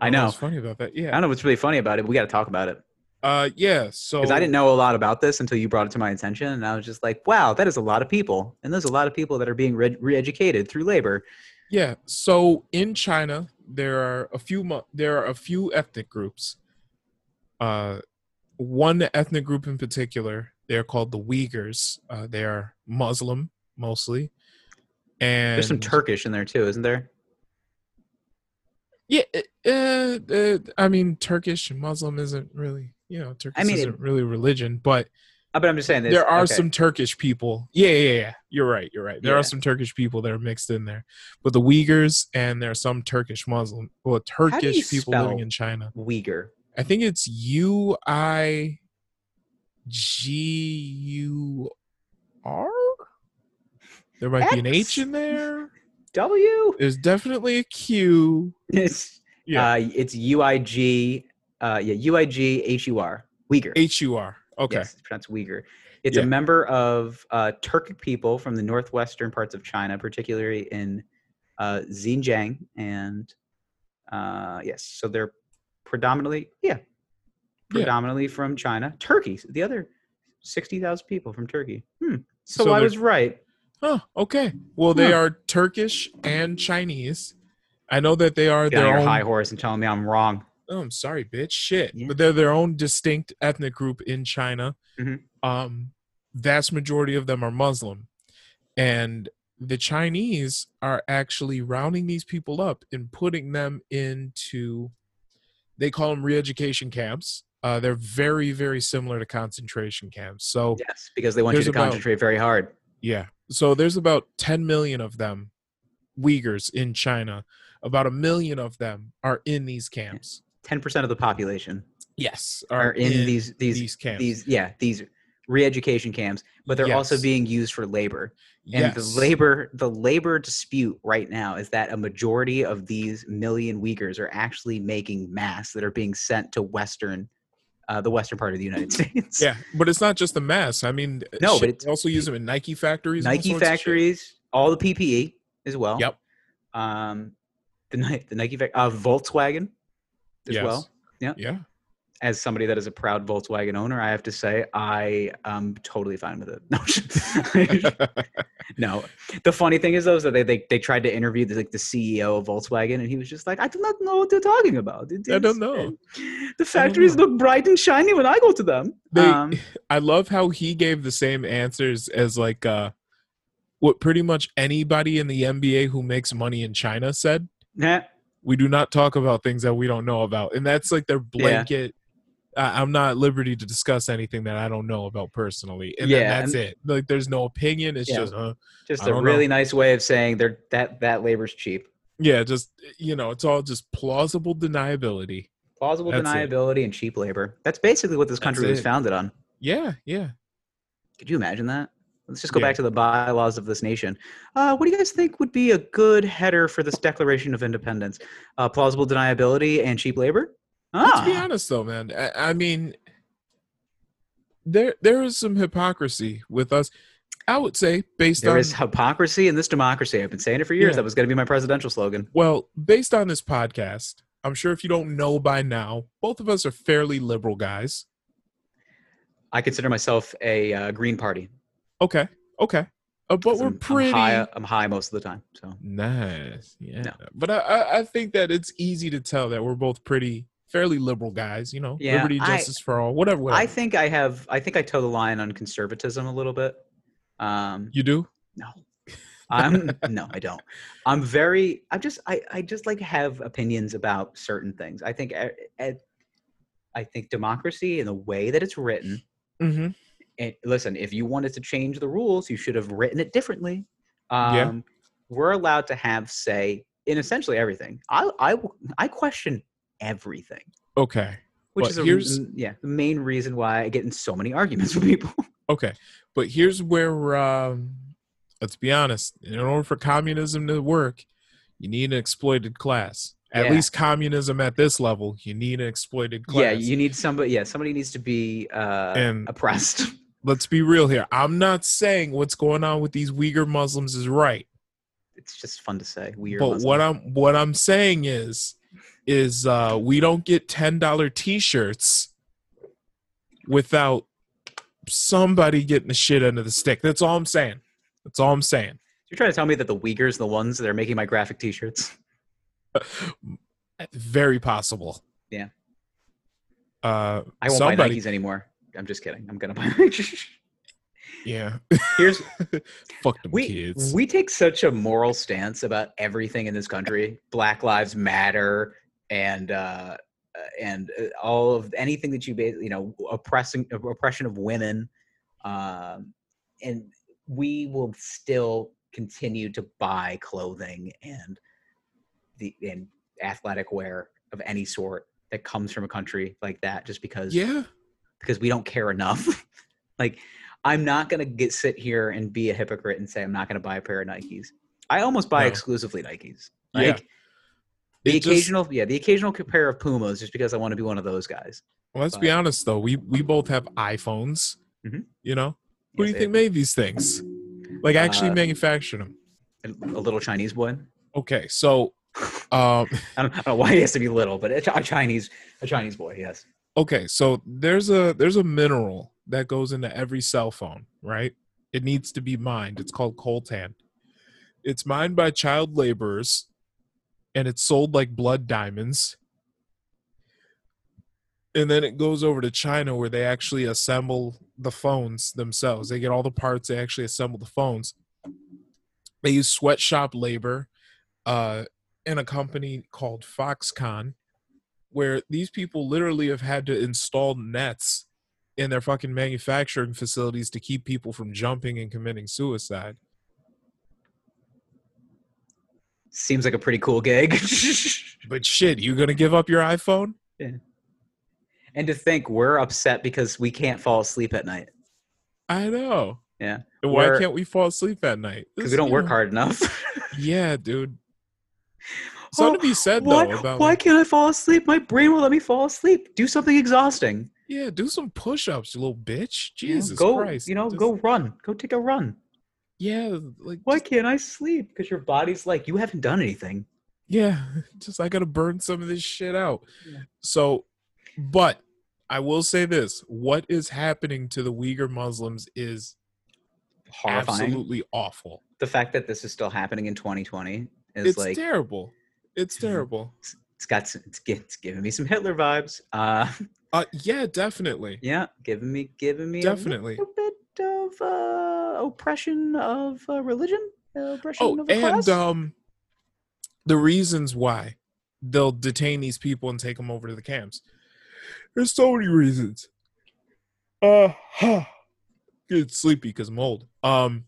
[SPEAKER 1] What
[SPEAKER 2] know.
[SPEAKER 1] was funny about that.
[SPEAKER 2] I
[SPEAKER 1] Yeah.
[SPEAKER 2] don't know what's really funny about it. But we got to talk about it
[SPEAKER 1] Uh yeah, so
[SPEAKER 2] because I didn't know a lot about this until you brought it to my attention, and I was just like, "Wow, that is a lot of people, and there's a lot of people that are being re- re-educated through labor."
[SPEAKER 1] Yeah. So in China, there are a few mo- there are a few ethnic groups. Uh, one ethnic group in particular, they're called the Uyghurs. Uh, they are Muslim mostly, and
[SPEAKER 2] There's some Turkish in there too, isn't there?
[SPEAKER 1] Yeah, uh, uh, I mean, Turkish and Muslim isn't really you know Turkish
[SPEAKER 2] mean, it-
[SPEAKER 1] isn't really religion, but
[SPEAKER 2] Uh, But I'm just saying this.
[SPEAKER 1] there are
[SPEAKER 2] okay.
[SPEAKER 1] some Turkish people. Yeah, yeah, yeah. You're right. You're right. There
[SPEAKER 2] Yeah.
[SPEAKER 1] are some Turkish people that are mixed in there, but the Uyghurs and there are some Turkish Muslim, well, Turkish people living
[SPEAKER 2] spell-
[SPEAKER 1] in China.
[SPEAKER 2] Uyghur.
[SPEAKER 1] I think it's U I G U R. There might be an
[SPEAKER 2] X?
[SPEAKER 1] H in there.
[SPEAKER 2] W.
[SPEAKER 1] There's definitely a Q.
[SPEAKER 2] It's
[SPEAKER 1] Yeah,
[SPEAKER 2] uh, it's U I G. Uh, yeah, U I G H U R. Uyghur.
[SPEAKER 1] H U R. Okay.
[SPEAKER 2] Yes, it's pronounced Uyghur. It's a
[SPEAKER 1] Yeah.
[SPEAKER 2] member of uh, Turkic people from the northwestern parts of China, particularly in uh, Xinjiang. And uh, yes, so they're predominantly, yeah, predominantly from China. Turkey, the other 60,000 people from Turkey. Hmm. So,
[SPEAKER 1] So
[SPEAKER 2] I
[SPEAKER 1] they're-
[SPEAKER 2] was right.
[SPEAKER 1] Huh. Okay. Well, they
[SPEAKER 2] Huh.
[SPEAKER 1] are Turkish and Chinese. I know that they are
[SPEAKER 2] Get on
[SPEAKER 1] their
[SPEAKER 2] your
[SPEAKER 1] own.
[SPEAKER 2] high horse and telling me I'm wrong.
[SPEAKER 1] oh, I'm sorry, bitch. Shit.
[SPEAKER 2] Yeah.
[SPEAKER 1] But they're their own distinct ethnic group in China.
[SPEAKER 2] Mhm.
[SPEAKER 1] Um, vast majority of them are Muslim, and the Chinese are actually rounding these people up and putting them into. They call them re-education camps. Uh, they're very, very similar to concentration camps. So
[SPEAKER 2] Yes, because they want
[SPEAKER 1] There's
[SPEAKER 2] you to
[SPEAKER 1] about-
[SPEAKER 2] concentrate very hard.
[SPEAKER 1] yeah. So there's about 10 million of them, Uyghurs in China. About a million of them are in these camps.
[SPEAKER 2] 10% of the population
[SPEAKER 1] Yes,
[SPEAKER 2] are in, these, these, these,
[SPEAKER 1] these camps.
[SPEAKER 2] yeah, these re-education camps, but they're also
[SPEAKER 1] Yes.
[SPEAKER 2] being used for labor. And
[SPEAKER 1] Yes.
[SPEAKER 2] the labor the labor dispute right now is that a majority of these million Uyghurs are actually making masks that are being sent to Western uh, the western part of the United States.
[SPEAKER 1] Yeah, but it's not just the mass. I mean,
[SPEAKER 2] No,
[SPEAKER 1] shit,
[SPEAKER 2] but it's-
[SPEAKER 1] they also use them in Nike factories. and all
[SPEAKER 2] Nike
[SPEAKER 1] sorts of shit.
[SPEAKER 2] factories, all the PPE as well.
[SPEAKER 1] Yep.
[SPEAKER 2] Um the Ni- the Nike fac- uh, Volkswagen as
[SPEAKER 1] Yes.
[SPEAKER 2] well.
[SPEAKER 1] Yeah.
[SPEAKER 2] As somebody that is a proud Volkswagen owner, I have to say I am totally fine with it. No. No. The funny thing is though is that they they, they tried to interview the, like the CEO of Volkswagen and he was just like, I do not know what they're talking about. It
[SPEAKER 1] I
[SPEAKER 2] is-
[SPEAKER 1] don't know.
[SPEAKER 2] The factories
[SPEAKER 1] know."
[SPEAKER 2] look bright and shiny when I go to them.
[SPEAKER 1] They-
[SPEAKER 2] um,
[SPEAKER 1] I love how he gave the same answers as like uh what pretty much anybody in the NBA who makes money in China said.
[SPEAKER 2] nah,
[SPEAKER 1] we do not talk about things that we don't know about and that's like their blanket I i'm not at liberty to discuss anything that i don't know about personally and then
[SPEAKER 2] Yeah,
[SPEAKER 1] that's it like there's no opinion it's
[SPEAKER 2] Yeah.
[SPEAKER 1] just uh,
[SPEAKER 2] just
[SPEAKER 1] I
[SPEAKER 2] a
[SPEAKER 1] don't
[SPEAKER 2] really nice way of saying they're that that labor's cheap.
[SPEAKER 1] yeah just eh, you know it's all just plausible deniability
[SPEAKER 2] Plausible
[SPEAKER 1] That's it.
[SPEAKER 2] deniability and cheap labor. That's basically what this
[SPEAKER 1] That's
[SPEAKER 2] country was
[SPEAKER 1] it.
[SPEAKER 2] founded on.
[SPEAKER 1] yeah yeah
[SPEAKER 2] Could you imagine that? Let's just go
[SPEAKER 1] Yeah.
[SPEAKER 2] back to the bylaws of this nation. Uh, what do you guys think would be a good header for this Declaration of Independence? Uh, plausible deniability and cheap labor? Ah.
[SPEAKER 1] let's be honest though man i, I mean there there is some hypocrisy with us i would say based
[SPEAKER 2] There
[SPEAKER 1] on
[SPEAKER 2] is hypocrisy in this democracy. I've been saying it for years.
[SPEAKER 1] um, Yeah.
[SPEAKER 2] That was going to be my presidential slogan.
[SPEAKER 1] Well, based on this podcast, I'm sure if you don't know by now, both of us are fairly liberal guys.
[SPEAKER 2] I consider myself a uh, Green Party.
[SPEAKER 1] Okay. Okay. Uh, but
[SPEAKER 2] 'Cause
[SPEAKER 1] we're
[SPEAKER 2] I'm-
[SPEAKER 1] pretty
[SPEAKER 2] I'm high, I'm high most of the time. So
[SPEAKER 1] nice. Yeah.
[SPEAKER 2] No.
[SPEAKER 1] But I, I, I think that it's easy to tell that we're both pretty fairly liberal guys. You know,
[SPEAKER 2] Yeah,
[SPEAKER 1] liberty,
[SPEAKER 2] I-
[SPEAKER 1] justice for all, whatever. whatever.
[SPEAKER 2] I think I have. I think I toe the line on conservatism a little bit. Um,
[SPEAKER 1] you do.
[SPEAKER 2] no, I'm no, I don't. I'm very. I'm just. I. I just like have opinions about certain things. I think. I, I- I think democracy and the way that it's written.
[SPEAKER 1] Mm-hmm.
[SPEAKER 2] And listen, if you wanted to change the rules, you should have written it differently. Um,
[SPEAKER 1] Yeah.
[SPEAKER 2] We're allowed to have say in essentially everything. I. I. I question everything.
[SPEAKER 1] Okay.
[SPEAKER 2] Which
[SPEAKER 1] But
[SPEAKER 2] is a,
[SPEAKER 1] here's-
[SPEAKER 2] reason- yeah, the main reason why I get in so many arguments with people.
[SPEAKER 1] Okay. But here's where, um, let's be honest, in order for communism to work, you need an exploited class. At
[SPEAKER 2] Yeah.
[SPEAKER 1] least communism at this level, you need an exploited class.
[SPEAKER 2] Yeah, you need somebody. Yeah, somebody needs to be uh,
[SPEAKER 1] And-
[SPEAKER 2] oppressed.
[SPEAKER 1] Let's be real here. I'm not saying what's going on with these Uyghur Muslims is right,
[SPEAKER 2] It's just fun to say. Weird.
[SPEAKER 1] but
[SPEAKER 2] Muslim.
[SPEAKER 1] what I'm what I'm saying is, is uh, we don't get ten dollar T-shirts without somebody getting the shit under the stick. That's all I'm saying. That's all I'm saying.
[SPEAKER 2] you're trying to tell me that the Uyghurs, the ones that are making my graphic T-shirts.
[SPEAKER 1] very possible.
[SPEAKER 2] Yeah.
[SPEAKER 1] Uh,
[SPEAKER 2] I won't buy
[SPEAKER 1] somebody.
[SPEAKER 2] Nikes anymore. I'm just kidding. I'm gonna buy. Nikes.
[SPEAKER 1] yeah.
[SPEAKER 2] Here's
[SPEAKER 1] Fuck them
[SPEAKER 2] we
[SPEAKER 1] kids.
[SPEAKER 2] we take such a moral stance about everything in this country. Black Lives Matter and. uh uh, and uh, all of anything that you ba- you know oppressing oppression of women um, and we will still continue to buy clothing and the and athletic wear of any sort that comes from a country like that just because
[SPEAKER 1] yeah.
[SPEAKER 2] because we don't care enough like i'm not going to get sit here and be a hypocrite and say i'm not going to buy a pair of nikes i almost buy
[SPEAKER 1] No.
[SPEAKER 2] exclusively nikes
[SPEAKER 1] Yeah.
[SPEAKER 2] like the
[SPEAKER 1] It just-
[SPEAKER 2] occasional yeah the occasional pair of pumas just because i want to be one of those guys
[SPEAKER 1] well, let's be
[SPEAKER 2] but-
[SPEAKER 1] honest though. We we both have iPhones.
[SPEAKER 2] Mhm.
[SPEAKER 1] You know. Who do
[SPEAKER 2] Yes,
[SPEAKER 1] you think
[SPEAKER 2] it-
[SPEAKER 1] made these things? Like actually
[SPEAKER 2] Uh,
[SPEAKER 1] manufactured them.
[SPEAKER 2] a little chinese boy
[SPEAKER 1] Okay, so, um,
[SPEAKER 2] I don't, I don't know why he has to be little, but a, Chi- a Chinese, a Chinese boy, yes.
[SPEAKER 1] okay, so there's a there's a mineral that goes into every cell phone, right? It needs to be mined. It's called coltan. It's mined by child laborers, and it's sold like blood diamonds. and then it goes over to China where they actually assemble the phones themselves. They get all the parts. They actually assemble the phones. They use sweatshop labor uh, in a company called Foxconn, where these people literally have had to install nets in their fucking manufacturing facilities to keep people from jumping and committing suicide.
[SPEAKER 2] Seems like a pretty cool gig.
[SPEAKER 1] But shit, you gonna give up your iPhone?
[SPEAKER 2] and to think we're upset because we can't fall asleep at night
[SPEAKER 1] I know.
[SPEAKER 2] Yeah.
[SPEAKER 1] And Why
[SPEAKER 2] We're-
[SPEAKER 1] can't we fall asleep at night? This-
[SPEAKER 2] because we don't
[SPEAKER 1] you
[SPEAKER 2] work
[SPEAKER 1] know-
[SPEAKER 2] hard enough.
[SPEAKER 1] Yeah, dude. Something
[SPEAKER 2] Oh,
[SPEAKER 1] to be said
[SPEAKER 2] What?
[SPEAKER 1] though about
[SPEAKER 2] Why
[SPEAKER 1] like,
[SPEAKER 2] can't I fall asleep? My brain will let me fall asleep. Do something exhausting.
[SPEAKER 1] yeah, do some push-ups, you little bitch.
[SPEAKER 2] you know?
[SPEAKER 1] Jesus
[SPEAKER 2] go,
[SPEAKER 1] Christ.
[SPEAKER 2] You know,
[SPEAKER 1] Just-
[SPEAKER 2] go run. Go take a run.
[SPEAKER 1] Yeah, like
[SPEAKER 2] Why
[SPEAKER 1] just-
[SPEAKER 2] can't I sleep? Because your body's like you haven't done anything.
[SPEAKER 1] yeah, just I gotta burn some of this shit out.
[SPEAKER 2] Yeah.
[SPEAKER 1] So, but I will say this: what is happening to the Uyghur Muslims is
[SPEAKER 2] Horrifying.
[SPEAKER 1] absolutely awful.
[SPEAKER 2] The fact that this is still happening in 2020 is
[SPEAKER 1] It's
[SPEAKER 2] like
[SPEAKER 1] terrible. It's
[SPEAKER 2] Mhm.
[SPEAKER 1] terrible.
[SPEAKER 2] it's got some, it's, gi- it's giving me some Hitler vibes. Uh,
[SPEAKER 1] Uh, yeah, definitely,
[SPEAKER 2] yeah, giving me giving me
[SPEAKER 1] definitely.
[SPEAKER 2] a little bit of uh, oppression of uh, religion, uh, oppression
[SPEAKER 1] Oh,
[SPEAKER 2] of a class.
[SPEAKER 1] and um, the reasons why they'll detain these people and take them over to the camps. There's so many reasons. Uh, huh. it's sleepy because I'm old. Um,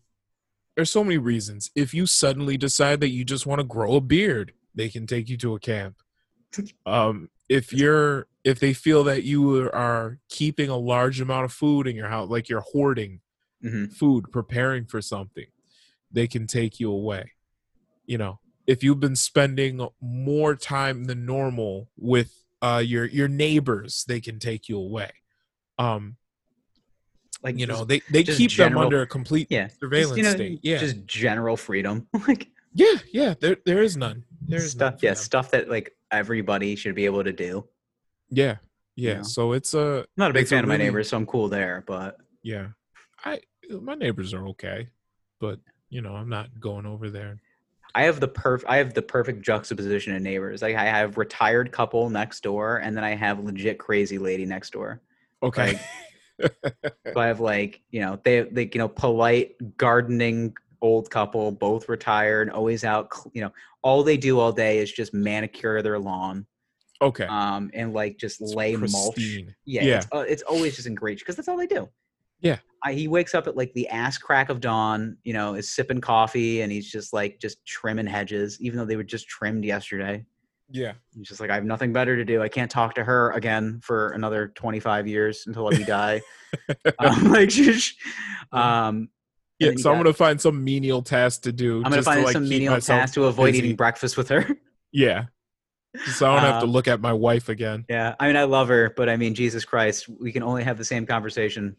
[SPEAKER 1] there's so many reasons. If you suddenly decide that you just want to grow a beard, they can take you to a camp. Um, if you're if they feel that you are keeping a large amount of food in your house, like you're hoarding,
[SPEAKER 2] Mhm.
[SPEAKER 1] food, preparing for something, they can take you away. You know, if you've been spending more time than normal with uh, your your neighbors, they can take you away. Um,
[SPEAKER 2] like
[SPEAKER 1] you
[SPEAKER 2] just-
[SPEAKER 1] know, they they
[SPEAKER 2] just
[SPEAKER 1] keep them
[SPEAKER 2] general-
[SPEAKER 1] under a complete
[SPEAKER 2] yeah, just,
[SPEAKER 1] surveillance
[SPEAKER 2] you know,
[SPEAKER 1] state. Yeah,
[SPEAKER 2] just general freedom, like
[SPEAKER 1] yeah, yeah. There there is none. There is none
[SPEAKER 2] stuff.
[SPEAKER 1] for
[SPEAKER 2] Yeah,
[SPEAKER 1] them.
[SPEAKER 2] stuff that like everybody should be able to do.
[SPEAKER 1] yeah, yeah.
[SPEAKER 2] know.
[SPEAKER 1] So it's a
[SPEAKER 2] I'm not a big
[SPEAKER 1] It's a
[SPEAKER 2] fan of my
[SPEAKER 1] really-
[SPEAKER 2] neighbors, so I'm cool there. But
[SPEAKER 1] yeah. I my neighbors are okay, but you know, I'm not going over there.
[SPEAKER 2] I have the perf I have the perfect juxtaposition of neighbors. Like I have retired couple next door, and then I have legit crazy lady next door.
[SPEAKER 1] Okay. Eh.
[SPEAKER 2] So I have like you know they they you know polite gardening old couple, both retired, always out. cl- You know all they do all day is just manicure their lawn,
[SPEAKER 1] okay.
[SPEAKER 2] um, and like just
[SPEAKER 1] It's
[SPEAKER 2] lay mulch.
[SPEAKER 1] pristine.
[SPEAKER 2] Yeah, It's, uh, it's always just in great because that's all they do.
[SPEAKER 1] Yeah.
[SPEAKER 2] I, he wakes up at like the ass crack of dawn, you know, is sipping coffee and he's just like just trimming hedges, even though they were just trimmed yesterday.
[SPEAKER 1] Yeah.
[SPEAKER 2] He's just like, I have nothing better to do. I can't talk to her again for another 25 years until we die. um, like, sheesh. um,
[SPEAKER 1] Yeah.
[SPEAKER 2] then you
[SPEAKER 1] So I'm
[SPEAKER 2] got-
[SPEAKER 1] gonna find some menial task to do.
[SPEAKER 2] I'm going to
[SPEAKER 1] just
[SPEAKER 2] find
[SPEAKER 1] like,
[SPEAKER 2] some
[SPEAKER 1] keep
[SPEAKER 2] menial
[SPEAKER 1] myself-
[SPEAKER 2] task to avoid
[SPEAKER 1] busy.
[SPEAKER 2] eating breakfast with her.
[SPEAKER 1] Yeah. So I don't have to
[SPEAKER 2] Um,
[SPEAKER 1] look at my wife again.
[SPEAKER 2] yeah. I mean, I love her, but I mean, Jesus Christ, we can only have the same conversation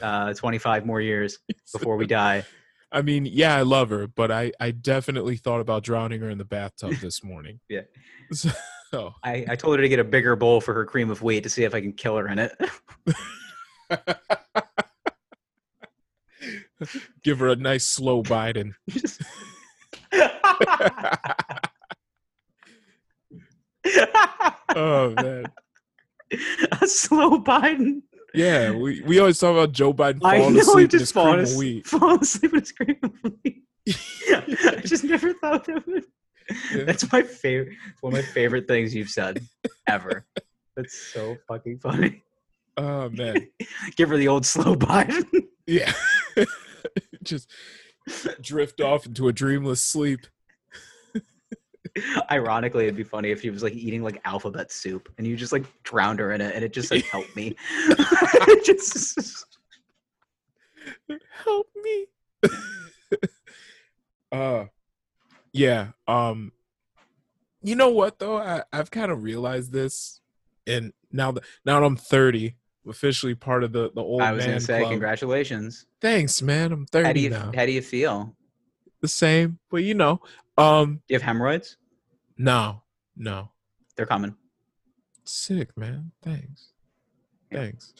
[SPEAKER 2] uh, 25 more years before we die.
[SPEAKER 1] I mean, yeah, I love her, but I, I definitely thought about drowning her in the bathtub this morning.
[SPEAKER 2] Yeah.
[SPEAKER 1] So,
[SPEAKER 2] I, I told her to get a bigger bowl for her cream of wheat to see if I can kill her in it.
[SPEAKER 1] give her a nice slow Biden.
[SPEAKER 2] Just-
[SPEAKER 1] oh man.
[SPEAKER 2] a slow Biden.
[SPEAKER 1] Yeah, we, we always talk about Joe Biden
[SPEAKER 2] I
[SPEAKER 1] falling
[SPEAKER 2] know he
[SPEAKER 1] asleep in his
[SPEAKER 2] just fallen
[SPEAKER 1] cream
[SPEAKER 2] as-
[SPEAKER 1] of wheat.
[SPEAKER 2] fallen asleep in his cream of wheat. I just never thought that would.
[SPEAKER 1] Yeah.
[SPEAKER 2] That's my favorite. One of my favorite things you've said ever. That's so fucking funny.
[SPEAKER 1] Oh man.
[SPEAKER 2] Give her the old slow Biden.
[SPEAKER 1] Yeah. Just drift off into a dreamless sleep.
[SPEAKER 2] Ironically, it'd be funny if she was like eating like alphabet soup and you just like drowned her in it and it just like helped me. It just-
[SPEAKER 1] Help me. uh yeah. Um you know what though? I, I've kind of realized this and now that now that I'm 30, I'm officially part of the, the old
[SPEAKER 2] I was
[SPEAKER 1] man
[SPEAKER 2] gonna say
[SPEAKER 1] club.
[SPEAKER 2] congratulations.
[SPEAKER 1] Thanks, man. I'm
[SPEAKER 2] How do
[SPEAKER 1] 30
[SPEAKER 2] you
[SPEAKER 1] now.
[SPEAKER 2] how do you feel?
[SPEAKER 1] The same, but you know. Um
[SPEAKER 2] Do you have hemorrhoids?
[SPEAKER 1] no, no.
[SPEAKER 2] They're coming.
[SPEAKER 1] Sick, man. Thanks.
[SPEAKER 2] Yeah.
[SPEAKER 1] Thanks.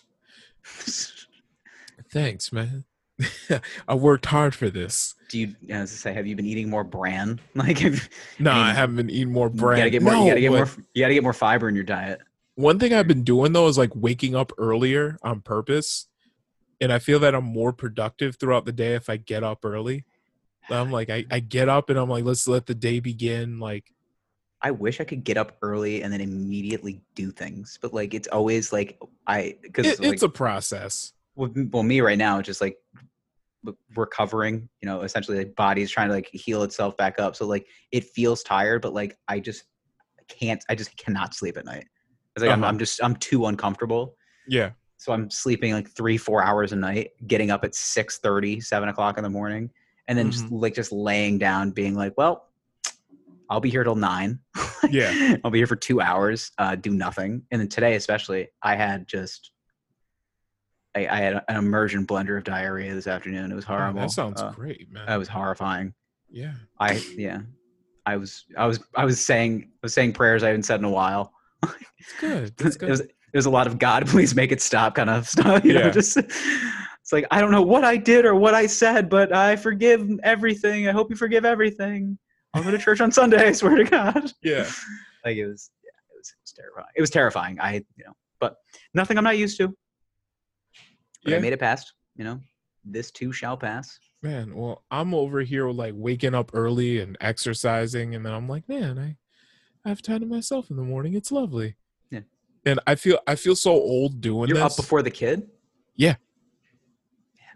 [SPEAKER 1] Thanks, man. I worked hard for this.
[SPEAKER 2] Do you I was gonna say have you been eating more bran? Like have,
[SPEAKER 1] No,
[SPEAKER 2] I
[SPEAKER 1] I
[SPEAKER 2] mean,
[SPEAKER 1] haven't been eating more
[SPEAKER 2] you
[SPEAKER 1] bread.
[SPEAKER 2] gotta get more
[SPEAKER 1] no,
[SPEAKER 2] you gotta get
[SPEAKER 1] but
[SPEAKER 2] more you gotta get more fiber in your diet.
[SPEAKER 1] One thing I've
[SPEAKER 2] Hmm.
[SPEAKER 1] been doing though is like waking up earlier on purpose, and I feel that I'm more productive throughout the day if I get up early. I'm like, I, I get up and I'm like, let's let the day begin. Like,
[SPEAKER 2] I wish I could get up early and then immediately do things, but like it's always like I because
[SPEAKER 1] it-
[SPEAKER 2] like,
[SPEAKER 1] it's a process.
[SPEAKER 2] well, m- well, me right now, just like w- recovering, you know, essentially like body's trying to like heal itself back up. So like it feels tired, but like I just can't, I just cannot sleep at night. It's like I'm,
[SPEAKER 1] Uh-huh.
[SPEAKER 2] I'm just, I'm too uncomfortable.
[SPEAKER 1] Yeah,
[SPEAKER 2] So I'm sleeping like three, four hours a night, getting up at 6 7 o'clock in the morning, and then just like just laying down, being like, well, I'll be here till nine.
[SPEAKER 1] Yeah.
[SPEAKER 2] I'll be here for two hours, uh, do nothing. And then today, especially, I had just. I, I had an immersion blender of diarrhea this afternoon. It was
[SPEAKER 1] Oh,
[SPEAKER 2] horrible.
[SPEAKER 1] that sounds
[SPEAKER 2] Uh,
[SPEAKER 1] great, man.
[SPEAKER 2] That was horrifying.
[SPEAKER 1] yeah,
[SPEAKER 2] I yeah, I was I was I was saying I was saying prayers I haven't said in a while.
[SPEAKER 1] it's good. It's
[SPEAKER 2] it
[SPEAKER 1] good.
[SPEAKER 2] was it was a lot of God, please make it stop kind of stuff. You know,
[SPEAKER 1] Yeah.
[SPEAKER 2] just it's like I don't know what I did or what I said, but I forgive everything. I hope you forgive everything. I'll go to church on Sunday. I swear to God.
[SPEAKER 1] yeah,
[SPEAKER 2] Like it was, yeah, it was, it was terrifying. It was terrifying. I you know, but nothing I'm not used to. But I
[SPEAKER 1] yeah.
[SPEAKER 2] made it past. You know, this too shall pass.
[SPEAKER 1] Man, well, I'm over here like waking up early and exercising, and then I'm like, man, I, I have time to myself in the morning. It's lovely.
[SPEAKER 2] Yeah.
[SPEAKER 1] And I feel I feel so old doing
[SPEAKER 2] You're
[SPEAKER 1] this.
[SPEAKER 2] up before the kid.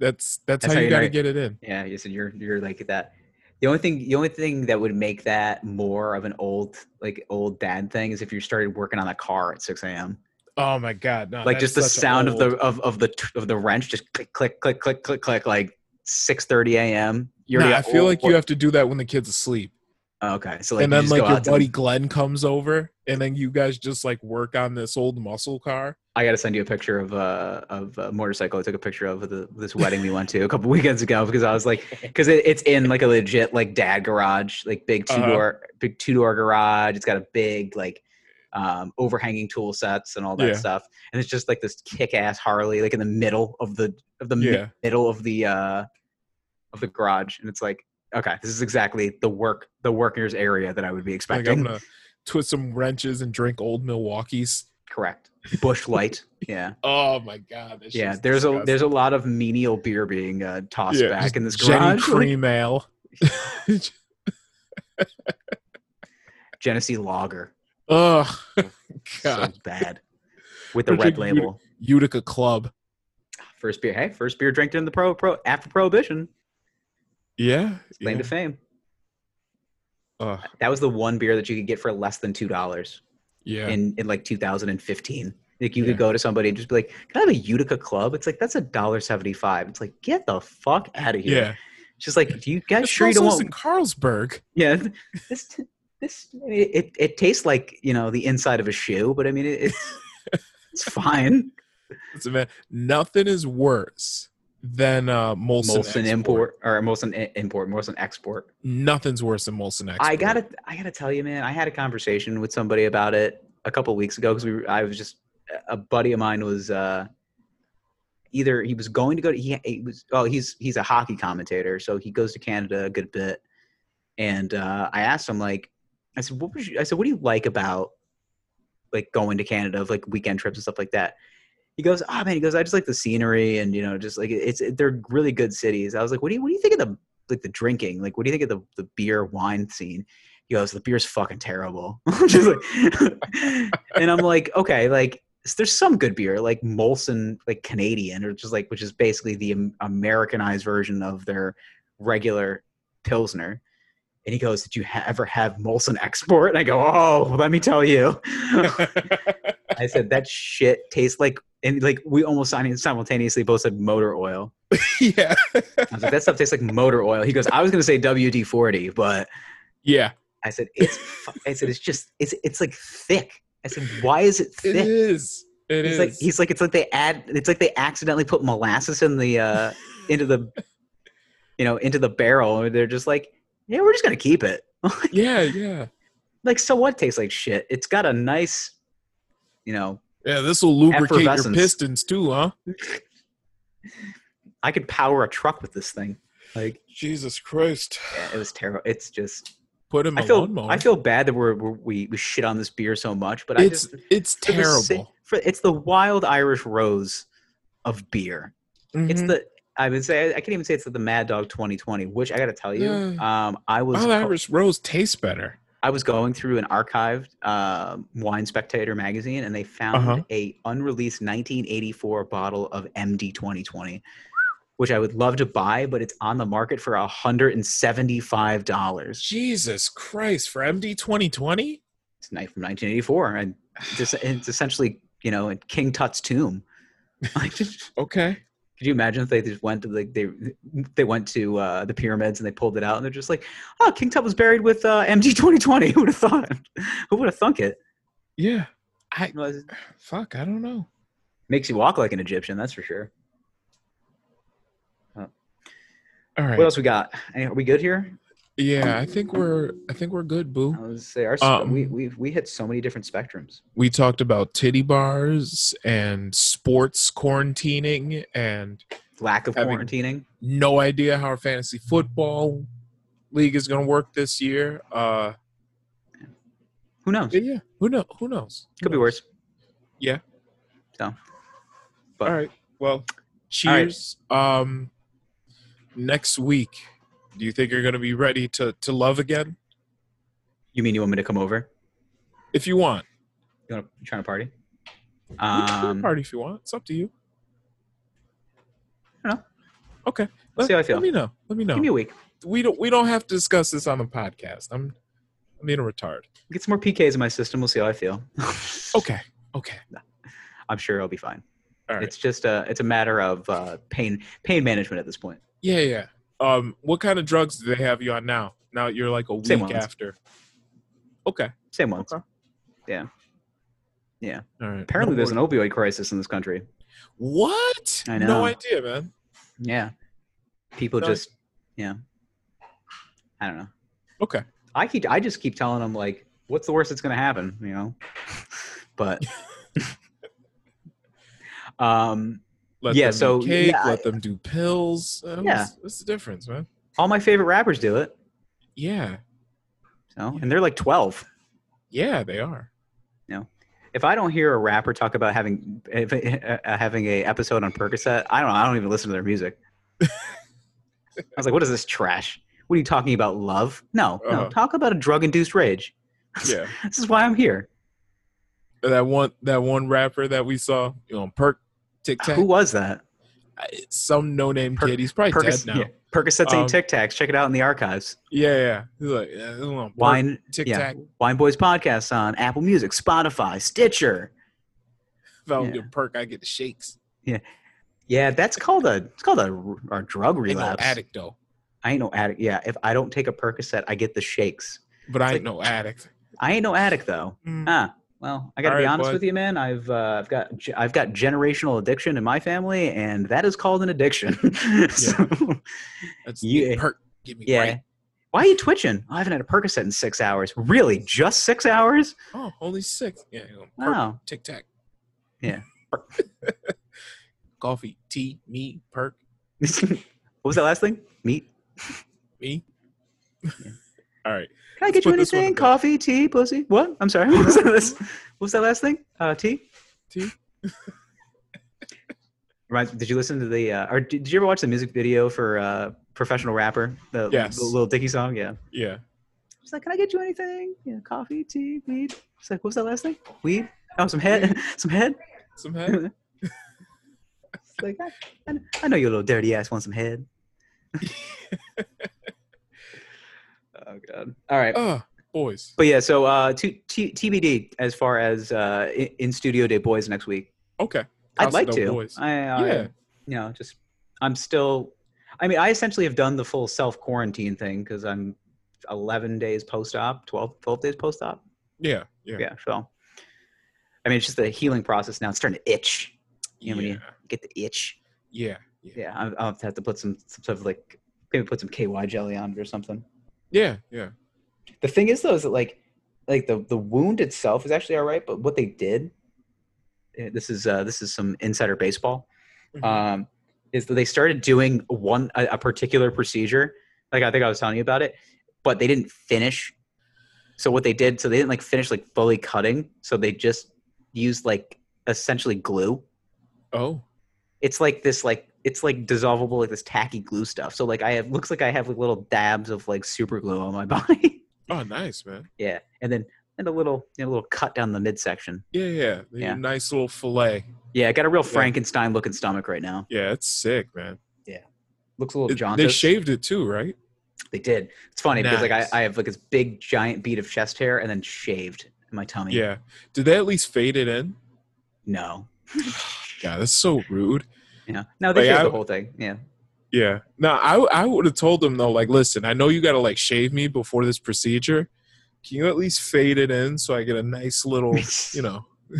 [SPEAKER 1] that's, that's
[SPEAKER 2] That's
[SPEAKER 1] how,
[SPEAKER 2] how
[SPEAKER 1] you
[SPEAKER 2] you
[SPEAKER 1] got to
[SPEAKER 2] know-
[SPEAKER 1] get it in.
[SPEAKER 2] Yeah, you said you're you're like that. The only thing the only thing that would make that more of an old like old dad thing is if you started working on a car at six a.m.
[SPEAKER 1] Oh my god, no,
[SPEAKER 2] like
[SPEAKER 1] that's
[SPEAKER 2] just the
[SPEAKER 1] such an
[SPEAKER 2] sound of the
[SPEAKER 1] old-
[SPEAKER 2] of, of the t- of the wrench just click click click click click click like six thirty a.m. You
[SPEAKER 1] Nah,
[SPEAKER 2] already
[SPEAKER 1] I
[SPEAKER 2] got-
[SPEAKER 1] feel like you
[SPEAKER 2] oh,
[SPEAKER 1] have to do that when the kid's asleep,
[SPEAKER 2] oh, okay, so like
[SPEAKER 1] and
[SPEAKER 2] you
[SPEAKER 1] then
[SPEAKER 2] just
[SPEAKER 1] like
[SPEAKER 2] go
[SPEAKER 1] your
[SPEAKER 2] out to-
[SPEAKER 1] buddy Glenn comes over, and then you guys just like work on this old muscle car.
[SPEAKER 2] I got to send you a picture of uh of a motorcycle. I took a picture of the this wedding we went to a couple weekends ago because I was like because it, it's in like a legit like dad garage like big two
[SPEAKER 1] Uh-huh.
[SPEAKER 2] door big two door garage. It's got a big like um, overhanging tool sets and all that
[SPEAKER 1] Yeah.
[SPEAKER 2] stuff. And it's just like this kick-ass Harley, like in the middle of the of the mi-
[SPEAKER 1] Yeah.
[SPEAKER 2] middle of the uh, of the garage, and it's like, okay, this is exactly the work the workers area that I would be
[SPEAKER 1] Like
[SPEAKER 2] expecting.
[SPEAKER 1] I'm gonna twist some wrenches and drink old Milwaukee's.
[SPEAKER 2] Correct. Bush Light. yeah.
[SPEAKER 1] Oh my god. that's
[SPEAKER 2] Yeah.
[SPEAKER 1] just
[SPEAKER 2] There's a
[SPEAKER 1] disgusting.
[SPEAKER 2] there's a lot of menial beer being uh, tossed
[SPEAKER 1] Yeah,
[SPEAKER 2] back
[SPEAKER 1] just
[SPEAKER 2] in this
[SPEAKER 1] Jenny
[SPEAKER 2] garage.
[SPEAKER 1] Cream Ale.
[SPEAKER 2] Genesee Lager.
[SPEAKER 1] Ugh. Oh, God.
[SPEAKER 2] So bad. With the red
[SPEAKER 1] Particularly-
[SPEAKER 2] label.
[SPEAKER 1] Utica Club.
[SPEAKER 2] First beer. Hey, first beer drank in the pro pro after prohibition.
[SPEAKER 1] Yeah.
[SPEAKER 2] Claim
[SPEAKER 1] yeah.
[SPEAKER 2] to fame.
[SPEAKER 1] Ugh,
[SPEAKER 2] That was the one beer that you could get for less than two dollars
[SPEAKER 1] yeah.
[SPEAKER 2] in, in like 2015. Like you
[SPEAKER 1] Yeah.
[SPEAKER 2] could go to somebody and just be like, "Can I have a Utica Club?" It's like that's a dollar seventy-five. It's like get the fuck out of here.
[SPEAKER 1] yeah.
[SPEAKER 2] It's just like, do you guys
[SPEAKER 1] This
[SPEAKER 2] sure you don't
[SPEAKER 1] house is
[SPEAKER 2] want
[SPEAKER 1] in Carlsberg.
[SPEAKER 2] Yeah, th- this t- this I mean, it it tastes like you know the inside of a shoe, but I mean it, it's it's fine.
[SPEAKER 1] Listen, man, nothing is worse than uh, Molson,
[SPEAKER 2] Molson
[SPEAKER 1] Export.
[SPEAKER 2] import or Molson i- import, Molson export.
[SPEAKER 1] Nothing's worse than Molson Export.
[SPEAKER 2] I gotta I gotta tell you, man. I had a conversation with somebody about it a couple weeks ago because we were- I was just a buddy of mine was uh, either he was going to go to he, he was oh he's he's a hockey commentator so he goes to Canada a good bit and uh, I asked him like I said what was you, I said what do you like about like going to Canada of like weekend trips and stuff like that. He goes, oh man. He goes, I just like the scenery and you know, just like it's they're really good cities. I was like, what do you what do you think of the like the drinking? Like, what do you think of the, the beer wine scene? He goes, the beer's fucking terrible. Just like- and I'm like, okay, like s- there's some good beer, like Molson, like Canadian, or just like which is basically the Am- Americanized version of their regular pilsner. And he goes, did you ha- ever have Molson Export? And I go, oh, let me tell you. I said that shit tastes like, and like we almost simul- simultaneously both said motor oil.
[SPEAKER 1] yeah.
[SPEAKER 2] I was like, that stuff tastes like motor oil. He goes, I was going to say WD 40, but
[SPEAKER 1] Yeah.
[SPEAKER 2] I said, it's, fu- I said, it's just, it's, it's like thick. I said, why is it
[SPEAKER 1] It
[SPEAKER 2] thick?
[SPEAKER 1] is. It
[SPEAKER 2] he's
[SPEAKER 1] is.
[SPEAKER 2] like, he's like, it's like they add, it's like they accidentally put molasses in the, uh, into the, you know, into the barrel. And they're just like, yeah, we're just going to keep it.
[SPEAKER 1] yeah, yeah.
[SPEAKER 2] like, so what tastes like shit? It's got a nice, you know,
[SPEAKER 1] Yeah, this will lubricate your
[SPEAKER 2] Effervescence.
[SPEAKER 1] pistons too, huh?
[SPEAKER 2] I could power a truck with this thing. Like,
[SPEAKER 1] Jesus Christ.
[SPEAKER 2] yeah, it was terrible. It's just,
[SPEAKER 1] Put him
[SPEAKER 2] I
[SPEAKER 1] a
[SPEAKER 2] feel,
[SPEAKER 1] lawnmower.
[SPEAKER 2] I feel bad that we're, we're, we, we shit on this beer so much, but I
[SPEAKER 1] it's
[SPEAKER 2] just,
[SPEAKER 1] it's
[SPEAKER 2] for the sa-
[SPEAKER 1] terrible.
[SPEAKER 2] for- it's the wild Irish rose of beer. It's
[SPEAKER 1] Mhm.
[SPEAKER 2] the I would say I can't even say it's the Mad Dog 2020, which I got to tell you, um, I was
[SPEAKER 1] Wild
[SPEAKER 2] go-
[SPEAKER 1] Irish Rose tastes better.
[SPEAKER 2] I was going through an archived um Wine Spectator magazine, and they found
[SPEAKER 1] Uh-huh.
[SPEAKER 2] a unreleased 1984 bottle of MD 2020, which I would love to buy, but it's on the market for 175 dollars.
[SPEAKER 1] Jesus Christ for MD 2020?
[SPEAKER 2] It's a knife from 1984, and it's, it's essentially you know in King Tut's tomb. Like,
[SPEAKER 1] Okay.
[SPEAKER 2] Could you imagine if they just went to like they they went to uh, the pyramids and they pulled it out and they're just like, oh, King Tut was buried with uh, MG twenty twenty. Who would have thought? Who would have thunk it?
[SPEAKER 1] Yeah. I
[SPEAKER 2] You know, it
[SPEAKER 1] fuck, I don't know.
[SPEAKER 2] makes you walk like an Egyptian, that's for sure.
[SPEAKER 1] All right.
[SPEAKER 2] What else we got? Any- Are we good here?
[SPEAKER 1] yeah, I think we're I think we're good, boo.
[SPEAKER 2] I was say our
[SPEAKER 1] Um,
[SPEAKER 2] we we we hit so many different spectrums.
[SPEAKER 1] we talked about titty bars and sports quarantining and
[SPEAKER 2] Lack of
[SPEAKER 1] having-
[SPEAKER 2] quarantining.
[SPEAKER 1] no idea how our fantasy football league is going to work this year uh
[SPEAKER 2] Who knows?
[SPEAKER 1] but yeah who know who knows
[SPEAKER 2] Could be worse.
[SPEAKER 1] Yeah.
[SPEAKER 2] So, but
[SPEAKER 1] all right well
[SPEAKER 2] All right.
[SPEAKER 1] cheers um next week do you think you're going to be ready to to love again
[SPEAKER 2] you mean you want me to come over?
[SPEAKER 1] if you want
[SPEAKER 2] You want to trying to party?
[SPEAKER 1] You can
[SPEAKER 2] Um,
[SPEAKER 1] party if you want it's up to you
[SPEAKER 2] I don't know.
[SPEAKER 1] okay
[SPEAKER 2] Let's see how I feel.
[SPEAKER 1] let me know let me know
[SPEAKER 2] Give me a week.
[SPEAKER 1] we don't we don't have to discuss this on the podcast i'm i'm being a retard
[SPEAKER 2] Get some more PKs in my system. We'll see how I feel.
[SPEAKER 1] okay okay
[SPEAKER 2] I'm sure I'll be fine.
[SPEAKER 1] all right
[SPEAKER 2] It's just a it's a matter of uh, pain pain management at this point.
[SPEAKER 1] Yeah, yeah. Um, what kind of drugs do they have you on now? Now you're like a week
[SPEAKER 2] Same ones.
[SPEAKER 1] after. Okay.
[SPEAKER 2] Same ones.
[SPEAKER 1] Okay. All right.
[SPEAKER 2] Apparently,
[SPEAKER 1] No
[SPEAKER 2] there's an
[SPEAKER 1] more-
[SPEAKER 2] opioid crisis in this country.
[SPEAKER 1] what?
[SPEAKER 2] I
[SPEAKER 1] No
[SPEAKER 2] know.
[SPEAKER 1] idea, man.
[SPEAKER 2] Yeah, people
[SPEAKER 1] No.
[SPEAKER 2] just yeah. I don't know.
[SPEAKER 1] Okay.
[SPEAKER 2] I keep I just keep telling them like, what's the worst that's gonna happen? You know, but um,
[SPEAKER 1] Let
[SPEAKER 2] Yeah,
[SPEAKER 1] them
[SPEAKER 2] so,
[SPEAKER 1] do cake,
[SPEAKER 2] yeah,
[SPEAKER 1] let them do pills. Um,
[SPEAKER 2] Yeah.
[SPEAKER 1] what's, what's the difference, man?
[SPEAKER 2] all my favorite rappers do it.
[SPEAKER 1] Yeah,
[SPEAKER 2] So, and they're like twelve.
[SPEAKER 1] yeah, they are.
[SPEAKER 2] If I don't hear a rapper talk about having if, uh, uh, having a episode on Percocet, I don't. I don't even listen to their music. I was like, what is this trash? What are you talking about? Love? No,
[SPEAKER 1] Uh-huh.
[SPEAKER 2] no. Talk about a drug induced rage.
[SPEAKER 1] Yeah,
[SPEAKER 2] This is why I'm here.
[SPEAKER 1] that one that one rapper that we saw, you know, Perk Tic Tac,
[SPEAKER 2] Who was that?
[SPEAKER 1] I- some no name
[SPEAKER 2] Perk-
[SPEAKER 1] kid. He's probably
[SPEAKER 2] Percocet.
[SPEAKER 1] dead now.
[SPEAKER 2] Yeah. Percocets
[SPEAKER 1] Um,
[SPEAKER 2] ain't Tic Tacs. Check it out in the archives.
[SPEAKER 1] Yeah, yeah. He's like, yeah, I don't know, Perk
[SPEAKER 2] Wine,
[SPEAKER 1] Tic
[SPEAKER 2] yeah.
[SPEAKER 1] Tac
[SPEAKER 2] Wine Boys podcast on Apple Music, Spotify, Stitcher.
[SPEAKER 1] found
[SPEAKER 2] Yeah.
[SPEAKER 1] a perk. I get the shakes.
[SPEAKER 2] Yeah, that's called a it's called a, r- a drug
[SPEAKER 1] Ain't no
[SPEAKER 2] relapse.
[SPEAKER 1] addict though,
[SPEAKER 2] I ain't no addict. Yeah, if I don't take a Percocet, I get the shakes.
[SPEAKER 1] but I
[SPEAKER 2] It's
[SPEAKER 1] ain't no addict.
[SPEAKER 2] I ain't no addict though.
[SPEAKER 1] Mm.
[SPEAKER 2] Ah, well, I gotta
[SPEAKER 1] All
[SPEAKER 2] be
[SPEAKER 1] right,
[SPEAKER 2] honest
[SPEAKER 1] bud.
[SPEAKER 2] with you, man. I've uh, I've got ge- I've got generational addiction in my family, and that is called an addiction. So,
[SPEAKER 1] That's
[SPEAKER 2] Yeah.
[SPEAKER 1] perk. Give me
[SPEAKER 2] eh, yeah.
[SPEAKER 1] right.
[SPEAKER 2] Why are you twitching? Oh, I haven't had a Percocet in six hours. Really? Just six hours?
[SPEAKER 1] Oh, only six. Yeah, you know, perk,
[SPEAKER 2] Wow.
[SPEAKER 1] Tic Tac.
[SPEAKER 2] Yeah.
[SPEAKER 1] Coffee, tea, me, perk,
[SPEAKER 2] what was that last thing? Meat.
[SPEAKER 1] me. All right.
[SPEAKER 2] Can I
[SPEAKER 1] Let's
[SPEAKER 2] get you
[SPEAKER 1] put this one
[SPEAKER 2] anything?
[SPEAKER 1] to bed.
[SPEAKER 2] Coffee, tea, pussy? What? I'm sorry. What was that last, what was that last thing? Uh, tea?
[SPEAKER 1] Tea.
[SPEAKER 2] Reminds, did you listen to the, uh, or did, did you ever watch the music video for uh, Professional Rapper? The,
[SPEAKER 1] Yes.
[SPEAKER 2] the Little Dicky song? Yeah.
[SPEAKER 1] Yeah.
[SPEAKER 2] It's like, can I get you anything? Yeah, coffee, tea, weed. It's like, what was that last thing? Weed? Oh, some head. some head?
[SPEAKER 1] Some head.
[SPEAKER 2] It's like, I, I- I know your little dirty ass wants some head. oh, God. All right.
[SPEAKER 1] Ah, boys.
[SPEAKER 2] But yeah, so uh, to, t- TBD as far as uh, in, in studio day boys next week.
[SPEAKER 1] Okay.
[SPEAKER 2] I'd
[SPEAKER 1] Casa
[SPEAKER 2] like
[SPEAKER 1] del
[SPEAKER 2] to.
[SPEAKER 1] Boys.
[SPEAKER 2] I, I
[SPEAKER 1] yeah.
[SPEAKER 2] you know, just I'm still. I mean, I essentially have done the full self quarantine thing because I'm 11 days post op, 12, 12 days post op.
[SPEAKER 1] Yeah. Yeah.
[SPEAKER 2] Yeah, so I mean, it's just a healing process now. It's starting to itch. You know, when
[SPEAKER 1] Yeah.
[SPEAKER 2] you get the itch.
[SPEAKER 1] Yeah. Yeah.
[SPEAKER 2] Yeah, I'll, I'll have to put some, some sort of like maybe put some KY jelly on it or something.
[SPEAKER 1] Yeah. Yeah.
[SPEAKER 2] The thing is though, is that like like the the wound itself is actually all right, but what they did, eh, this is uh, this is some insider baseball,
[SPEAKER 1] Mhm.
[SPEAKER 2] um, is that they started doing one a, a particular procedure. Like I think I was telling you about it, but they didn't finish. So what they did, so they didn't like finish like fully cutting. So they just used like essentially glue.
[SPEAKER 1] Oh.
[SPEAKER 2] It's like this like it's like dissolvable like this tacky glue stuff. So like I have looks like I have like little dabs of like super glue on my body.
[SPEAKER 1] Oh, nice, man.
[SPEAKER 2] Yeah, and then and a little and a little cut down the midsection.
[SPEAKER 1] Yeah. Yeah. They do
[SPEAKER 2] Yeah.
[SPEAKER 1] a Nice little fillet.
[SPEAKER 2] Yeah, I got a real
[SPEAKER 1] Yeah.
[SPEAKER 2] Frankenstein looking stomach right now.
[SPEAKER 1] Yeah. It's sick, man.
[SPEAKER 2] Looks a little
[SPEAKER 1] It-
[SPEAKER 2] jaundiced.
[SPEAKER 1] they shaved it too, right?
[SPEAKER 2] They did. It's funny because like I,
[SPEAKER 1] Nice.
[SPEAKER 2] I have like this big giant bead of chest hair and then shaved in my tummy.
[SPEAKER 1] Yeah. Did they at least fade it in?
[SPEAKER 2] No.
[SPEAKER 1] God, that's so rude.
[SPEAKER 2] Yeah. No, they
[SPEAKER 1] Like,
[SPEAKER 2] shaved
[SPEAKER 1] I-
[SPEAKER 2] the whole thing. Yeah.
[SPEAKER 1] Yeah. No, I I would have told them though, like, listen, I know you gotta like shave me before this procedure. Can you at least fade it in so I get a nice little, you know,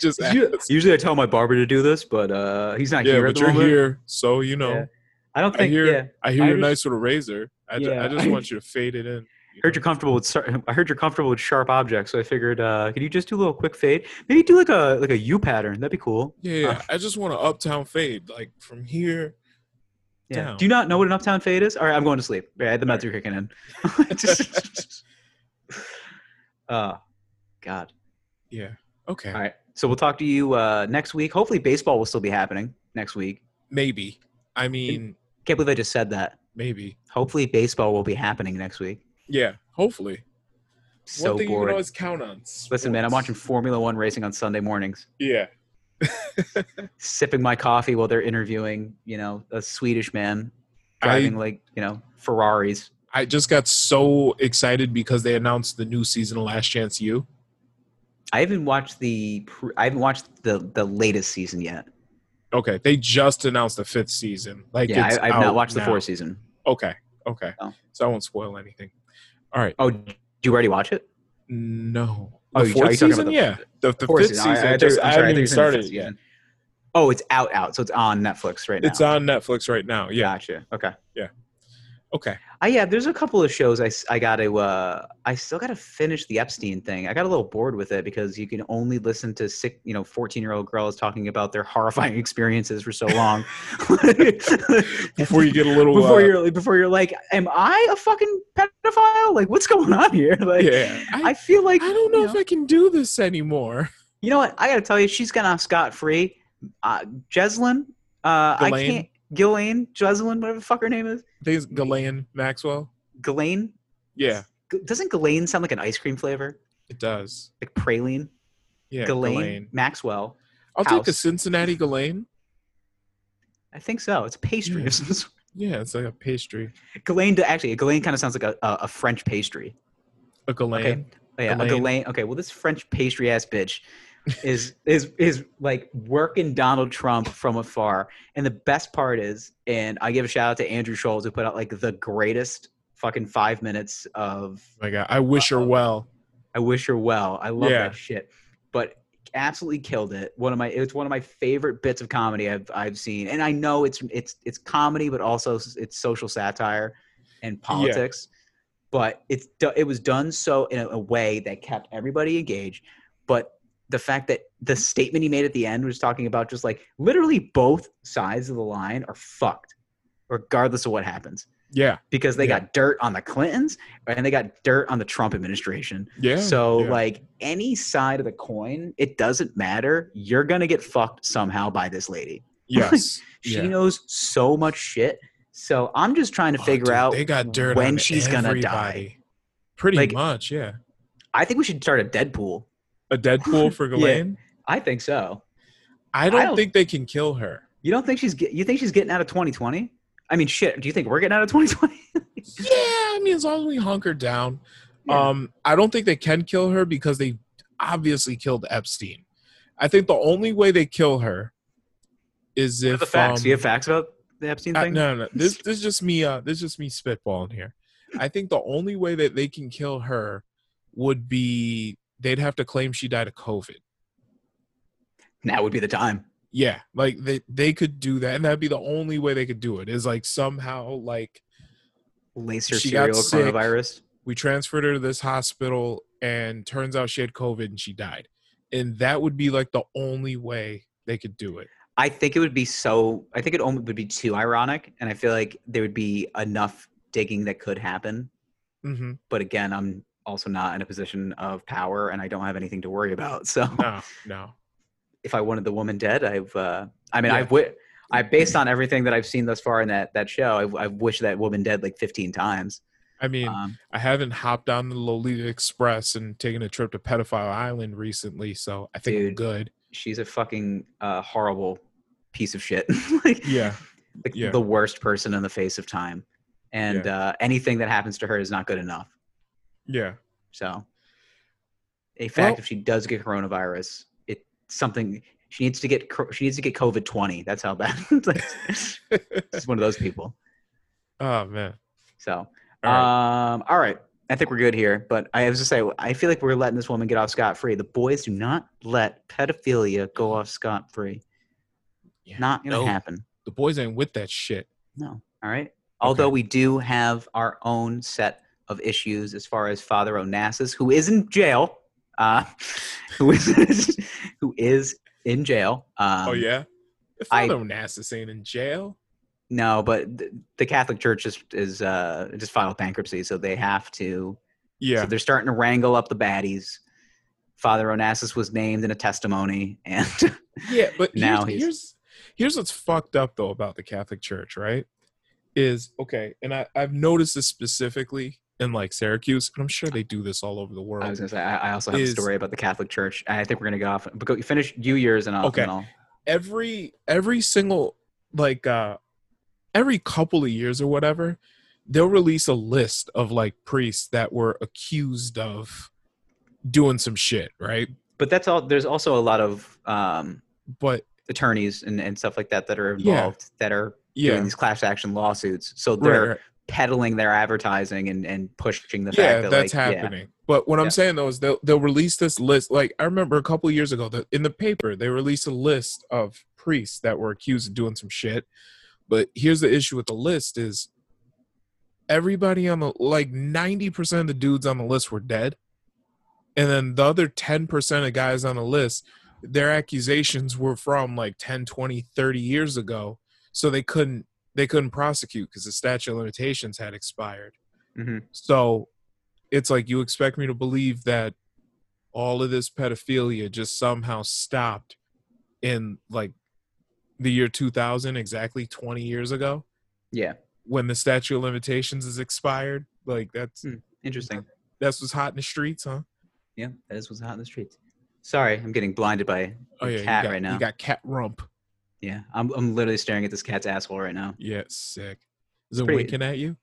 [SPEAKER 1] just
[SPEAKER 2] Usually, usually I tell my barber to do this, but uh he's not
[SPEAKER 1] yeah,
[SPEAKER 2] here at
[SPEAKER 1] but
[SPEAKER 2] the
[SPEAKER 1] you're
[SPEAKER 2] moment.
[SPEAKER 1] here, so you know.
[SPEAKER 2] Yeah. I don't
[SPEAKER 1] I
[SPEAKER 2] think.
[SPEAKER 1] hear,
[SPEAKER 2] yeah.
[SPEAKER 1] I hear
[SPEAKER 2] I
[SPEAKER 1] your
[SPEAKER 2] just-
[SPEAKER 1] nice little razor. I, ju-
[SPEAKER 2] Yeah,
[SPEAKER 1] I just
[SPEAKER 2] I-
[SPEAKER 1] want you to fade it in. you
[SPEAKER 2] Heard
[SPEAKER 1] know?
[SPEAKER 2] you're comfortable with. sar- I heard you're comfortable with sharp objects, so I figured, uh, could you just do a little quick fade? Maybe do like a like a U pattern. That'd be cool.
[SPEAKER 1] Yeah, yeah.
[SPEAKER 2] Uh,
[SPEAKER 1] I just want an uptown fade, like from here.
[SPEAKER 2] Yeah.
[SPEAKER 1] Down.
[SPEAKER 2] Do you not know what an uptown fade is? All right, I'm going to sleep. Yeah, the meds are kicking in. Just- oh, God.
[SPEAKER 1] Yeah. Okay.
[SPEAKER 2] All right. So we'll talk to you uh, next week. Hopefully, baseball will still be happening next week.
[SPEAKER 1] Maybe. I mean,
[SPEAKER 2] Can't believe I just said that.
[SPEAKER 1] maybe.
[SPEAKER 2] Hopefully, baseball will be happening next week.
[SPEAKER 1] Yeah. Hopefully.
[SPEAKER 2] So
[SPEAKER 1] One thing you
[SPEAKER 2] bored.
[SPEAKER 1] can always count on.
[SPEAKER 2] Listen, man, I'm
[SPEAKER 1] sports.
[SPEAKER 2] watching Formula One racing on Sunday mornings,
[SPEAKER 1] Yeah.
[SPEAKER 2] sipping my coffee while they're interviewing, you know, a Swedish man driving like, you know, Ferraris.
[SPEAKER 1] I just got so excited because they announced the new season of Last Chance U.
[SPEAKER 2] I haven't watched the pre- I haven't watched the the latest season yet.
[SPEAKER 1] Okay, they just announced the fifth season. Like,
[SPEAKER 2] yeah,
[SPEAKER 1] it's
[SPEAKER 2] I, I've not
[SPEAKER 1] out
[SPEAKER 2] watched the
[SPEAKER 1] now.
[SPEAKER 2] fourth season.
[SPEAKER 1] Okay, okay,
[SPEAKER 2] Oh.
[SPEAKER 1] so I won't spoil anything. All right,
[SPEAKER 2] Oh, did you already watch it?
[SPEAKER 1] no,
[SPEAKER 2] Oh,
[SPEAKER 1] the
[SPEAKER 2] you- are
[SPEAKER 1] fourth
[SPEAKER 2] you talking about
[SPEAKER 1] season,
[SPEAKER 2] the-
[SPEAKER 1] yeah, the, the
[SPEAKER 2] Of course
[SPEAKER 1] fifth
[SPEAKER 2] it is.
[SPEAKER 1] season. I,
[SPEAKER 2] I, I,
[SPEAKER 1] just,
[SPEAKER 2] I'm
[SPEAKER 1] I
[SPEAKER 2] sorry,
[SPEAKER 1] haven't even
[SPEAKER 2] think it's in the
[SPEAKER 1] started
[SPEAKER 2] fifth
[SPEAKER 1] it yet.
[SPEAKER 2] season. Oh, it's out, out. So it's on Netflix right now.
[SPEAKER 1] It's on Netflix right now. Yeah.
[SPEAKER 2] Gotcha. Okay.
[SPEAKER 1] Okay.
[SPEAKER 2] I, Uh, yeah, there's a couple of shows I, s- I got to uh, I still got to finish the Epstein thing. I got a little bored with it because you can only listen to six, you know, 14 year old girls talking about their horrifying experiences for so long.
[SPEAKER 1] Before you get a little.
[SPEAKER 2] before
[SPEAKER 1] uh,
[SPEAKER 2] you're before you're like, am I a fucking pedophile? Like, what's going on here? Like,
[SPEAKER 1] yeah. I,
[SPEAKER 2] I feel like
[SPEAKER 1] I don't know
[SPEAKER 2] you
[SPEAKER 1] if I can do this anymore.
[SPEAKER 2] You know what? I gotta tell you, she's gone off scot free. Uh, Jeslyn, uh, I
[SPEAKER 1] Ghislaine.
[SPEAKER 2] can't. Ghislaine, Jeslyn, whatever the fuck her name is.
[SPEAKER 1] I think it's Ghislaine Maxwell.
[SPEAKER 2] Ghislaine.
[SPEAKER 1] Yeah,
[SPEAKER 2] G- doesn't Ghislaine sound like an ice cream flavor?
[SPEAKER 1] it does.
[SPEAKER 2] Like praline.
[SPEAKER 1] Yeah,
[SPEAKER 2] Ghislaine,
[SPEAKER 1] Ghislaine.
[SPEAKER 2] Maxwell.
[SPEAKER 1] I'll take a
[SPEAKER 2] House.
[SPEAKER 1] Cincinnati Ghislaine.
[SPEAKER 2] I think so. It's a pastry.
[SPEAKER 1] Yeah.
[SPEAKER 2] of some sort.
[SPEAKER 1] Yeah, it's like a pastry.
[SPEAKER 2] Ghislaine, actually, a Ghislaine kind of sounds like a, a, a French pastry.
[SPEAKER 1] A Ghislaine.
[SPEAKER 2] Okay. Oh, yeah, a
[SPEAKER 1] Ghislaine.
[SPEAKER 2] Ghislaine. Okay, well, this French pastry ass bitch is is is like working Donald Trump from afar. And the best part is, and I give a shout out to Andrew Scholes who put out like the greatest fucking five minutes of
[SPEAKER 1] Oh my God, I wish her
[SPEAKER 2] Uh-oh.
[SPEAKER 1] well.
[SPEAKER 2] I wish her well. I love
[SPEAKER 1] Yeah.
[SPEAKER 2] that shit. But absolutely killed it. One of my it's one of my favorite bits of comedy I've I've seen. And I know it's it's it's comedy, but also s- it's social satire and politics. But it's do- it was done so in a, a way that kept everybody engaged. But the fact that the statement he made at the end was talking about just like literally both sides of the line are fucked, regardless of what happens,
[SPEAKER 1] Yeah,
[SPEAKER 2] because they
[SPEAKER 1] Yeah.
[SPEAKER 2] got dirt on the Clintons and they got dirt on the Trump administration.
[SPEAKER 1] yeah.
[SPEAKER 2] So
[SPEAKER 1] yeah.
[SPEAKER 2] like any side of the coin, it doesn't matter. You're gonna get fucked somehow by this lady.
[SPEAKER 1] yes,
[SPEAKER 2] She
[SPEAKER 1] yeah.
[SPEAKER 2] knows so much shit. So I'm just trying to
[SPEAKER 1] Oh,
[SPEAKER 2] figure
[SPEAKER 1] dude,
[SPEAKER 2] out.
[SPEAKER 1] they got dirt
[SPEAKER 2] when
[SPEAKER 1] on
[SPEAKER 2] she's gonna die.
[SPEAKER 1] everybody. Pretty
[SPEAKER 2] Like-
[SPEAKER 1] much, yeah.
[SPEAKER 2] I think we should start a Deadpool.
[SPEAKER 1] A Deadpool for
[SPEAKER 2] Yeah.
[SPEAKER 1] Ghislaine.
[SPEAKER 2] I think so.
[SPEAKER 1] I, don't
[SPEAKER 2] don't-
[SPEAKER 1] think they can kill her.
[SPEAKER 2] You don't think she's get, you think she's getting out of 2020? I mean, shit. Do you think we're getting out of 2020?
[SPEAKER 1] Yeah, I mean, as long as we hunker down.
[SPEAKER 2] Yeah.
[SPEAKER 1] Um, I don't think they can kill her because they obviously killed Epstein. I think the only way they kill her is if
[SPEAKER 2] the facts.
[SPEAKER 1] um,
[SPEAKER 2] you have facts about the Epstein
[SPEAKER 1] Uh,
[SPEAKER 2] thing?
[SPEAKER 1] no, no, no. This this is just me. Uh, this is just me spitballing here. I think the only way that they can kill her would be they'd have to claim she died of COVID.
[SPEAKER 2] Now would be the time.
[SPEAKER 1] Yeah, like they they could do that, and that'd be the only way they could do it. Is like somehow like
[SPEAKER 2] Laser
[SPEAKER 1] She got
[SPEAKER 2] serial
[SPEAKER 1] sick.
[SPEAKER 2] coronavirus.
[SPEAKER 1] we transferred her to this hospital, and turns out she had COVID and she died, and that would be like the only way they could do it.
[SPEAKER 2] I think it would be so. I think it almost would be too ironic, and I feel like there would be enough digging that could happen.
[SPEAKER 1] hmm
[SPEAKER 2] But again, I'm also not in a position of power, and I don't have anything to worry about. So
[SPEAKER 1] No, no.
[SPEAKER 2] if I wanted the woman dead, I've. Uh, I mean,
[SPEAKER 1] Yeah.
[SPEAKER 2] I've. Wi- I based on everything that I've seen thus far in that that show, I've, I've wished that woman dead like 15 times.
[SPEAKER 1] I mean,
[SPEAKER 2] Um,
[SPEAKER 1] I haven't hopped on the Lolita Express and taken a trip to Pedophile Island recently, so I think I'm
[SPEAKER 2] Dude.
[SPEAKER 1] good.
[SPEAKER 2] she's a fucking uh, horrible piece of shit. like,
[SPEAKER 1] Yeah,
[SPEAKER 2] like
[SPEAKER 1] yeah.
[SPEAKER 2] the worst person in the face of time, and uh, anything that happens to her is not good enough.
[SPEAKER 1] yeah.
[SPEAKER 2] So, a fact
[SPEAKER 1] Well-
[SPEAKER 2] if she does get coronavirus, it something she needs to get cor- she needs to get COVID twenty. That's how bad. it's like, she's one of those people.
[SPEAKER 1] oh man.
[SPEAKER 2] So,
[SPEAKER 1] All right.
[SPEAKER 2] um, all right, I think we're good here. But I was just say, I feel like we're letting this woman get off scot free. The boys do not let pedophilia go off scot free.
[SPEAKER 1] Yeah,
[SPEAKER 2] Not gonna
[SPEAKER 1] no.
[SPEAKER 2] happen.
[SPEAKER 1] the boys ain't with that shit.
[SPEAKER 2] No. All right. Although
[SPEAKER 1] Okay.
[SPEAKER 2] we do have our own set of issues as far as Father Onassis, who is in jail, uh, who is who is in jail. Um,
[SPEAKER 1] oh yeah. If
[SPEAKER 2] I-
[SPEAKER 1] Father Onassis ain't in jail.
[SPEAKER 2] No, but th- the Catholic Church is is uh, just filed bankruptcy, so they have to.
[SPEAKER 1] Yeah.
[SPEAKER 2] So they're starting to wrangle up the baddies. Father Onassis was named in a testimony, and
[SPEAKER 1] yeah, but
[SPEAKER 2] now
[SPEAKER 1] here's,
[SPEAKER 2] he's-
[SPEAKER 1] here's here's what's fucked up though about the Catholic Church, right? Is okay, and I, I've noticed this specifically in like Syracuse, and I'm sure they do this all over the world.
[SPEAKER 2] I was gonna say I, I also have
[SPEAKER 1] Is-
[SPEAKER 2] a story about the Catholic Church. I think we're gonna get off, but go, finish you yours and I'll.
[SPEAKER 1] Okay.
[SPEAKER 2] And I'll
[SPEAKER 1] every every single like uh every couple of years or whatever they'll release a list of like priests that were accused of doing some shit right
[SPEAKER 2] but that's all there's also a lot of um,
[SPEAKER 1] but
[SPEAKER 2] attorneys and, and stuff like that that are
[SPEAKER 1] Yeah.
[SPEAKER 2] involved that are doing
[SPEAKER 1] yeah
[SPEAKER 2] these class action lawsuits so
[SPEAKER 1] right,
[SPEAKER 2] they're
[SPEAKER 1] right.
[SPEAKER 2] peddling their advertising and, and pushing the
[SPEAKER 1] yeah
[SPEAKER 2] fact that
[SPEAKER 1] that's
[SPEAKER 2] like, yeah.
[SPEAKER 1] happening but what i'm
[SPEAKER 2] Yeah.
[SPEAKER 1] saying though is they'll, they'll release this list like i remember a couple of years ago that in the paper they released a list of priests that were accused of doing some shit but here's the issue with the list is everybody on the like 90% of the dudes on the list were dead and then the other 10% of guys on the list their accusations were from like 10 20 30 years ago so they couldn't they couldn't prosecute because the statute of limitations had expired
[SPEAKER 2] hmm
[SPEAKER 1] so it's like you expect me to believe that all of this pedophilia just somehow stopped in like the year 2000 exactly 20 years ago
[SPEAKER 2] Yeah.
[SPEAKER 1] when the statute of limitations is expired like that's
[SPEAKER 2] Interesting.
[SPEAKER 1] that's what's hot in the streets huh
[SPEAKER 2] Yeah, that is what's hot in the streets. Sorry, I'm getting blinded by
[SPEAKER 1] oh yeah you
[SPEAKER 2] cat
[SPEAKER 1] got,
[SPEAKER 2] right now.
[SPEAKER 1] you got cat rump
[SPEAKER 2] yeah. I'm I'm literally staring at this cat's asshole right now.
[SPEAKER 1] yeah sick is it
[SPEAKER 2] Pretty-
[SPEAKER 1] winking at you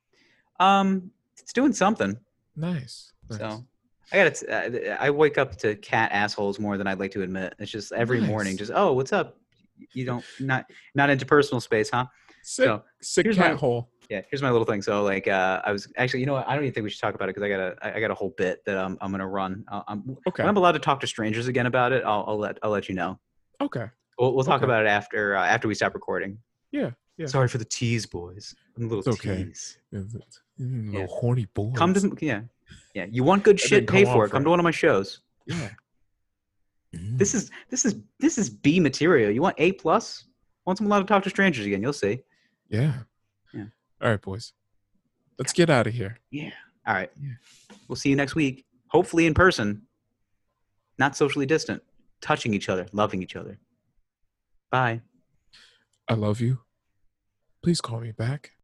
[SPEAKER 2] Um, it's doing something.
[SPEAKER 1] nice, nice.
[SPEAKER 2] So I gotta. T- I- I wake up to cat assholes more than I'd like to admit. It's just every
[SPEAKER 1] Nice.
[SPEAKER 2] morning, just oh, what's up? You don't not not into personal space, huh?
[SPEAKER 1] sick
[SPEAKER 2] So
[SPEAKER 1] sick
[SPEAKER 2] here's
[SPEAKER 1] cat
[SPEAKER 2] my-
[SPEAKER 1] hole
[SPEAKER 2] yeah, here's my little thing. So like, uh, I was actually, you know what? I don't even think we should talk about it because I got a I I got a whole bit that I'm I'm gonna run. i I'm
[SPEAKER 1] okay
[SPEAKER 2] when I'm allowed to talk to strangers again about it. I'll, I'll let I'll let you know.
[SPEAKER 1] okay
[SPEAKER 2] We'll, we'll talk
[SPEAKER 1] Okay.
[SPEAKER 2] about it after uh, after we stop recording.
[SPEAKER 1] Yeah, yeah.
[SPEAKER 2] Sorry for the tease, boys. I'm a little
[SPEAKER 1] It's okay.
[SPEAKER 2] tease.
[SPEAKER 1] Mm, little
[SPEAKER 2] Yeah.
[SPEAKER 1] horny boy
[SPEAKER 2] Come to yeah, yeah. You want good
[SPEAKER 1] then
[SPEAKER 2] shit?
[SPEAKER 1] go
[SPEAKER 2] Pay
[SPEAKER 1] on
[SPEAKER 2] for it.
[SPEAKER 1] for
[SPEAKER 2] Come
[SPEAKER 1] it.
[SPEAKER 2] to one of my shows.
[SPEAKER 1] yeah
[SPEAKER 2] This is this is this is B material. You want A plus? Once I'm allowed to talk to strangers again, you'll see.
[SPEAKER 1] Yeah.
[SPEAKER 2] Yeah.
[SPEAKER 1] All right, boys. Let's get out of here.
[SPEAKER 2] Yeah. All right.
[SPEAKER 1] Yeah.
[SPEAKER 2] We'll see you next week. Hopefully in person. Not socially distant. Touching each other, loving each other. Bye.
[SPEAKER 1] I love you. Please call me back.